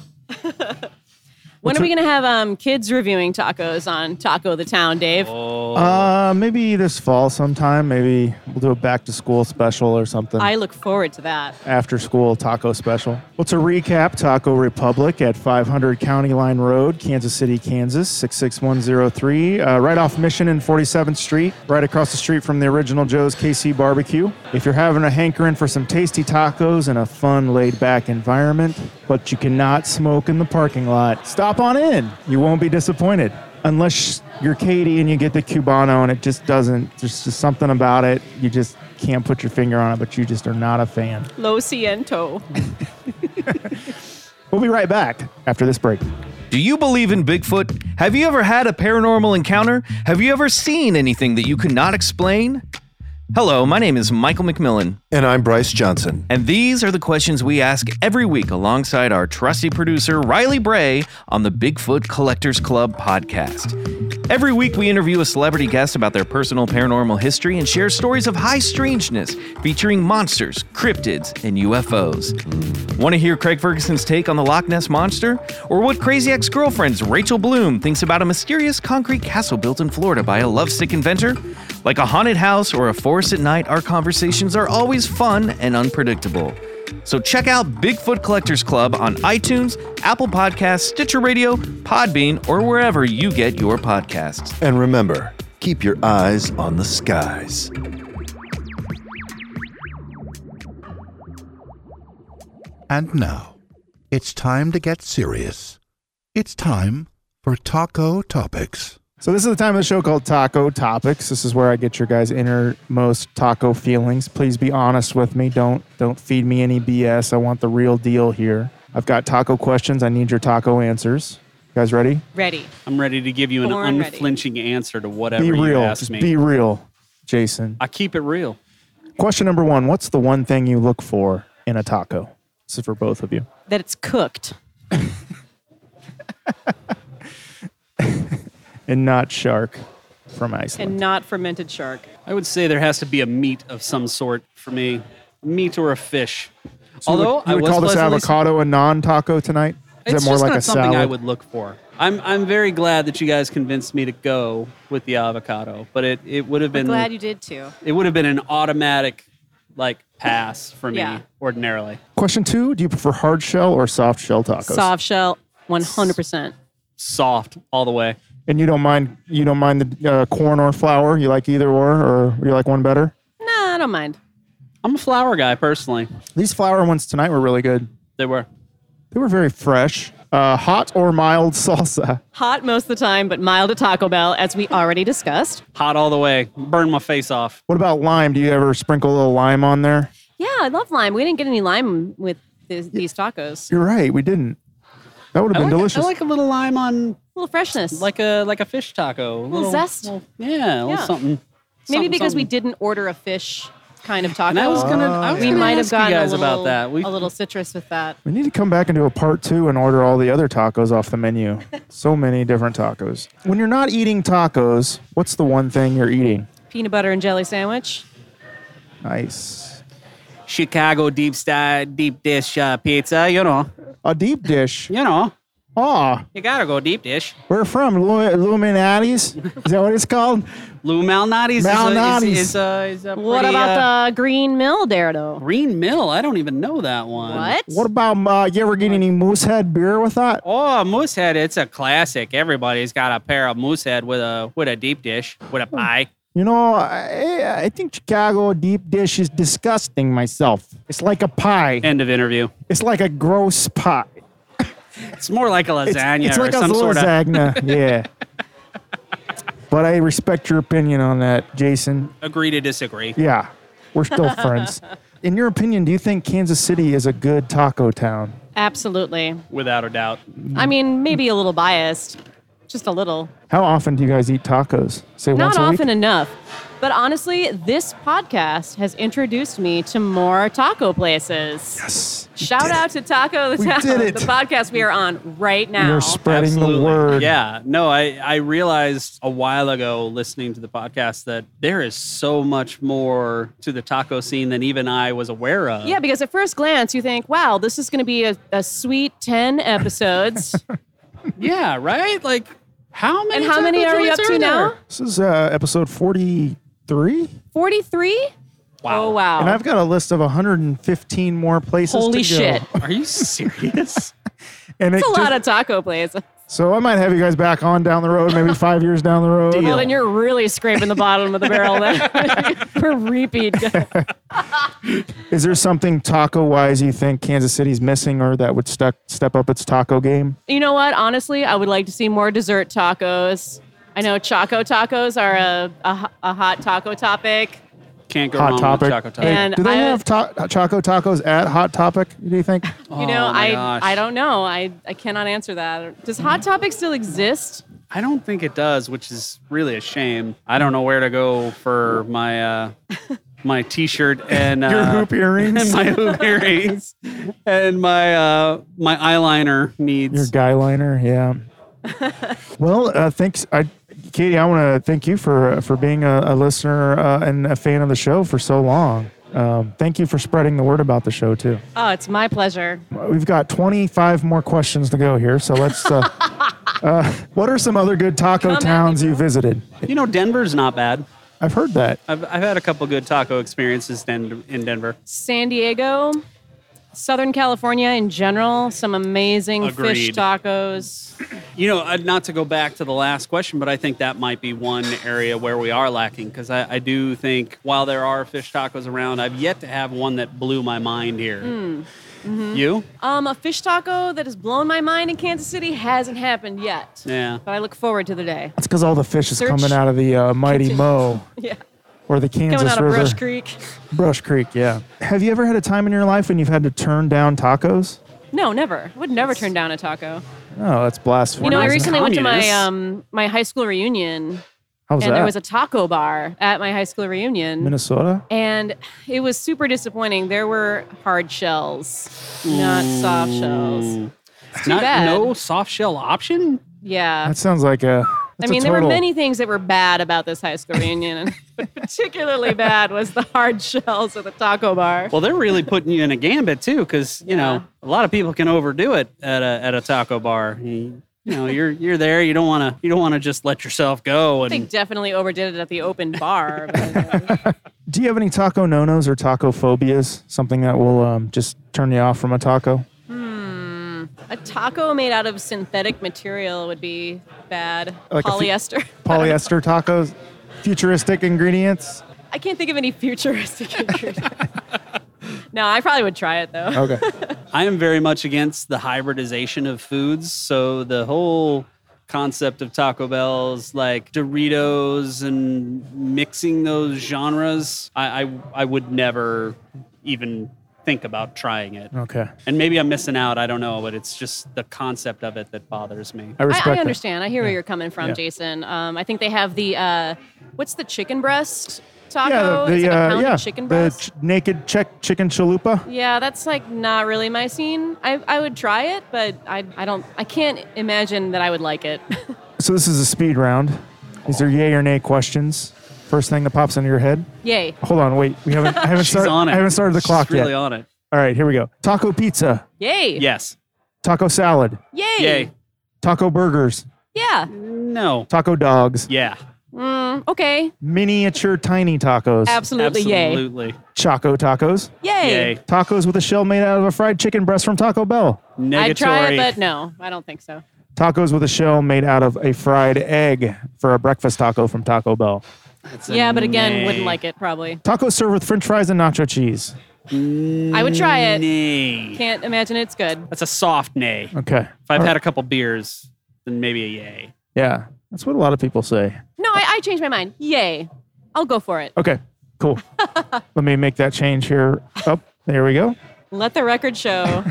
Speaker 4: When are we going to have um, kids reviewing tacos on Taco the Town, Dave?
Speaker 3: Oh.
Speaker 2: Uh, maybe this fall sometime. Maybe we'll do a back to school special or something.
Speaker 4: I look forward to that.
Speaker 2: after school taco special. Well, to recap, Taco Republic at 500 County Line Road, Kansas City, Kansas, 66103, uh, right off Mission and 47th Street, right across the street from the original Joe's KC Barbecue. If you're having a hankering for some tasty tacos in a fun, laid back environment, but you cannot smoke in the parking lot, stop on in. You won't be disappointed. Unless you're Katie and you get the Cubano and it just doesn't, there's just something about it. You just can't put your finger on it, but you just are not a fan.
Speaker 4: Lo siento.
Speaker 2: We'll be right back after this break.
Speaker 7: Do you believe in Bigfoot? Have you ever had a paranormal encounter? Have you ever seen anything that you could not explain? Hello, my name is Michael McMillan,
Speaker 8: And I'm Bryce Johnson.
Speaker 7: and these are the questions we ask every week alongside our trusty producer, Riley Bray, on the Bigfoot Collectors Club podcast. Every week, we interview a celebrity guest about their personal paranormal history and share stories of high strangeness featuring monsters, cryptids, and UFOs. Want to hear Craig Ferguson's take on the Loch Ness Monster? Or what crazy ex girlfriend's Rachel Bloom thinks about a mysterious concrete castle built in Florida by a lovesick inventor? Like a haunted house or a forest at night, our conversations are always fun and unpredictable. So check out Bigfoot Collectors Club on iTunes, Apple Podcasts, Stitcher Radio, Podbean, or wherever you get your podcasts.
Speaker 8: And remember, keep your eyes on the skies.
Speaker 9: And now, it's time to get serious. It's time for Taco Topics.
Speaker 2: So this is the time of the show called Taco Topics. This is where I get your guys' innermost taco feelings. Please be honest with me. Don't don't feed me any BS. I want the real deal here. I've got taco questions. I need your taco answers. You guys ready?
Speaker 4: Ready.
Speaker 3: I'm ready to give you an
Speaker 4: Born ready.
Speaker 3: unflinching answer to whatever
Speaker 2: be
Speaker 3: you
Speaker 2: real.
Speaker 3: ask
Speaker 2: Just
Speaker 3: me.
Speaker 2: be real, Jason.
Speaker 3: I keep it real.
Speaker 2: Question number one: What's the one thing you look for in a taco? This is for both of you.
Speaker 4: That it's cooked.
Speaker 2: And not shark from Iceland.
Speaker 4: and not fermented shark.
Speaker 3: I would say there has to be a meat of some sort for me, meat or a fish.
Speaker 2: You would-
Speaker 3: Although
Speaker 2: you would,
Speaker 3: I was
Speaker 2: call this
Speaker 3: pleasantly-
Speaker 2: avocado a non-taco tonight. Is
Speaker 3: it's
Speaker 2: that more
Speaker 3: just
Speaker 2: like
Speaker 3: not
Speaker 2: a
Speaker 3: something
Speaker 2: salad?
Speaker 3: I would look for. I'm I'm very glad that you guys convinced me to go with the avocado, but it, it would have been
Speaker 4: Glad you did too.
Speaker 3: it would have been an automatic like pass for me
Speaker 4: Yeah.
Speaker 3: ordinarily.
Speaker 2: Question two: Do you prefer hard shell or soft shell tacos?
Speaker 4: Soft shell, 100%.
Speaker 3: Soft all the way.
Speaker 2: And you don't mind you don't mind the uh, corn or flour. You like either or, or you like one better.
Speaker 4: Nah, I don't mind.
Speaker 3: I'm a flour guy personally.
Speaker 2: These flour ones tonight were really good.
Speaker 3: They were.
Speaker 2: They were very fresh. Uh, hot or mild salsa.
Speaker 4: Hot most of the time, but mild at Taco Bell, as we already discussed.
Speaker 3: Hot all the way. Burn my face off.
Speaker 2: What about lime? Do you ever sprinkle a little lime on there?
Speaker 4: Yeah, I love lime. We didn't get any lime with th- these tacos. A
Speaker 2: You're right. We didn't. That would have
Speaker 3: I
Speaker 2: been
Speaker 3: like,
Speaker 2: delicious.
Speaker 3: I like a little lime on
Speaker 4: little freshness.
Speaker 3: like a like a fish taco. A little,
Speaker 4: zest.
Speaker 3: yeah, a little
Speaker 4: Yeah.
Speaker 3: something.
Speaker 4: Maybe
Speaker 3: something,
Speaker 4: because we
Speaker 3: something.
Speaker 4: didn't order a fish kind of taco.
Speaker 3: And I was gonna. I was
Speaker 4: we
Speaker 3: gonna
Speaker 4: might
Speaker 3: ask
Speaker 4: have gotten
Speaker 3: you guys
Speaker 4: a little,
Speaker 3: about that. We,
Speaker 4: a little citrus with that.
Speaker 2: we need to come back and do a part two and order all the other tacos off the menu. so many different tacos. When you're not eating tacos, what's the one thing you're eating?
Speaker 4: Peanut butter and jelly sandwich.
Speaker 2: Nice.
Speaker 3: Chicago deep style deep dish uh, pizza. You know,
Speaker 2: A deep dish.
Speaker 3: you know,
Speaker 2: Ah,
Speaker 3: you gotta go deep dish.
Speaker 2: where from? Lu- Illuminati's? Is that what it's called?
Speaker 3: Lou Malnati's,
Speaker 2: Malnati's.
Speaker 3: is a, is, is a, is a
Speaker 4: What
Speaker 3: pretty, uh,
Speaker 4: about the green mill there, though?
Speaker 3: Green Mill? I don't even know that one.
Speaker 4: What?
Speaker 2: What about uh, you ever get any Moosehead beer with that?
Speaker 3: Oh, Moosehead, it's a classic. Everybody's got a pair of Moosehead with a with a deep dish, with
Speaker 2: Hmm.
Speaker 3: a pie.
Speaker 2: You know, I, I think Chicago deep dish is disgusting myself. It's like a pie.
Speaker 3: End of interview.
Speaker 2: It's like a gross pie.
Speaker 3: It's more like a lasagna
Speaker 2: it's like
Speaker 3: or
Speaker 2: a
Speaker 3: some sort of
Speaker 2: lasagna. yeah. But I respect your opinion on that, Jason.
Speaker 3: agree to disagree.
Speaker 2: Yeah, we're still friends. In your opinion, do you think Kansas City is a good taco town?
Speaker 4: Absolutely.
Speaker 3: Without a doubt.
Speaker 4: I mean, maybe a little biased, just a little.
Speaker 2: How often do you guys eat tacos? Say once
Speaker 4: Not
Speaker 2: a week?
Speaker 4: often enough. But honestly, this podcast has introduced me to more taco places. Yes. Shout out to Taco the Town,
Speaker 2: did it.
Speaker 4: the podcast we are on right now.
Speaker 2: You're spreading
Speaker 3: Absolutely.
Speaker 2: the word.
Speaker 3: Yeah. No, I, I realized a while ago listening to the podcast that there is so much more to the taco scene than even I was aware of.
Speaker 4: yeah, because at first glance, you think, wow, this is going to be a, a sweet 10 episodes.
Speaker 3: yeah, right? Like, how many?
Speaker 4: And how many
Speaker 3: taco
Speaker 4: are we up
Speaker 3: joints
Speaker 4: to
Speaker 3: there?
Speaker 4: now?
Speaker 2: This is uh, episode 43.
Speaker 4: 43?
Speaker 3: Wow.
Speaker 4: Oh, wow.
Speaker 2: And I've got a list of 115 more places
Speaker 4: Holy
Speaker 2: to go.
Speaker 4: shit.
Speaker 3: Are you serious?
Speaker 2: And
Speaker 4: That's
Speaker 2: it
Speaker 4: a lot
Speaker 2: just-
Speaker 4: of taco places.
Speaker 2: so I might have you guys back on down the road, maybe five years down the road.
Speaker 4: Well, then you're really scraping the bottom of the barrel then. For repeat.
Speaker 2: Is there something taco wise you think Kansas City's missing or that would stuck, step up its taco game?
Speaker 4: You know what? Honestly, I would like to see more dessert tacos. I know Choco tacos are a, a, ho- a hot taco topic.
Speaker 3: Can't go
Speaker 2: Hot
Speaker 3: wrong
Speaker 2: Topic.
Speaker 3: with Choco Taco.
Speaker 2: Hey,
Speaker 4: And
Speaker 2: do they
Speaker 4: I-
Speaker 2: have ta- Choco Tacos at Hot Topic, do you think?
Speaker 4: You know,
Speaker 3: Oh my
Speaker 4: I
Speaker 3: gosh.
Speaker 4: I don't know. I, I cannot answer that. Does Hot Topic still exist?
Speaker 3: I don't think it does, which is really a shame. I don't know where to go for my uh, my T-shirt and
Speaker 2: Your
Speaker 3: uh,
Speaker 2: hoop earrings,
Speaker 3: and my hoop earrings and my uh, my eyeliner
Speaker 2: your
Speaker 3: needs.
Speaker 2: guy liner, yeah. well, uh, thanks, I, Katie. I want to thank you for uh, for being a, a listener uh, and a fan of the show for so long. Um, thank you for spreading the word about the show too.
Speaker 4: Oh, it's my pleasure.
Speaker 2: We've got 25 more questions to go here, so let's. Uh, uh, what are some other good taco
Speaker 4: at me,
Speaker 2: towns you visited?
Speaker 3: You know, Denver's not bad.
Speaker 2: I've heard that.
Speaker 3: I've, I've had a couple good taco experiences den- in Denver.
Speaker 4: San Diego, Southern California in general, some amazing fish
Speaker 3: Agreed.
Speaker 4: tacos.
Speaker 3: You know, uh, not to go back to the last question, but I think that might be one area where we are lacking because I, I do think while there are fish tacos around, I've yet to have one that blew my mind here.
Speaker 4: Hmm.
Speaker 3: You?
Speaker 4: Um, a fish taco that has blown my mind in Kansas City hasn't happened yet.
Speaker 3: Yeah.
Speaker 4: But I look forward to the day.
Speaker 2: It's because all the fish is
Speaker 4: Search-
Speaker 2: coming out of the uh, mighty Mo
Speaker 4: Yeah.
Speaker 2: or the Kansas
Speaker 4: Coming out of
Speaker 2: River.
Speaker 4: Brush Creek.
Speaker 2: Brush Creek, yeah. Have you ever had a time in your life when you've had to turn down tacos?
Speaker 4: No, never. Would never turn down a taco.
Speaker 2: Oh, that's blasphemy.
Speaker 4: You know, I
Speaker 3: not
Speaker 4: recently went to my
Speaker 3: communists.
Speaker 4: um my high school reunion
Speaker 2: How was
Speaker 4: and
Speaker 2: that?
Speaker 4: there was a taco bar at my high school reunion.
Speaker 2: Minnesota?
Speaker 4: and it was super disappointing. There were hard shells, not soft shells. It's too
Speaker 3: Not,
Speaker 4: bad.
Speaker 3: no soft shell option?
Speaker 4: Yeah.
Speaker 2: That sounds like a.
Speaker 4: I
Speaker 2: that's a
Speaker 4: mean, there were
Speaker 2: total-
Speaker 4: many things that were bad about this high school reunion, but particularly bad was the hard shells at the taco bar.
Speaker 3: Well, they're really putting you in a gambit too, because you know a lot of people can overdo it at a at a taco bar. You, you know, you're you're there. You don't want to you don't want to just let yourself go.
Speaker 4: I
Speaker 3: And
Speaker 4: think definitely overdid it at the open bar. but-
Speaker 2: Do you have any taco no nos or taco phobias? Something that will um, just turn you off from a taco?
Speaker 4: a taco made out of synthetic material would be bad.
Speaker 2: Like a fe-
Speaker 4: Polyester.
Speaker 2: Polyester tacos? Futuristic ingredients?
Speaker 4: I can't think of any futuristic ingredients. no, I probably would try it though.
Speaker 2: Okay.
Speaker 3: I am very much against the hybridization of foods. So the whole concept of Taco Bell's like Doritos and mixing those genres, I I, I would never even think about trying it.
Speaker 2: Okay.
Speaker 3: And maybe I'm missing out. I don't know, but it's just the concept of it that bothers me.
Speaker 2: I
Speaker 4: I,
Speaker 2: respect
Speaker 4: I
Speaker 2: that.
Speaker 4: understand. I hear where you're coming from, Jason. Um, I think they have the uh, what's the chicken breast taco?
Speaker 2: Yeah, the,
Speaker 4: It's
Speaker 2: the,
Speaker 4: like a
Speaker 2: uh,
Speaker 4: pound of
Speaker 2: yeah,
Speaker 4: chicken
Speaker 2: the
Speaker 4: breast.
Speaker 2: ch- naked Czech chicken chalupa.
Speaker 4: yeah, that's like not really my scene. I, I would try it, but I, I don't I can't imagine that I would like it.
Speaker 2: So this is a speed round. These are yay or nay questions. First thing that pops into your head.
Speaker 4: Yay.
Speaker 2: Hold on, wait. We haven't. I haven't
Speaker 3: She's
Speaker 2: started.
Speaker 3: on it.
Speaker 2: I haven't started the
Speaker 3: She's
Speaker 2: clock
Speaker 3: Really
Speaker 2: yet.
Speaker 3: on it.
Speaker 2: All right, here we go. Taco pizza,
Speaker 4: Yay.
Speaker 3: Yes.
Speaker 2: taco salad,
Speaker 4: Yay.
Speaker 3: Yay.
Speaker 2: taco burgers,
Speaker 4: Yeah.
Speaker 3: No.
Speaker 2: taco dogs,
Speaker 3: Yeah.
Speaker 4: Okay.
Speaker 2: miniature tiny tacos,
Speaker 4: Absolutely, yay.
Speaker 3: Absolutely.
Speaker 2: choco tacos,
Speaker 4: Yay.
Speaker 3: Yay.
Speaker 2: tacos with a shell made out of a fried chicken breast from Taco Bell,
Speaker 3: Negatory.
Speaker 4: I'd try it, but no, I don't think so.
Speaker 2: tacos with a shell made out of a fried egg for a breakfast taco from Taco Bell,
Speaker 3: It's a
Speaker 4: Yeah, but again, wouldn't
Speaker 3: nay.
Speaker 4: like it probably.
Speaker 2: tacos served with French fries and nacho cheese.
Speaker 4: I would try it.
Speaker 3: Nay.
Speaker 4: Can't imagine it's good.
Speaker 3: That's a soft nay.
Speaker 2: Okay.
Speaker 3: If I've had a couple beers, then maybe a yay.
Speaker 2: Yeah, that's what a lot of people say.
Speaker 4: No, I, I changed my mind. Yay. I'll go for it.
Speaker 2: Okay, cool. Let me make that change here. Up there we go.
Speaker 4: Let the record show.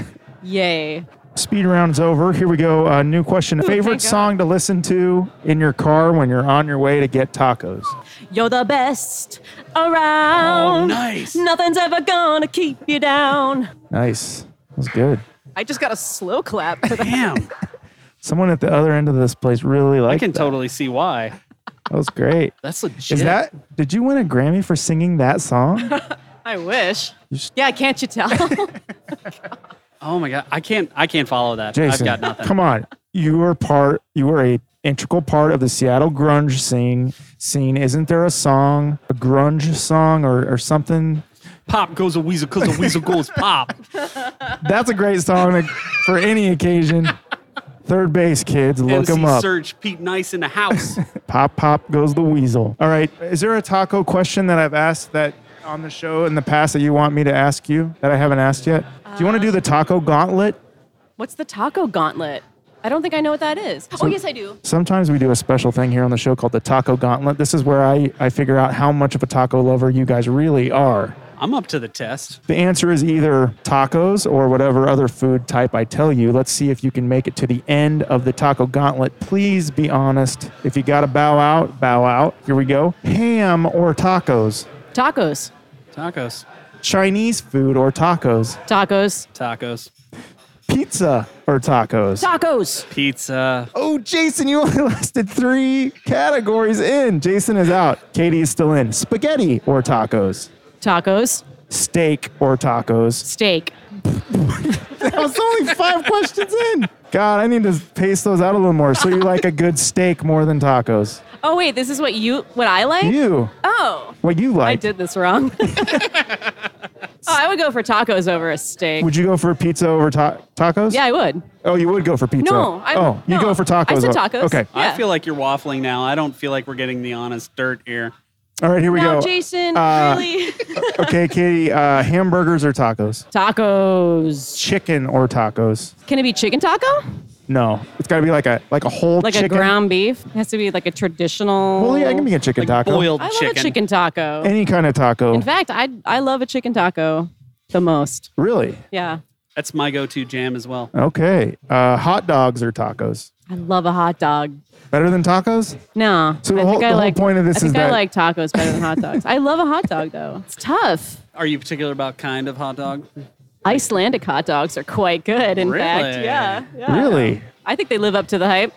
Speaker 4: Yay.
Speaker 2: Speed round's over. Here we go. Uh, new question.
Speaker 3: Oh
Speaker 2: Favorite
Speaker 4: thank God.
Speaker 2: song to listen to in your car when you're on your way to get tacos?
Speaker 4: You're the best around.
Speaker 3: Oh, nice.
Speaker 4: Nothing's ever gonna keep you down.
Speaker 2: Nice. That's good.
Speaker 4: I just got a slow clap. for that.
Speaker 3: Damn.
Speaker 2: Someone at the other end of this place really
Speaker 3: I
Speaker 2: liked
Speaker 3: can
Speaker 2: that.
Speaker 3: totally see why.
Speaker 2: That was great.
Speaker 3: That's legit.
Speaker 2: Is that? Did you win a Grammy for singing that song?
Speaker 4: I wish. Yeah, can't you tell?
Speaker 3: Oh my god. I can't I can't follow that.
Speaker 2: Jason,
Speaker 3: I've got nothing.
Speaker 2: come on. you were part you were a integral part of the Seattle grunge scene scene. Isn't there a song, a grunge song or, or something?
Speaker 3: Pop goes a weasel because a weasel goes pop.
Speaker 2: That's a great song to- for any occasion. Third base kids, look
Speaker 3: MC
Speaker 2: them up.
Speaker 3: Search Pete Nice in the house.
Speaker 2: Pop pop goes the weasel. All right. Is there a taco question that I've asked that on the show in the past that you want me to ask you that I haven't asked yet? Do you want to do the taco gauntlet?
Speaker 4: What's the taco gauntlet? I don't think I know what that is. oh, yes, I do.
Speaker 2: Sometimes we do a special thing here on the show called the taco gauntlet. This is where I, I figure out how much of a taco lover you guys really are.
Speaker 3: I'm up to the test.
Speaker 2: The answer is either tacos or whatever other food type I tell you. Let's see if you can make it to the end of the taco gauntlet. Please be honest. If you got to bow out, bow out. Here we go. Ham or tacos?
Speaker 4: Tacos.
Speaker 3: Tacos.
Speaker 2: Chinese food or tacos?
Speaker 4: Tacos.
Speaker 3: Tacos.
Speaker 2: Pizza or tacos?
Speaker 4: Tacos.
Speaker 3: Pizza.
Speaker 2: Oh, Jason, you only lasted three categories in. Jason is out. Katie is still in. Spaghetti or tacos?
Speaker 4: Tacos.
Speaker 2: Steak or tacos?
Speaker 4: Steak.
Speaker 2: That was only five questions in. God, I need to pace those out a little more. So you like a good steak more than tacos?
Speaker 4: Oh wait, this is what you what I like?
Speaker 2: You,
Speaker 4: Oh.
Speaker 2: what you
Speaker 4: I
Speaker 2: like?
Speaker 4: did this wrong. oh, I would go for tacos over a steak.
Speaker 2: Would you go for pizza over ta- tacos?
Speaker 4: yeah, I would.
Speaker 2: Oh, you would go for pizza.
Speaker 4: No, I
Speaker 2: oh, you
Speaker 4: no.
Speaker 2: go for tacos.
Speaker 4: I said
Speaker 2: though.
Speaker 4: tacos.
Speaker 2: Okay.
Speaker 4: Yeah.
Speaker 3: I feel like you're waffling now. I don't feel like we're getting the honest dirt here.
Speaker 2: All right, here we
Speaker 4: No,
Speaker 2: go.
Speaker 4: Jason, really?
Speaker 2: Okay, Katie. Uh, hamburgers or tacos?
Speaker 4: tacos.
Speaker 2: Chicken or tacos?
Speaker 4: Can it be chicken taco?
Speaker 2: No, it's got to be like a like a whole
Speaker 4: Like
Speaker 2: chicken.
Speaker 4: a ground beef? It has to be like a traditional.
Speaker 2: Well, yeah, I can be a chicken
Speaker 3: Like
Speaker 2: taco.
Speaker 3: boiled
Speaker 4: I love
Speaker 3: chicken.
Speaker 4: a chicken taco.
Speaker 2: Any kind of taco.
Speaker 4: In fact, I I love a chicken taco the most.
Speaker 2: really?
Speaker 4: Yeah.
Speaker 3: That's my go-to jam as well.
Speaker 2: Okay. Uh, hot dogs or tacos?
Speaker 4: I love a hot dog.
Speaker 2: Better than
Speaker 4: Uh,
Speaker 2: tacos?
Speaker 4: No.
Speaker 2: So the
Speaker 4: I
Speaker 2: whole-
Speaker 4: think I
Speaker 2: the whole
Speaker 4: like,
Speaker 2: point of this
Speaker 4: I
Speaker 2: is
Speaker 4: think I
Speaker 2: that-
Speaker 4: like tacos better than hot dogs. I love a hot dog though. It's tough.
Speaker 3: Are you particular about kind of hot dog?
Speaker 4: Icelandic hot dogs are quite good, in fact.
Speaker 3: Really?
Speaker 4: Yeah, yeah.
Speaker 2: Really?
Speaker 4: I think they live up to the hype.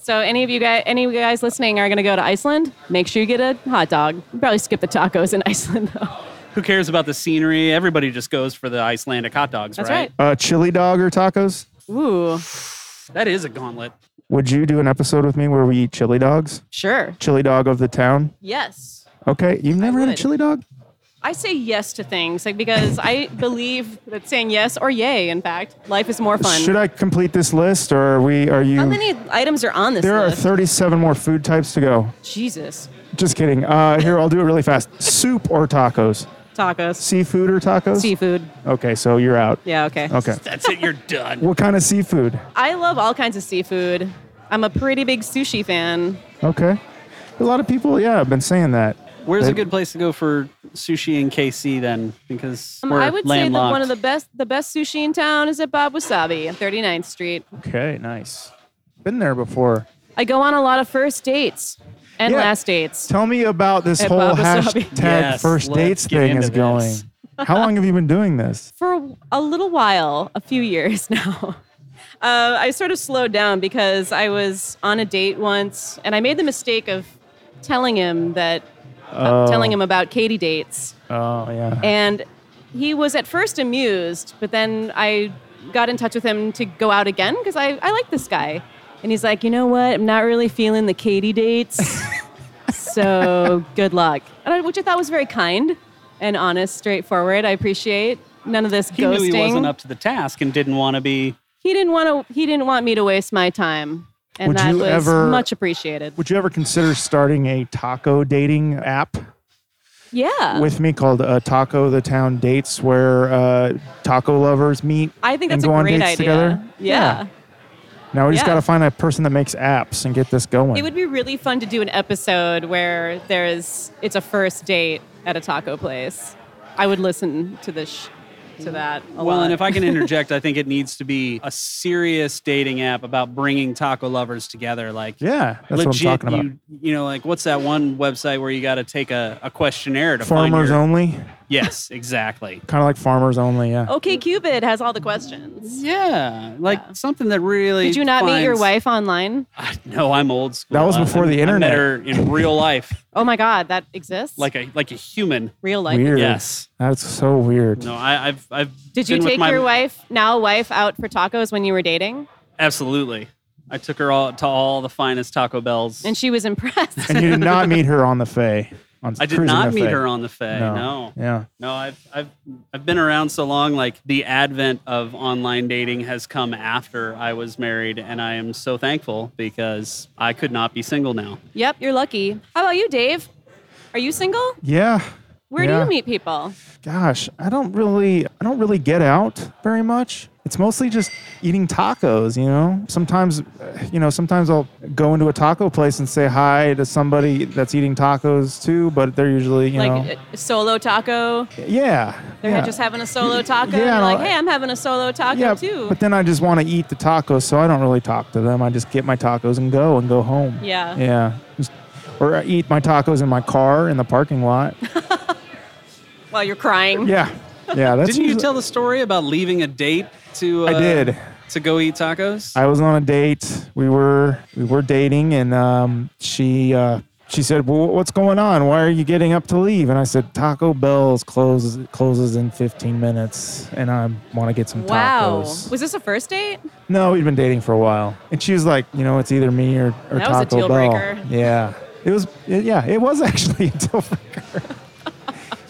Speaker 4: So any of you guys any of you guys listening are gonna go to Iceland, make sure you get a hot dog. You probably skip the tacos in Iceland though.
Speaker 3: Who cares about the scenery? Everybody just goes for the Icelandic hot dogs,
Speaker 4: That's
Speaker 3: right?
Speaker 4: right.
Speaker 2: Uh, chili dog or tacos?
Speaker 4: Ooh.
Speaker 3: That is a gauntlet.
Speaker 2: Would you do an episode with me where we eat chili dogs?
Speaker 4: Sure.
Speaker 2: Chili dog of the town?
Speaker 4: Yes.
Speaker 2: Okay. You've never had a
Speaker 4: would.
Speaker 2: chili dog?
Speaker 4: I say yes to things, like because I believe that saying yes or yay, in fact, life is more fun.
Speaker 2: Should I complete this list or are we are you
Speaker 4: How many items are on this
Speaker 2: There are
Speaker 4: list?
Speaker 2: 37 more food types to go.
Speaker 4: Jesus.
Speaker 2: Just kidding. Uh, here, I'll do it really fast. Soup or tacos?
Speaker 4: Tacos.
Speaker 2: Seafood or tacos?
Speaker 4: Seafood.
Speaker 2: Okay, so you're out.
Speaker 4: Yeah, okay.
Speaker 2: Okay.
Speaker 3: That's it. You're done.
Speaker 2: What kind of seafood?
Speaker 4: I love all kinds of seafood. I'm a pretty big sushi fan.
Speaker 2: Okay. A lot of people, yeah, have been saying that.
Speaker 3: Where's a good place to go for sushi in KC then? Because
Speaker 4: Um,
Speaker 3: we're
Speaker 4: I would say that
Speaker 3: landlocked.
Speaker 4: one of the best the best sushi in town is at Bob Wasabi on 39th Street.
Speaker 2: Okay, nice. Been there before.
Speaker 4: I go on a lot of first dates and
Speaker 2: Yeah.
Speaker 4: last dates.
Speaker 2: Tell me about this
Speaker 4: At
Speaker 2: whole
Speaker 4: Baba
Speaker 2: hashtag
Speaker 4: Sabi.
Speaker 3: Yes,
Speaker 2: first
Speaker 3: let's
Speaker 2: dates
Speaker 3: get
Speaker 2: thing
Speaker 3: into
Speaker 2: is going.
Speaker 3: this.
Speaker 2: How long have you been doing this?
Speaker 4: for a little while, a few years now. Uh, I sort of slowed down because I was on a date once, and I made the mistake of telling him that, uh, telling
Speaker 3: Oh.
Speaker 4: him about Katie dates,
Speaker 2: Oh yeah.
Speaker 4: and he was at first amused, but then I got in touch with him to go out again because I, I like this guy, and he's like, you know what, I'm not really feeling the Katie dates, so good luck, and I, which I thought was very kind and honest, straightforward. I appreciate. None of this
Speaker 3: he
Speaker 4: ghosting
Speaker 3: knew he wasn't up to the task and didn't want to be.
Speaker 4: he didn't want to he didn't want me to waste my time and
Speaker 2: Would
Speaker 4: that
Speaker 2: you
Speaker 4: was
Speaker 2: ever-
Speaker 4: much appreciated
Speaker 2: Would you ever consider starting a taco dating app
Speaker 4: yeah
Speaker 2: with me called uh, Taco the Town Dates, where uh, taco lovers meet?
Speaker 4: i think
Speaker 2: and
Speaker 4: that's a
Speaker 2: go on
Speaker 4: great
Speaker 2: dates
Speaker 4: idea
Speaker 2: together?
Speaker 4: Yeah.
Speaker 2: Now we just
Speaker 4: Yeah.
Speaker 2: got to find a person that makes apps and get this going.
Speaker 4: it would be really fun to do an episode where there's it's a first date at a taco place i would listen to this sh- to that a
Speaker 3: Well,
Speaker 4: lot.
Speaker 3: and if I can interject, I think it needs to be a serious dating app about bringing taco lovers together. Like,
Speaker 2: yeah, that's
Speaker 3: legit,
Speaker 2: what I'm talking about.
Speaker 3: you you know, like what's that one website where you got to take a, a questionnaire to find
Speaker 2: farmers
Speaker 3: your,
Speaker 2: only,
Speaker 3: Yes, exactly.
Speaker 2: kind of like farmers only. Yeah.
Speaker 4: okay cupid has all the questions
Speaker 3: Yeah, like something that really.
Speaker 4: did you not meet your
Speaker 3: finds-
Speaker 4: wife online
Speaker 3: I, no, I'm old school.
Speaker 2: That was
Speaker 3: I-
Speaker 2: before
Speaker 3: I-
Speaker 2: the
Speaker 3: I
Speaker 2: internet.
Speaker 3: met her in real life,
Speaker 4: oh my god that exists
Speaker 3: like a like a human.
Speaker 4: real life
Speaker 2: Weird.
Speaker 3: Yes.
Speaker 2: That's so weird.
Speaker 3: No, I, I've I've.
Speaker 4: did you
Speaker 3: been with
Speaker 4: take
Speaker 3: my-
Speaker 4: your wife now wife out for tacos when you were dating
Speaker 3: Absolutely. I took her all to all the finest Taco Bells.
Speaker 4: And she was impressed.
Speaker 2: And you did not meet her on the Fay. On
Speaker 3: I did
Speaker 2: cruising
Speaker 3: not
Speaker 2: the
Speaker 3: meet
Speaker 2: Fay.
Speaker 3: her on the Fay. no.
Speaker 2: Yeah.
Speaker 3: No, I've I've I've been around so long. Like the advent of online dating has come after I was married, and I am so thankful because I could not be single now.
Speaker 4: yep, you're lucky. How about you, Dave? Are you single?
Speaker 2: Yeah.
Speaker 4: Where do
Speaker 2: Yeah.
Speaker 4: you meet people?
Speaker 2: Gosh, I don't really, I don't really get out very much. It's mostly just eating tacos, you know. Sometimes, uh, you know, sometimes I'll go into a taco place and say hi to somebody that's eating tacos too, but they're usually, you know,
Speaker 4: Like uh, solo taco?
Speaker 2: yeah,
Speaker 4: They're
Speaker 2: yeah.
Speaker 4: just having a solo taco.
Speaker 2: yeah,
Speaker 4: and they're
Speaker 2: no,
Speaker 4: like,
Speaker 2: I-
Speaker 4: hey, I'm having a solo taco
Speaker 2: yeah,
Speaker 4: too.
Speaker 2: but then I just want to eat the tacos, so I don't really talk to them. I just get my tacos and go and go home.
Speaker 4: Yeah.
Speaker 2: yeah. Just, or I eat my tacos in my car in the parking lot.
Speaker 4: While you're crying.
Speaker 2: Yeah, yeah. That's
Speaker 3: Didn't you
Speaker 2: usually-
Speaker 3: tell the story about leaving a date to? Uh,
Speaker 2: I did.
Speaker 3: to go eat tacos.
Speaker 2: I was on a date. We were we were dating, and um, she uh, she said, "Well, what's going on? Why are you getting up to leave?" And I said, "Taco Bell's closes closes in 15 minutes, and I want to get some
Speaker 4: Wow.
Speaker 2: tacos."
Speaker 4: Was this a first date?
Speaker 2: No, we'd been dating for a while, and she was like, "You know, it's either me or, or
Speaker 4: That was a
Speaker 2: Taco
Speaker 4: deal
Speaker 2: Bell."
Speaker 4: breaker.
Speaker 2: Yeah, it was. It, yeah, it was actually a deal breaker.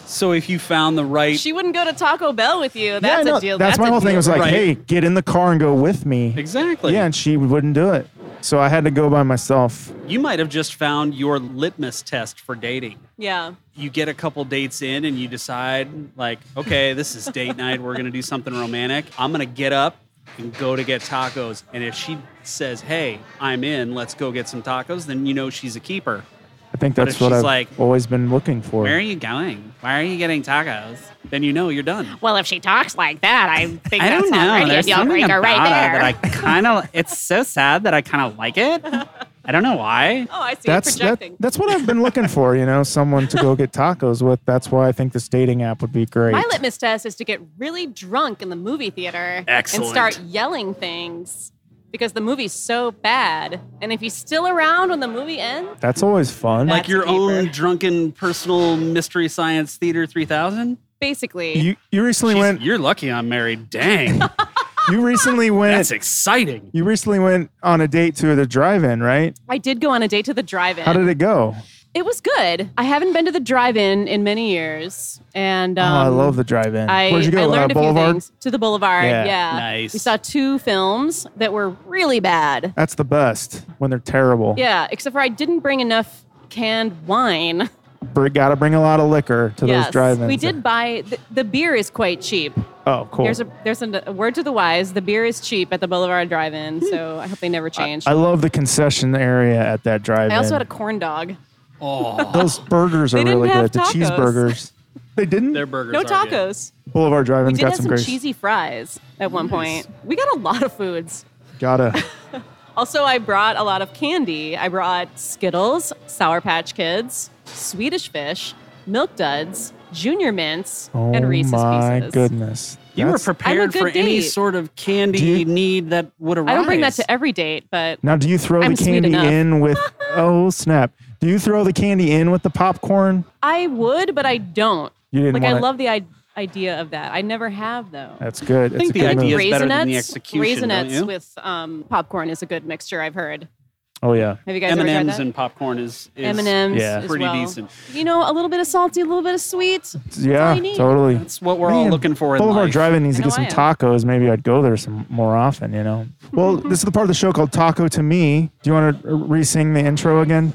Speaker 3: so if you found the right,
Speaker 4: She wouldn't go to Taco Bell with you.
Speaker 2: yeah, I
Speaker 4: That's
Speaker 2: know.
Speaker 4: a deal.
Speaker 2: That's, my
Speaker 4: a
Speaker 2: whole thing. It
Speaker 4: deal
Speaker 2: was like,
Speaker 3: right.
Speaker 2: "Hey, get in the car and go with me."
Speaker 3: exactly.
Speaker 2: Yeah, and she wouldn't do it, so I had to go by myself.
Speaker 3: You might have just found your litmus test for dating.
Speaker 4: Yeah.
Speaker 3: You get a couple dates in and you decide, like, okay, this is date night. We're going to do something romantic. I'm going to get up and go to get tacos. And if she says, hey, I'm in, let's go get some tacos, then you know she's a keeper.
Speaker 2: I think
Speaker 3: But
Speaker 2: that's
Speaker 3: if
Speaker 2: what
Speaker 3: she's
Speaker 2: I've
Speaker 3: like,
Speaker 2: always been looking for.
Speaker 3: Where are you going? Why are you getting tacos? Then you know you're done.
Speaker 6: Well, if she talks like that, I think
Speaker 3: I
Speaker 6: that's
Speaker 3: don't know.
Speaker 6: already a
Speaker 3: There's
Speaker 6: deal
Speaker 3: something
Speaker 6: breaker
Speaker 3: about
Speaker 6: right
Speaker 3: it
Speaker 6: there.
Speaker 3: that I kind of, it's so sad that I kind of like it. I don't know why.
Speaker 4: Oh, I see. You're
Speaker 2: that's that,
Speaker 4: projecting.
Speaker 2: that's what I've been looking for, you know, someone to go get tacos with. That's why I think this dating app would be great.
Speaker 4: My litmus test is to get really drunk in the movie theater
Speaker 3: Excellent.
Speaker 4: and start yelling things because the movie's so bad. And if he's still around when the movie ends,
Speaker 2: that's always fun.
Speaker 3: like
Speaker 4: That's
Speaker 3: your
Speaker 4: a keeper.
Speaker 3: own drunken personal mystery science theater 3000
Speaker 4: basically,
Speaker 2: you you recently
Speaker 3: Jeez,
Speaker 2: went
Speaker 3: you're lucky i'm married dang
Speaker 2: you recently
Speaker 3: that's
Speaker 2: went
Speaker 3: exciting
Speaker 2: you recently went on a date to the drive-in, right?
Speaker 4: I did go on a date to the drive-in.
Speaker 2: How did it go? Oh,
Speaker 4: it was good. I haven't been to the drive-in in many years, and um,
Speaker 2: oh, I love the drive-in.
Speaker 4: I,
Speaker 2: Where'd you go?
Speaker 4: I learned a few
Speaker 2: Boulevard.
Speaker 4: things to the Boulevard.
Speaker 2: Yeah.
Speaker 4: Yeah.
Speaker 3: Nice.
Speaker 4: We saw two films that were really bad.
Speaker 2: That's the best when they're terrible.
Speaker 4: Yeah, except for I didn't bring enough canned wine.
Speaker 2: Br- gotta bring a lot of liquor to
Speaker 4: yes,
Speaker 2: those drive-ins.
Speaker 4: we did buy. The, the beer is quite cheap.
Speaker 2: Oh, cool.
Speaker 4: There's a there's an- a word to the wise. The beer is cheap at the Boulevard Drive-In, so I hope they never change.
Speaker 2: Hmm. I
Speaker 4: I,
Speaker 2: love the concession area at that drive-in.
Speaker 4: also had a corn dog.
Speaker 3: oh
Speaker 2: those burgers are
Speaker 4: They didn't
Speaker 2: really
Speaker 4: have
Speaker 2: good. The
Speaker 4: tacos.
Speaker 2: cheeseburgers. They didn't.
Speaker 3: their burgers
Speaker 4: Hmm. No
Speaker 3: are good.
Speaker 4: tacos.
Speaker 2: Boulevard
Speaker 4: We
Speaker 2: Drive-In's
Speaker 4: did
Speaker 2: got
Speaker 4: have
Speaker 2: some
Speaker 4: some
Speaker 2: great.
Speaker 4: cheesy fries at one point. We got a lot of foods.
Speaker 2: Gotta.
Speaker 4: Also, I brought a lot of candy. I brought Skittles, Sour Patch Kids, Swedish Fish, Milk Duds, Junior Mints,
Speaker 2: Oh
Speaker 4: and Reese's
Speaker 2: my
Speaker 4: Pieces.
Speaker 2: goodness.
Speaker 3: you were
Speaker 2: That's-
Speaker 4: I'm a
Speaker 3: prepared
Speaker 4: good
Speaker 3: for any
Speaker 4: date.
Speaker 3: sort of candy
Speaker 2: Do you-
Speaker 3: need that would arise
Speaker 4: I don't bring that to every date, but
Speaker 2: now. Do you throw
Speaker 4: I'm
Speaker 2: the
Speaker 4: sweet
Speaker 2: candy
Speaker 4: enough.
Speaker 2: in with? oh snap! Do you throw the candy in with the popcorn?
Speaker 4: I would, but I don't.
Speaker 2: You didn't
Speaker 4: like.
Speaker 2: want
Speaker 4: I
Speaker 2: it.
Speaker 4: love the I- idea of that. I never have though.
Speaker 2: That's good.
Speaker 3: I think
Speaker 2: That's a
Speaker 3: the
Speaker 2: good
Speaker 3: idea
Speaker 2: move.
Speaker 3: is better than the
Speaker 4: Raisinets-
Speaker 3: execution, don't
Speaker 4: Raisinets
Speaker 3: you?
Speaker 4: with um, popcorn is a good mixture. I've heard.
Speaker 2: Oh yeah.
Speaker 4: Have you guys ever tried
Speaker 3: m&ms
Speaker 4: that?
Speaker 3: and popcorn is, is
Speaker 4: M&Ms
Speaker 2: Yeah.
Speaker 4: as
Speaker 3: pretty
Speaker 4: well.
Speaker 3: decent
Speaker 4: You know, a little bit of salty, a little bit of sweet. all
Speaker 2: Yeah,
Speaker 4: you need.
Speaker 2: totally.
Speaker 3: that's what we're all
Speaker 2: Man,
Speaker 3: looking for in
Speaker 2: Boulevard
Speaker 3: life
Speaker 2: Drive-In needs to
Speaker 4: I
Speaker 2: get
Speaker 4: know
Speaker 2: some
Speaker 4: I am.
Speaker 2: tacos. Maybe I'd go there some more often. You know. Well, this is the part of the show called Taco to Me. Do you want to re-sing the intro again?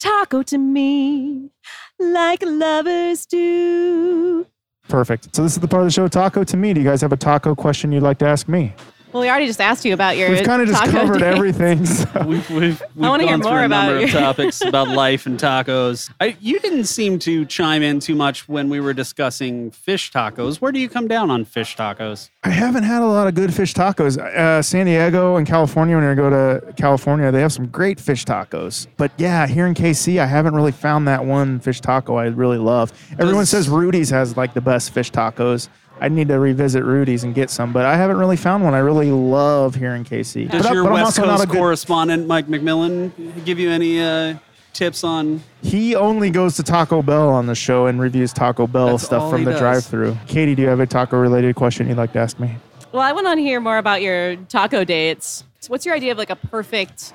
Speaker 4: Taco to me, like lovers do.
Speaker 2: Perfect. So this is the part of the show Taco to Me. Do you guys have a taco question you'd like to ask me?
Speaker 4: Well, we already just asked you about your.
Speaker 2: We've kind of just
Speaker 4: taco
Speaker 2: covered
Speaker 4: date.
Speaker 2: everything. so-
Speaker 3: We've, we've, we've
Speaker 4: wanna hear
Speaker 3: gone through
Speaker 4: more
Speaker 3: a
Speaker 4: about
Speaker 3: number of
Speaker 4: your-
Speaker 3: topics about life and tacos. I, you didn't seem to chime in too much when we were discussing fish tacos. Where do you come down on fish tacos?
Speaker 2: I haven't had a lot of good fish tacos. Uh, San Diego and California, when I go to California, they have some great fish tacos. But yeah, here in KC, I haven't really found that one fish taco I really love. Everyone
Speaker 3: Does-
Speaker 2: says Rudy's has like the best fish tacos. I need to revisit Rudy's and get some, but I haven't really found one I really love here in KC.
Speaker 3: Does
Speaker 2: but I-
Speaker 3: your
Speaker 2: but I'm
Speaker 3: West
Speaker 2: also not
Speaker 3: Coast
Speaker 2: a good-
Speaker 3: correspondent, Mike McMillan, give you any uh, tips on?
Speaker 2: He only goes to Taco Bell on the show and reviews Taco Bell
Speaker 3: That's
Speaker 2: stuff
Speaker 3: all
Speaker 2: from
Speaker 3: he
Speaker 2: the
Speaker 3: does.
Speaker 2: drive-through. Katie, do you have a taco-related question you'd like to ask me?
Speaker 4: Well, I want to hear more about your taco dates. So what's your idea of like a perfect,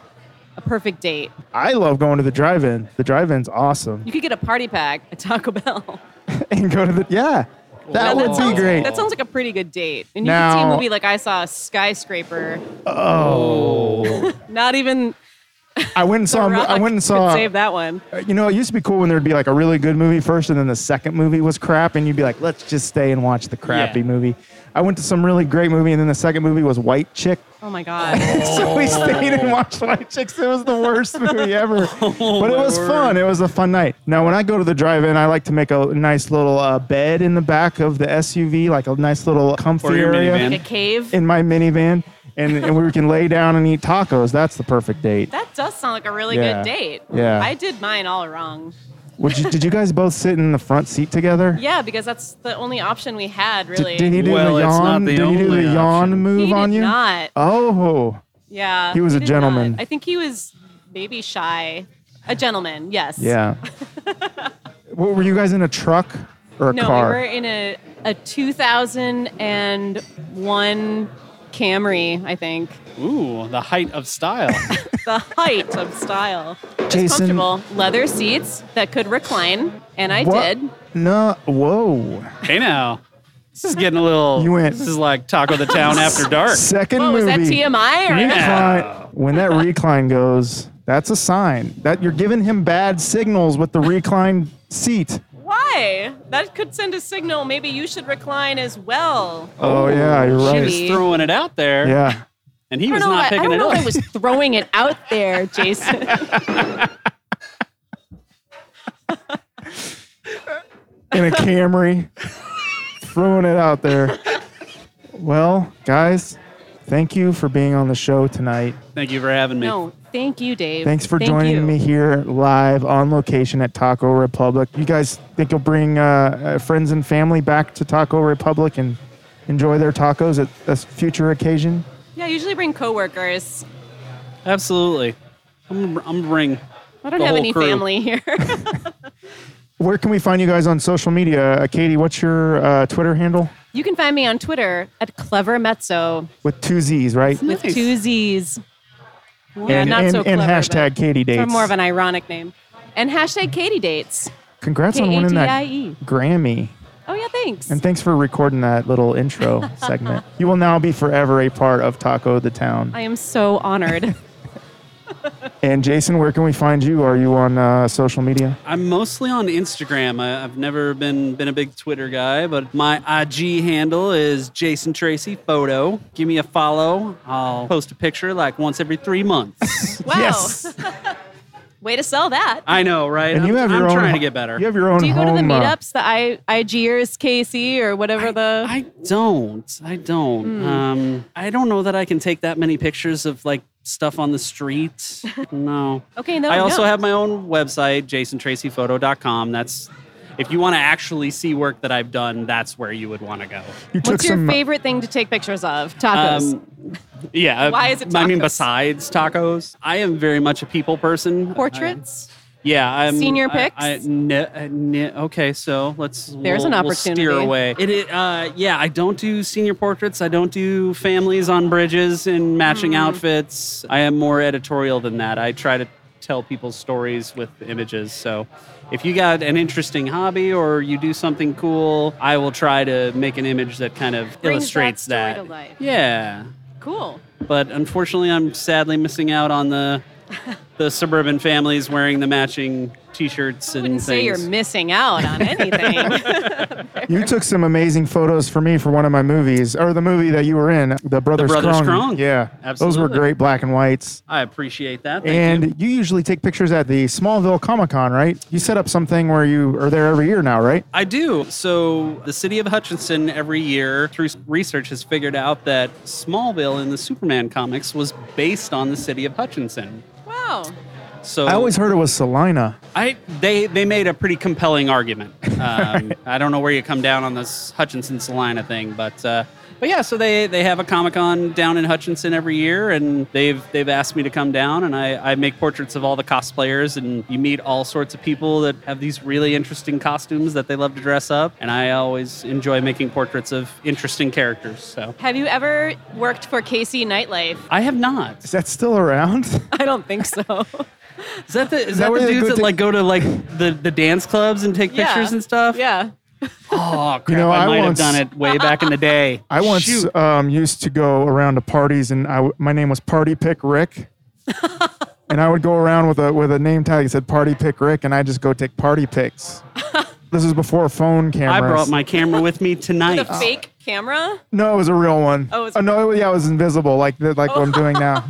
Speaker 4: a perfect date?
Speaker 2: I love going to the drive-in. The drive-in's awesome.
Speaker 4: You could get a party pack at Taco Bell.
Speaker 2: and go to the yeah. That
Speaker 4: Now,
Speaker 2: would be
Speaker 4: sounds,
Speaker 2: great.
Speaker 4: That sounds like a pretty good date. And you could see
Speaker 2: Now-
Speaker 4: a movie like I saw Skyscraper.
Speaker 2: Oh,
Speaker 4: Not even
Speaker 2: I went and
Speaker 4: The
Speaker 2: saw.
Speaker 4: Rock
Speaker 2: I went and
Speaker 4: could
Speaker 2: saw.
Speaker 4: save that one.
Speaker 2: You know, it used to be cool when there'd be like a really good movie first, and then the second movie was crap, and you'd be like, "Let's just stay and watch the crappy
Speaker 3: Yeah.
Speaker 2: movie." I went to some really great movie, and then the second movie was White Chick.
Speaker 4: Oh my god.
Speaker 2: so we stayed and watched White Chicks. It was the worst movie ever, but it
Speaker 3: my
Speaker 2: was
Speaker 3: word.
Speaker 2: fun. It was a fun night. Now, when I go to the drive-in, I like to make a nice little uh, bed in the back of the SUV, like a nice little comfy
Speaker 3: Or your
Speaker 2: area.
Speaker 3: minivan.
Speaker 4: like a cave.
Speaker 2: in my minivan and, and we can lay down and eat tacos. That's the perfect date.
Speaker 4: that does sound like a really
Speaker 2: Yeah.
Speaker 4: good date.
Speaker 2: Yeah.
Speaker 4: I did mine all wrong.
Speaker 2: Would you, did you guys both sit in the front seat together?
Speaker 4: Yeah, because that's the only option we had,
Speaker 2: Did-
Speaker 4: really.
Speaker 2: Did, he do
Speaker 3: Well,
Speaker 2: the
Speaker 3: it's not
Speaker 2: yawn?
Speaker 3: the
Speaker 2: Did he do the
Speaker 3: only
Speaker 2: yawn
Speaker 3: option.
Speaker 2: move
Speaker 4: He
Speaker 2: on
Speaker 4: did
Speaker 2: you?
Speaker 4: not.
Speaker 2: Oh,
Speaker 4: Yeah.
Speaker 2: He was a
Speaker 4: did
Speaker 2: gentleman.
Speaker 4: not. I think he was maybe shy. A gentleman, yes.
Speaker 2: yeah. what, were you guys in a truck or a
Speaker 4: No,
Speaker 2: car?
Speaker 4: we were in a, a 2001 Camry, I think.
Speaker 3: Ooh, the height of style.
Speaker 4: The height of style. It's
Speaker 2: Jason-
Speaker 4: comfortable. Leather seats that could recline, and I
Speaker 2: What?
Speaker 4: did.
Speaker 2: No. Whoa.
Speaker 3: hey now, this is getting a little.
Speaker 2: You went-
Speaker 3: This is like Taco the Town after dark.
Speaker 2: Second
Speaker 4: What was
Speaker 2: movie.
Speaker 4: that TMI? Or
Speaker 2: Recline- when that recline goes, that's a sign that you're giving him bad signals with the recline seat.
Speaker 4: Why? That could send a signal. Maybe you should recline as well.
Speaker 2: Oh, yeah, you're
Speaker 3: She
Speaker 2: right.
Speaker 3: was throwing it out there,
Speaker 2: Yeah.
Speaker 3: and he
Speaker 4: I
Speaker 3: was
Speaker 4: don't know.
Speaker 3: not
Speaker 4: I, I
Speaker 3: picking
Speaker 4: don't
Speaker 3: it
Speaker 4: know
Speaker 3: up.
Speaker 4: if I was throwing it out there, Jason.
Speaker 2: in a Camry, throwing it out there. Well, guys, thank you for being on the show tonight.
Speaker 3: Thank you for having me.
Speaker 4: no, thank you, Dave.
Speaker 2: Thanks for
Speaker 4: Thank
Speaker 2: joining
Speaker 4: you.
Speaker 2: me here live on location at Taco Republic. You guys think you'll bring uh, uh, friends and family back to Taco Republic and enjoy their tacos at a future occasion?
Speaker 4: Yeah, I usually bring coworkers.
Speaker 3: Absolutely. I'm, I'm bring.
Speaker 4: I don't
Speaker 3: The
Speaker 4: have
Speaker 3: whole
Speaker 4: any
Speaker 3: crew.
Speaker 4: family here.
Speaker 2: Where can we find you guys on social media? Uh, Katie, what's your uh, Twitter handle?
Speaker 4: you can find me on Twitter at Clever Mezzo
Speaker 2: With two Z's, right?
Speaker 4: with
Speaker 3: Nice.
Speaker 4: two Z's. Yeah,
Speaker 2: and
Speaker 4: not
Speaker 2: and,
Speaker 4: so
Speaker 2: and
Speaker 4: clever,
Speaker 2: hashtag
Speaker 4: but
Speaker 2: Katie
Speaker 4: it's
Speaker 2: dates.
Speaker 4: more of an ironic name. And hashtag Katie dates.
Speaker 2: Congrats on winning that
Speaker 4: K-A-T-I-E.
Speaker 2: Grammy.
Speaker 4: Oh yeah, thanks.
Speaker 2: And thanks for recording that little intro segment. You will now be forever a part of Taco the Town.
Speaker 4: I am so honored.
Speaker 2: And Jason, where can we find you? Are you on uh, social media?
Speaker 3: I'm mostly on Instagram. I, I've never been been a big Twitter guy, but my IG handle is Jason Tracy Photo. Give me a follow. I'll post a picture like once every three months.
Speaker 4: wow. Way to sell that.
Speaker 3: I know, right?
Speaker 2: And
Speaker 3: I'm,
Speaker 2: you have your
Speaker 3: I'm
Speaker 2: own.
Speaker 3: trying to get better.
Speaker 2: You have your own
Speaker 4: Do you go to
Speaker 2: home.
Speaker 4: the
Speaker 2: uh,
Speaker 4: meetups, the I, IGers, KC, or whatever the?
Speaker 3: I don't. I don't.
Speaker 4: Hmm.
Speaker 3: Um, I don't know that I can take that many pictures of like stuff on the street. No.
Speaker 4: okay, no.
Speaker 3: I also
Speaker 4: no.
Speaker 3: have my own website, jasontracyphoto.com. That's if you want to actually see work that I've done, that's where you would want to go.
Speaker 2: you took
Speaker 4: What's your
Speaker 2: some,
Speaker 4: favorite thing to take pictures of? Tacos.
Speaker 3: Um, yeah.
Speaker 4: Why is it
Speaker 3: I mean,
Speaker 4: tacos?
Speaker 3: besides tacos, I am very much a people person.
Speaker 4: Portraits.
Speaker 3: I- yeah. I'm,
Speaker 4: Senior
Speaker 3: I-
Speaker 4: pics?
Speaker 3: I, ne- uh, ne- okay, so let's.
Speaker 4: There's
Speaker 3: we'll-
Speaker 4: an
Speaker 3: we'll steer
Speaker 4: opportunity.
Speaker 3: away. It, it, uh, yeah, I don't do senior portraits. I don't do families on bridges in matching
Speaker 4: Hmm.
Speaker 3: outfits. I am more editorial than that. I try to tell people's stories with images. So if you got an interesting hobby or you do something cool, I will try to make an image that kind
Speaker 4: Brings
Speaker 3: of
Speaker 4: that
Speaker 3: illustrates
Speaker 4: story
Speaker 3: that.
Speaker 4: to life.
Speaker 3: Yeah
Speaker 4: cool.
Speaker 3: but unfortunately, I'm sadly missing out on the the suburban families wearing the matching T-shirts
Speaker 4: I
Speaker 3: and
Speaker 4: wouldn't
Speaker 3: things.
Speaker 4: say you're missing out on anything.
Speaker 2: You took some amazing photos for me for one of my movies, or the movie that you were in, The Brothers,
Speaker 3: Brothers
Speaker 2: Krohn.
Speaker 3: Krohn.
Speaker 2: Yeah, those were
Speaker 3: Absolutely.
Speaker 2: great black and whites.
Speaker 3: I appreciate that. Thank
Speaker 2: And
Speaker 3: you.
Speaker 2: you. usually take pictures at the Smallville Comic Con, right? You set up something where you are there every year now, right?
Speaker 3: I do. So the city of Hutchinson every year, through research, has figured out that Smallville in the Superman comics was based on the city of Hutchinson.
Speaker 4: wow.
Speaker 3: So
Speaker 2: I always heard it was Salina.
Speaker 3: I they they made a pretty compelling argument. Um, I don't know where you come down on this Hutchinson Salina thing, but uh, but yeah, so they they have a Comic Con down in Hutchinson every year, and they've they've asked me to come down, and I I make portraits of all the cosplayers, and you meet all sorts of people that have these really interesting costumes that they love to dress up, and I always enjoy making portraits of interesting characters. So
Speaker 4: Have you ever worked for KC Nightlife?
Speaker 3: I have not.
Speaker 2: Is that still around?
Speaker 4: I don't think so.
Speaker 3: Is that the is,
Speaker 2: that
Speaker 3: that,
Speaker 2: where
Speaker 3: the
Speaker 2: they
Speaker 3: dudes
Speaker 2: go
Speaker 3: that
Speaker 2: to-
Speaker 3: like go to like the the dance clubs and take
Speaker 4: Yeah.
Speaker 3: pictures and stuff?
Speaker 4: yeah.
Speaker 3: Oh, crap.
Speaker 2: know,
Speaker 3: I,
Speaker 2: I
Speaker 3: might
Speaker 2: once-
Speaker 3: have done it way back in the day.
Speaker 2: I once
Speaker 3: Shoot.
Speaker 2: um, used to go around to parties, and I w my name was Party Pick Rick, and I would go around with a with a name tag that said Party Pick Rick, and I just go take party pics. this was before phone
Speaker 3: I
Speaker 2: cameras.
Speaker 3: brought my camera with me
Speaker 4: The
Speaker 3: tonight.
Speaker 4: fake camera?
Speaker 2: No, it was a real one. Uh,
Speaker 4: Oh, it was-
Speaker 2: no, it- yeah, it was invisible, like the, like what I'm doing now.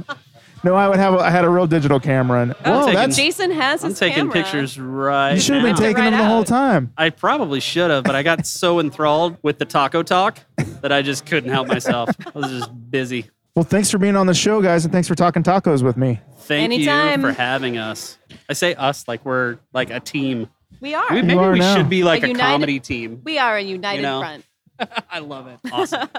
Speaker 2: No, I would have. A, I had a real digital camera. And,
Speaker 4: Oh,
Speaker 3: I'm
Speaker 2: whoa,
Speaker 3: taking-
Speaker 2: that's
Speaker 4: Jason has
Speaker 3: I'm
Speaker 4: his
Speaker 3: taking
Speaker 4: camera.
Speaker 3: pictures right
Speaker 2: you should have
Speaker 3: now.
Speaker 2: been taking
Speaker 4: Right
Speaker 2: them the whole
Speaker 4: out.
Speaker 2: time.
Speaker 3: I probably should have, but I got so enthralled with the taco talk that I just couldn't help myself. I was just busy.
Speaker 2: Well, thanks for being on the show, guys, and thanks for talking tacos with me.
Speaker 3: Thank
Speaker 4: Anytime.
Speaker 3: you for having us. I say us like we're like a team.
Speaker 4: We are.
Speaker 3: We,
Speaker 4: We,
Speaker 3: maybe
Speaker 2: are
Speaker 3: we
Speaker 2: now.
Speaker 3: should be like
Speaker 4: A
Speaker 3: a,
Speaker 4: united-
Speaker 3: comedy team.
Speaker 4: are a united
Speaker 3: You know.
Speaker 4: front
Speaker 3: I love it. Awesome.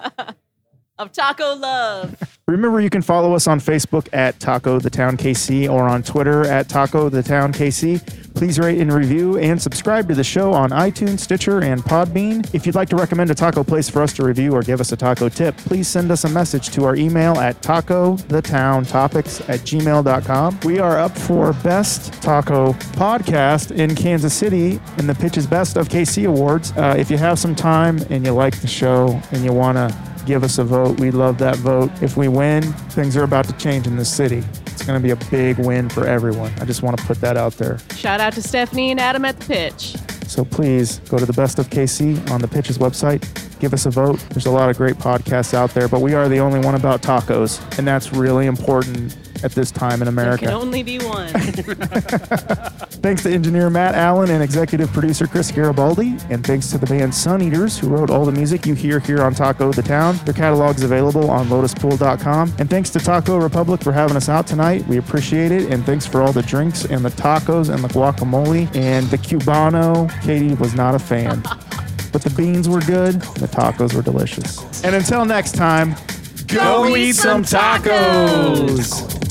Speaker 4: of taco love.
Speaker 2: Remember, you can follow us on Facebook at Taco the Town KC or on Twitter at Taco the Town KC. Please rate and review and subscribe to the show on iTunes, Stitcher, and Podbean. If you'd like to recommend a taco place for us to review or give us a taco tip, please send us a message to our email at taco the town topics at gmail.com. We are up for Best Taco Podcast in Kansas City in the Pitches Best of KC Awards. Uh, if you have some time and you like the show and you want to give us a vote. We love that vote. If we win, things are about to change in this city. It's going to be a big win for everyone. I just want to put that out there.
Speaker 4: Shout out to Stephanie and Adam at the pitch.
Speaker 2: So please go to the Best of KC on the Pitches website. Give us a vote. There's a lot of great podcasts out there, but we are the only one about tacos, and that's really important at this time in
Speaker 4: There
Speaker 2: America.
Speaker 4: can only be one.
Speaker 2: Thanks to engineer Matt Allen and executive producer Chris Garibaldi. And thanks to the band Sun Eaters, who wrote all the music you hear here on Taco the Town. Their catalog's available on lotuspool.com. And thanks to Taco Republic for having us out tonight. We appreciate it. And thanks for all the drinks and the tacos and the guacamole and the Cubano. Katie was not a fan. But the beans were good, the tacos were delicious. And until next time, go, eat some tacos.